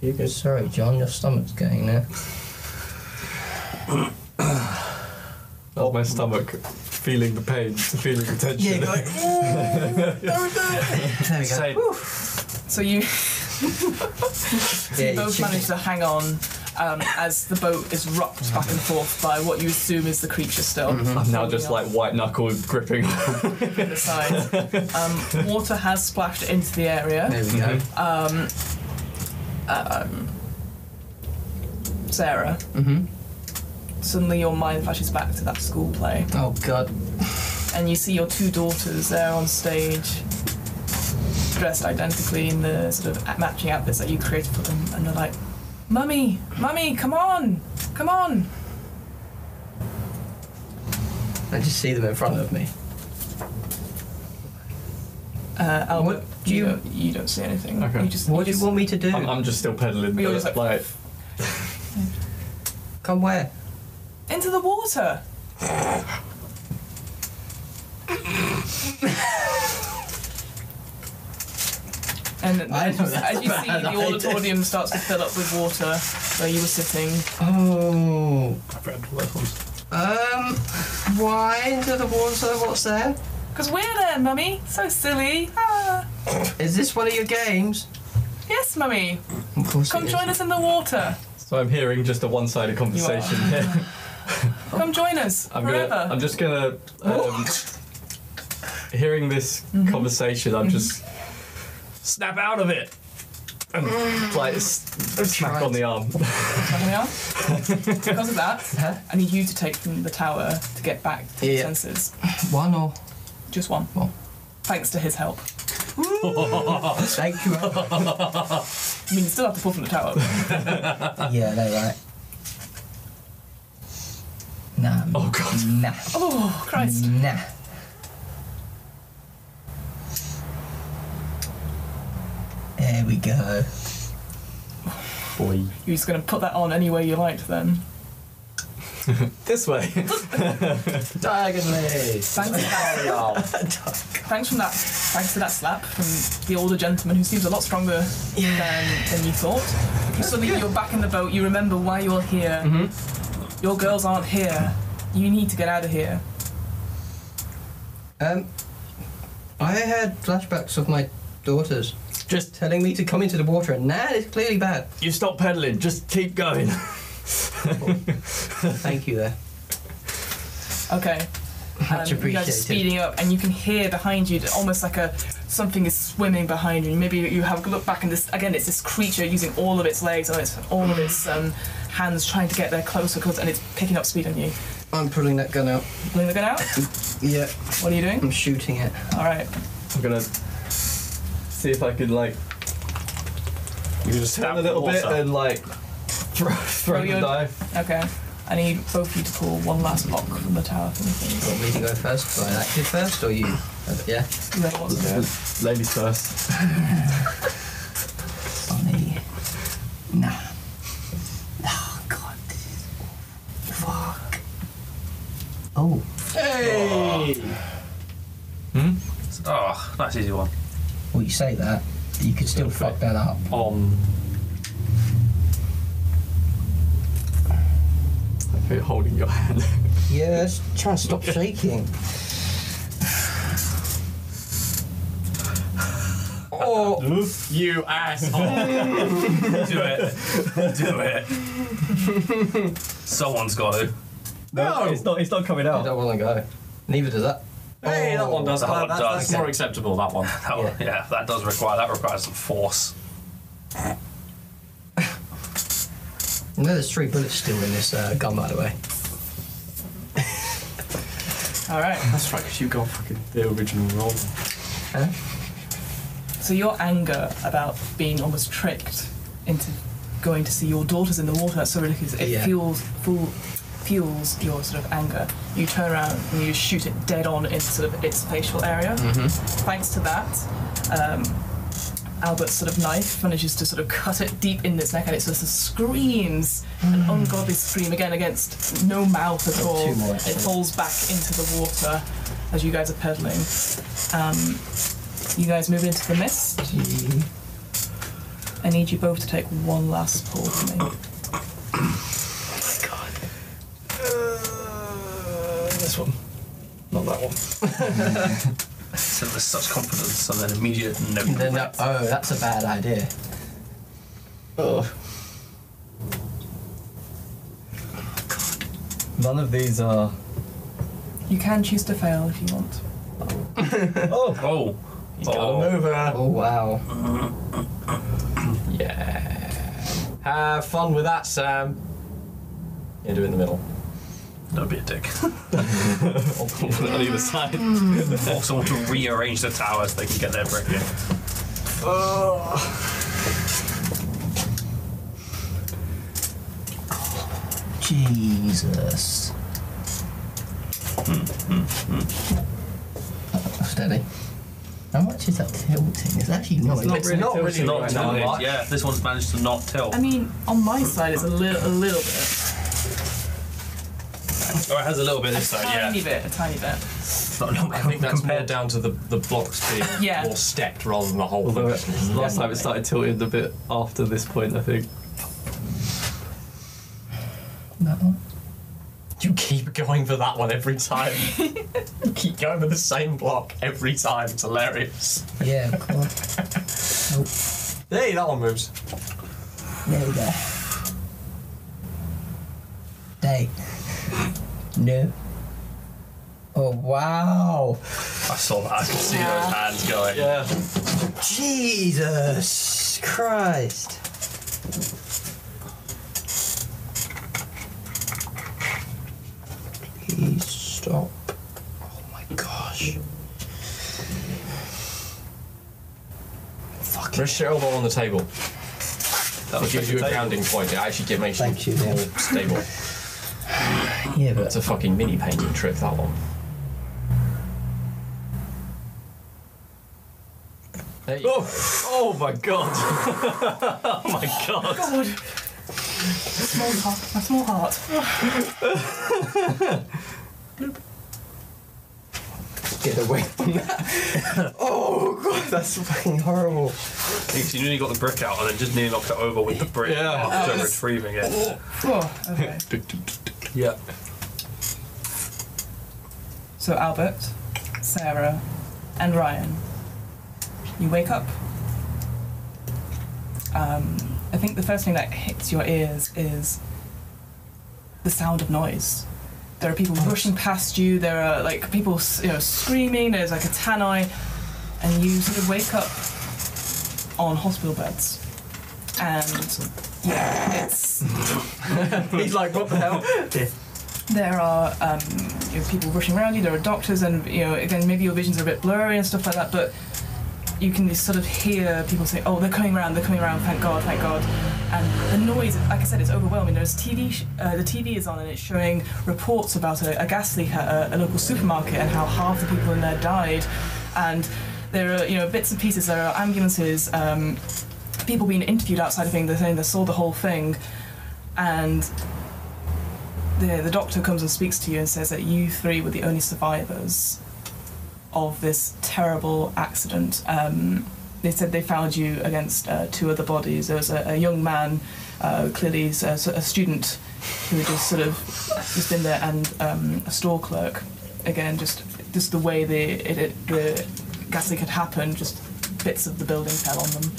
You go, sorry, John, your stomach's getting there. That's my stomach feeling the pain, feeling the tension. there we go. So you, so you you both should- manage to hang on um, as the boat is rocked back and forth by what you assume is the creature still. I'm Mm-hmm. now just like white knuckle gripping. from the sides. Um, water has splashed into the area. There we go. Um, um, Sarah, Mm-hmm. suddenly your mind flashes back to that school play, Oh God. and you see your two daughters there on stage, dressed identically in the sort of matching outfits that you created for them, and they're like, "Mummy, mummy, come on, come on!" I just see them in front of me. Uh, Albert, you, don't, you don't see anything. You just, what do you want me to do? I'm, I'm just still pedaling. You're but, just like- like Come where? into the water. and as you, as you see, the auditorium starts to fill up with water where you were sitting. Oh. Um, why into the water? What's there? Because we're there, mummy. So silly. Ah. Is this one of your games? Yes, mummy. Of course Come join us in the water. So I'm hearing just a one-sided conversation here. Come join us I'm forever. gonna. I'm just gonna. Um, hearing this conversation, I'm just snap out of it and like s- smack on the arm. Fucking hell. because of that, I need you to take from the tower to get back to your senses. One or Just one. Thanks to his help. Thank you. I mean, you still have to pull from the tower. yeah, they're right. Nah. Oh God. Nah. Oh, Christ. Nah. There we go. Boy, You're just going to put that on any way you liked then. this way. Thanks from that. Thanks to that slap from the older gentleman who seems a lot stronger than, than you thought. Suddenly you're back in the boat. You remember why you're here. Your girls aren't here. You need to get out of here. Um, I had flashbacks of my daughters just telling me to come into the water, and that is clearly bad. You stop pedaling. Just keep going. Thank you there. Okay. Um, Much you guys are appreciated. speeding up, and you can hear behind you almost like a something is swimming behind you. Maybe you have a look back, and this again, it's this creature using all of its legs and its all of its um, hands trying to get there closer, 'cause- and it's picking up speed on you. I'm pulling that gun out. Pulling the gun out. Yeah. What are you doing? I'm shooting it. All right. I'm gonna see if I could like you just turn a little the bit water. and like throw throw the your- die. Okay. I need both of you to pull one last block from the tower for me, You please. want me to go first? Do I act it first, or you? Uh, yeah. Whoever wants to. Ladies first. Funny. Nah. Oh God. This is awful. Fuck. Oh. Hey! Hmm. Oh, that's easy one. Well, you say that, you could still fuck that up. On. If you're holding your hand. Yes. Try and stop shaking. Oh. You asshole. Do it. Do it. Someone's got to. No. It's not. It's not coming out. I don't want to go. Neither does that. Hey, that one does. Oh, That one does. That's more acceptable. That one. That one. Yeah, that does require. That requires some force. No, there's three bullets still in this uh, gun, by the way. All right. That's right, because you got fucking the original roll. So your anger about being almost tricked into going to see your daughters in the water, that's so ridiculous. It Yeah. fuels fuel, fuels your sort of anger. You turn around and you shoot it dead on into sort of its facial area. Mm-hmm. Mhm. Thanks to that, um, Albert's sort of knife manages to sort of cut it deep in its neck and it sort of screams an ungodly scream again against no mouth at all. Mm. Two more, It actually. falls back into the water as you guys are pedaling. Um, you guys move into the mist. I need you both to take one last pull for me. This one. Not that one. so there's such confidence and then immediate no. Then, uh, oh, that's a bad idea. Ugh. None of these are. You can choose to fail if you want. oh. Oh. You got a mover. Oh, wow. yeah. Have fun with that, Sam. You do it in the middle. Don't be a dick. on either side. Force someone to rearrange the tower so they can get their brick in. Jesus. Steady. How much is that tilting? It's actually not. not tilted. Yeah, this one's managed to not tilt. I mean, on my side, it's a little, a little bit, Or Oh, it has a little bit this side, yeah. tiny bit, a tiny bit. I think that's compared down to the, the blocks being Yeah. more stepped rather than the whole Although thing. it- last time it started tilting a bit after this point, I think. That one? You keep going for that one every time. you keep going for the same block every time. It's hilarious. Yeah, come on. Nope. Hey, that one moves. There we go. Day. No. Oh wow. I saw that. I could see those hands going. Yeah. Jesus Christ. Please stop. Oh my gosh. Rest your elbow on the table. That'll give you a grounding point. It actually get, makes Thank you, you more stable. Yeah, but It's a fucking mini painting trick, that one. Oh, oh my god! oh my god! God. Small heart, my small heart. Get away from that. oh god, that's fucking horrible. Because you nearly got the brick out and then just nearly knocked it over with the brick Yeah. after That was- retrieving it. oh, okay. yeah. So Albert, Sarah, and Ryan, you wake up. Um, I think the first thing that hits your ears is the sound of noise. There are people rushing past you. There are like people, s- you know, screaming. There's like a tannoy, and you sort of wake up on hospital beds. And yeah, it's He's like, what the hell? there are um, you know, people rushing around you. There are doctors, and you know, again, maybe your visions are a bit blurry and stuff like that. But you can just sort of hear people say, "Oh, they're coming around. They're coming around. Thank God. Thank God." And the noise, like I said, it's overwhelming. There's TV. Sh- uh, the TV is on, and it's showing reports about a, a gas leak at a, a local supermarket and how half the people in there died. And there are you know bits and pieces. There are ambulances. Um, people being interviewed outside of thing. They're saying they saw the whole thing, and the, the doctor comes and speaks to you and says that you three were the only survivors of this terrible accident. Um, they said they found you against uh, two other bodies. There was a, a young man, uh, clearly s- a, s- a student, who had just sort of just in there, and um, a store clerk. Again, just just the way the it, it, the gas leak had happened, just bits of the building fell on them.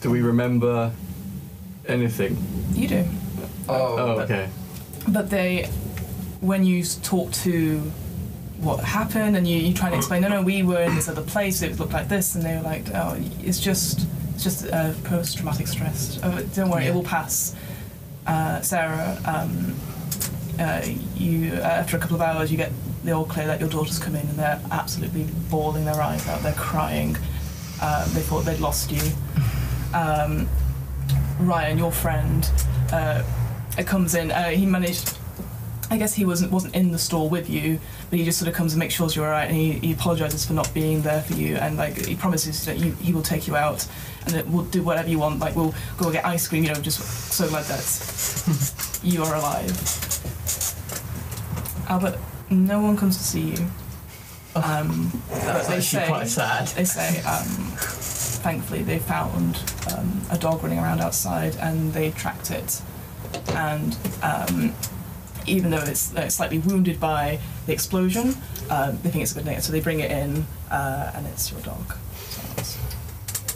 Do we remember anything? You do. Oh, okay. But they, when you s- talk to what happened and you, you try to explain, no, no, we were in this other place, it looked like this, and they were like, oh, it's just, it's just uh, post traumatic stress. Oh, don't worry, it will pass. Uh, Sarah, um, uh, you uh, after a couple of hours, you get the all clear that your daughters come in and they're absolutely bawling their eyes out, they're crying. Uh, they thought they'd lost you. Um, Ryan, your friend, uh, uh, comes in. Uh, he managed. I guess he wasn't wasn't in the store with you, but he just sort of comes and makes sure you're all right, and he, he apologizes for not being there for you, and like he promises that you, he will take you out, and that we'll do whatever you want. Like we'll go get ice cream, you know. Just so glad that you are alive. Albert, no one comes to see you. Um, but That's they actually say quite sad. they say um, thankfully, they found um, a dog running around outside and they tracked it. And um, even though it's uh, slightly wounded by the explosion, um, they think it's a good name, so they bring it in uh, and it's your dog. So that's-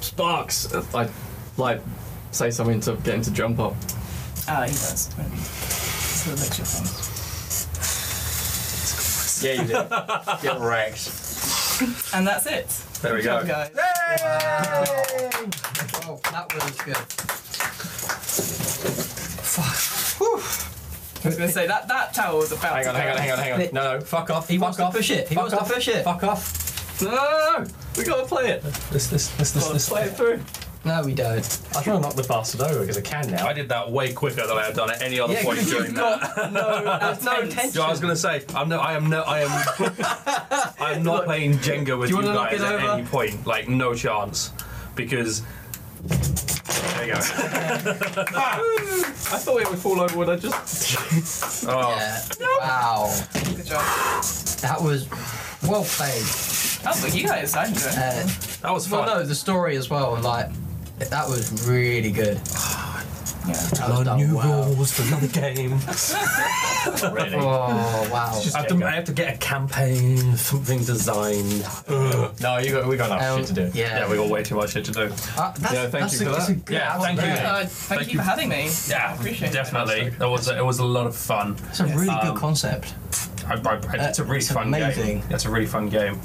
Sparks! Uh, I like say something to get him to jump up. Uh, he does. So it makes your phone. Yeah, you did. Get wrecked. And that's it. There we Good job, go. guys. Oh, that was good. I was going to say that that tower was about. Hang to on, hang on, hang on, hang on. No, no, fuck off. He fuck wants to off. push it. He fuck wants to off. push it. Fuck off. No! We gotta play it! Let's, let's, let's, let's, Oh, let's play it through. No, we don't. I try to knock the bastard over because I can now. I did that way quicker than I have done at any other point during that. No, no Yeah, I was intention. gonna say I'm no, I am no, I am, I'm not playing Jenga with do you, you wanna knock guys it at over? any point. Like no chance, because there you go. I thought it would fall over when I just. Oh, Yeah. Uh, Wow. Good job. That was well played. Oh, but you guys, I'm doing. Uh, that was well, fun. no, the story as well. Like that was really good. Yeah. That was done well. rules for another game. really. Oh wow. I have, to, I have to get a campaign, something designed. No, you got, we got enough Um, shit to do. Yeah. Yeah, we got way too much shit to do. Uh, that's, Yeah, thank that's you a, for that's that. a good. Yeah, that was thank you. great. Uh, thank, you for having me. Yeah, Appreciate it. definitely. That was a, it was a lot of fun. That's a really Um, good concept. I, I, I, it's a really It's fun amazing. game. It's a really fun game.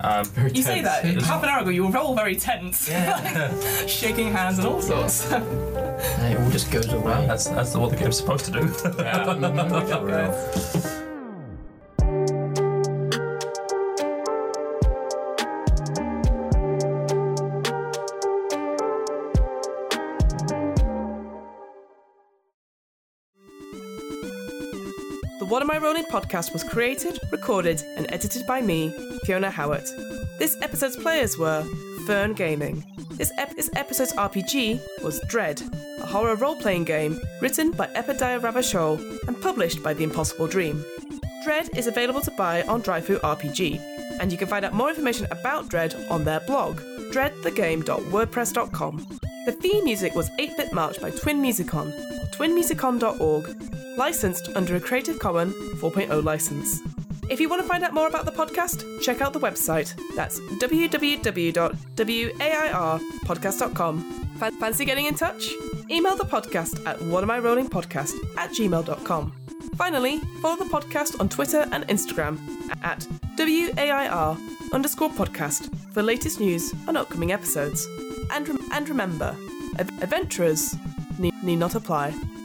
Um, You say that half an hour ago, you were all very tense, like, shaking hands and all sorts. And it all just goes well, away. that's that's what the game's supposed to do. The What Am I Rolling podcast was created, recorded, and edited by me, Fiona Howard. This episode's players were Fern Gaming. This, ep- this episode's RPG was Dread, a horror role playing game written by Epidia Ravachol and published by The Impossible Dream. Dread is available to buy on Dryfu RPG, and you can find out more information about Dread on their blog, dreadthegame.wordpress.com. The theme music was 8 Bit March by Twin Musicon, twinmusicon.org, licensed under a Creative Commons 4.0 license. If you want to find out more about the podcast, check out the website. That's www.wairpodcast.com. Fa- Fancy getting in touch? Email the podcast at whatamirollingpodcast at gmail.com. Finally, follow the podcast on Twitter and Instagram at WAIR underscore podcast for latest news on upcoming episodes. And, rem- and remember, ad- adventurers need, need not apply.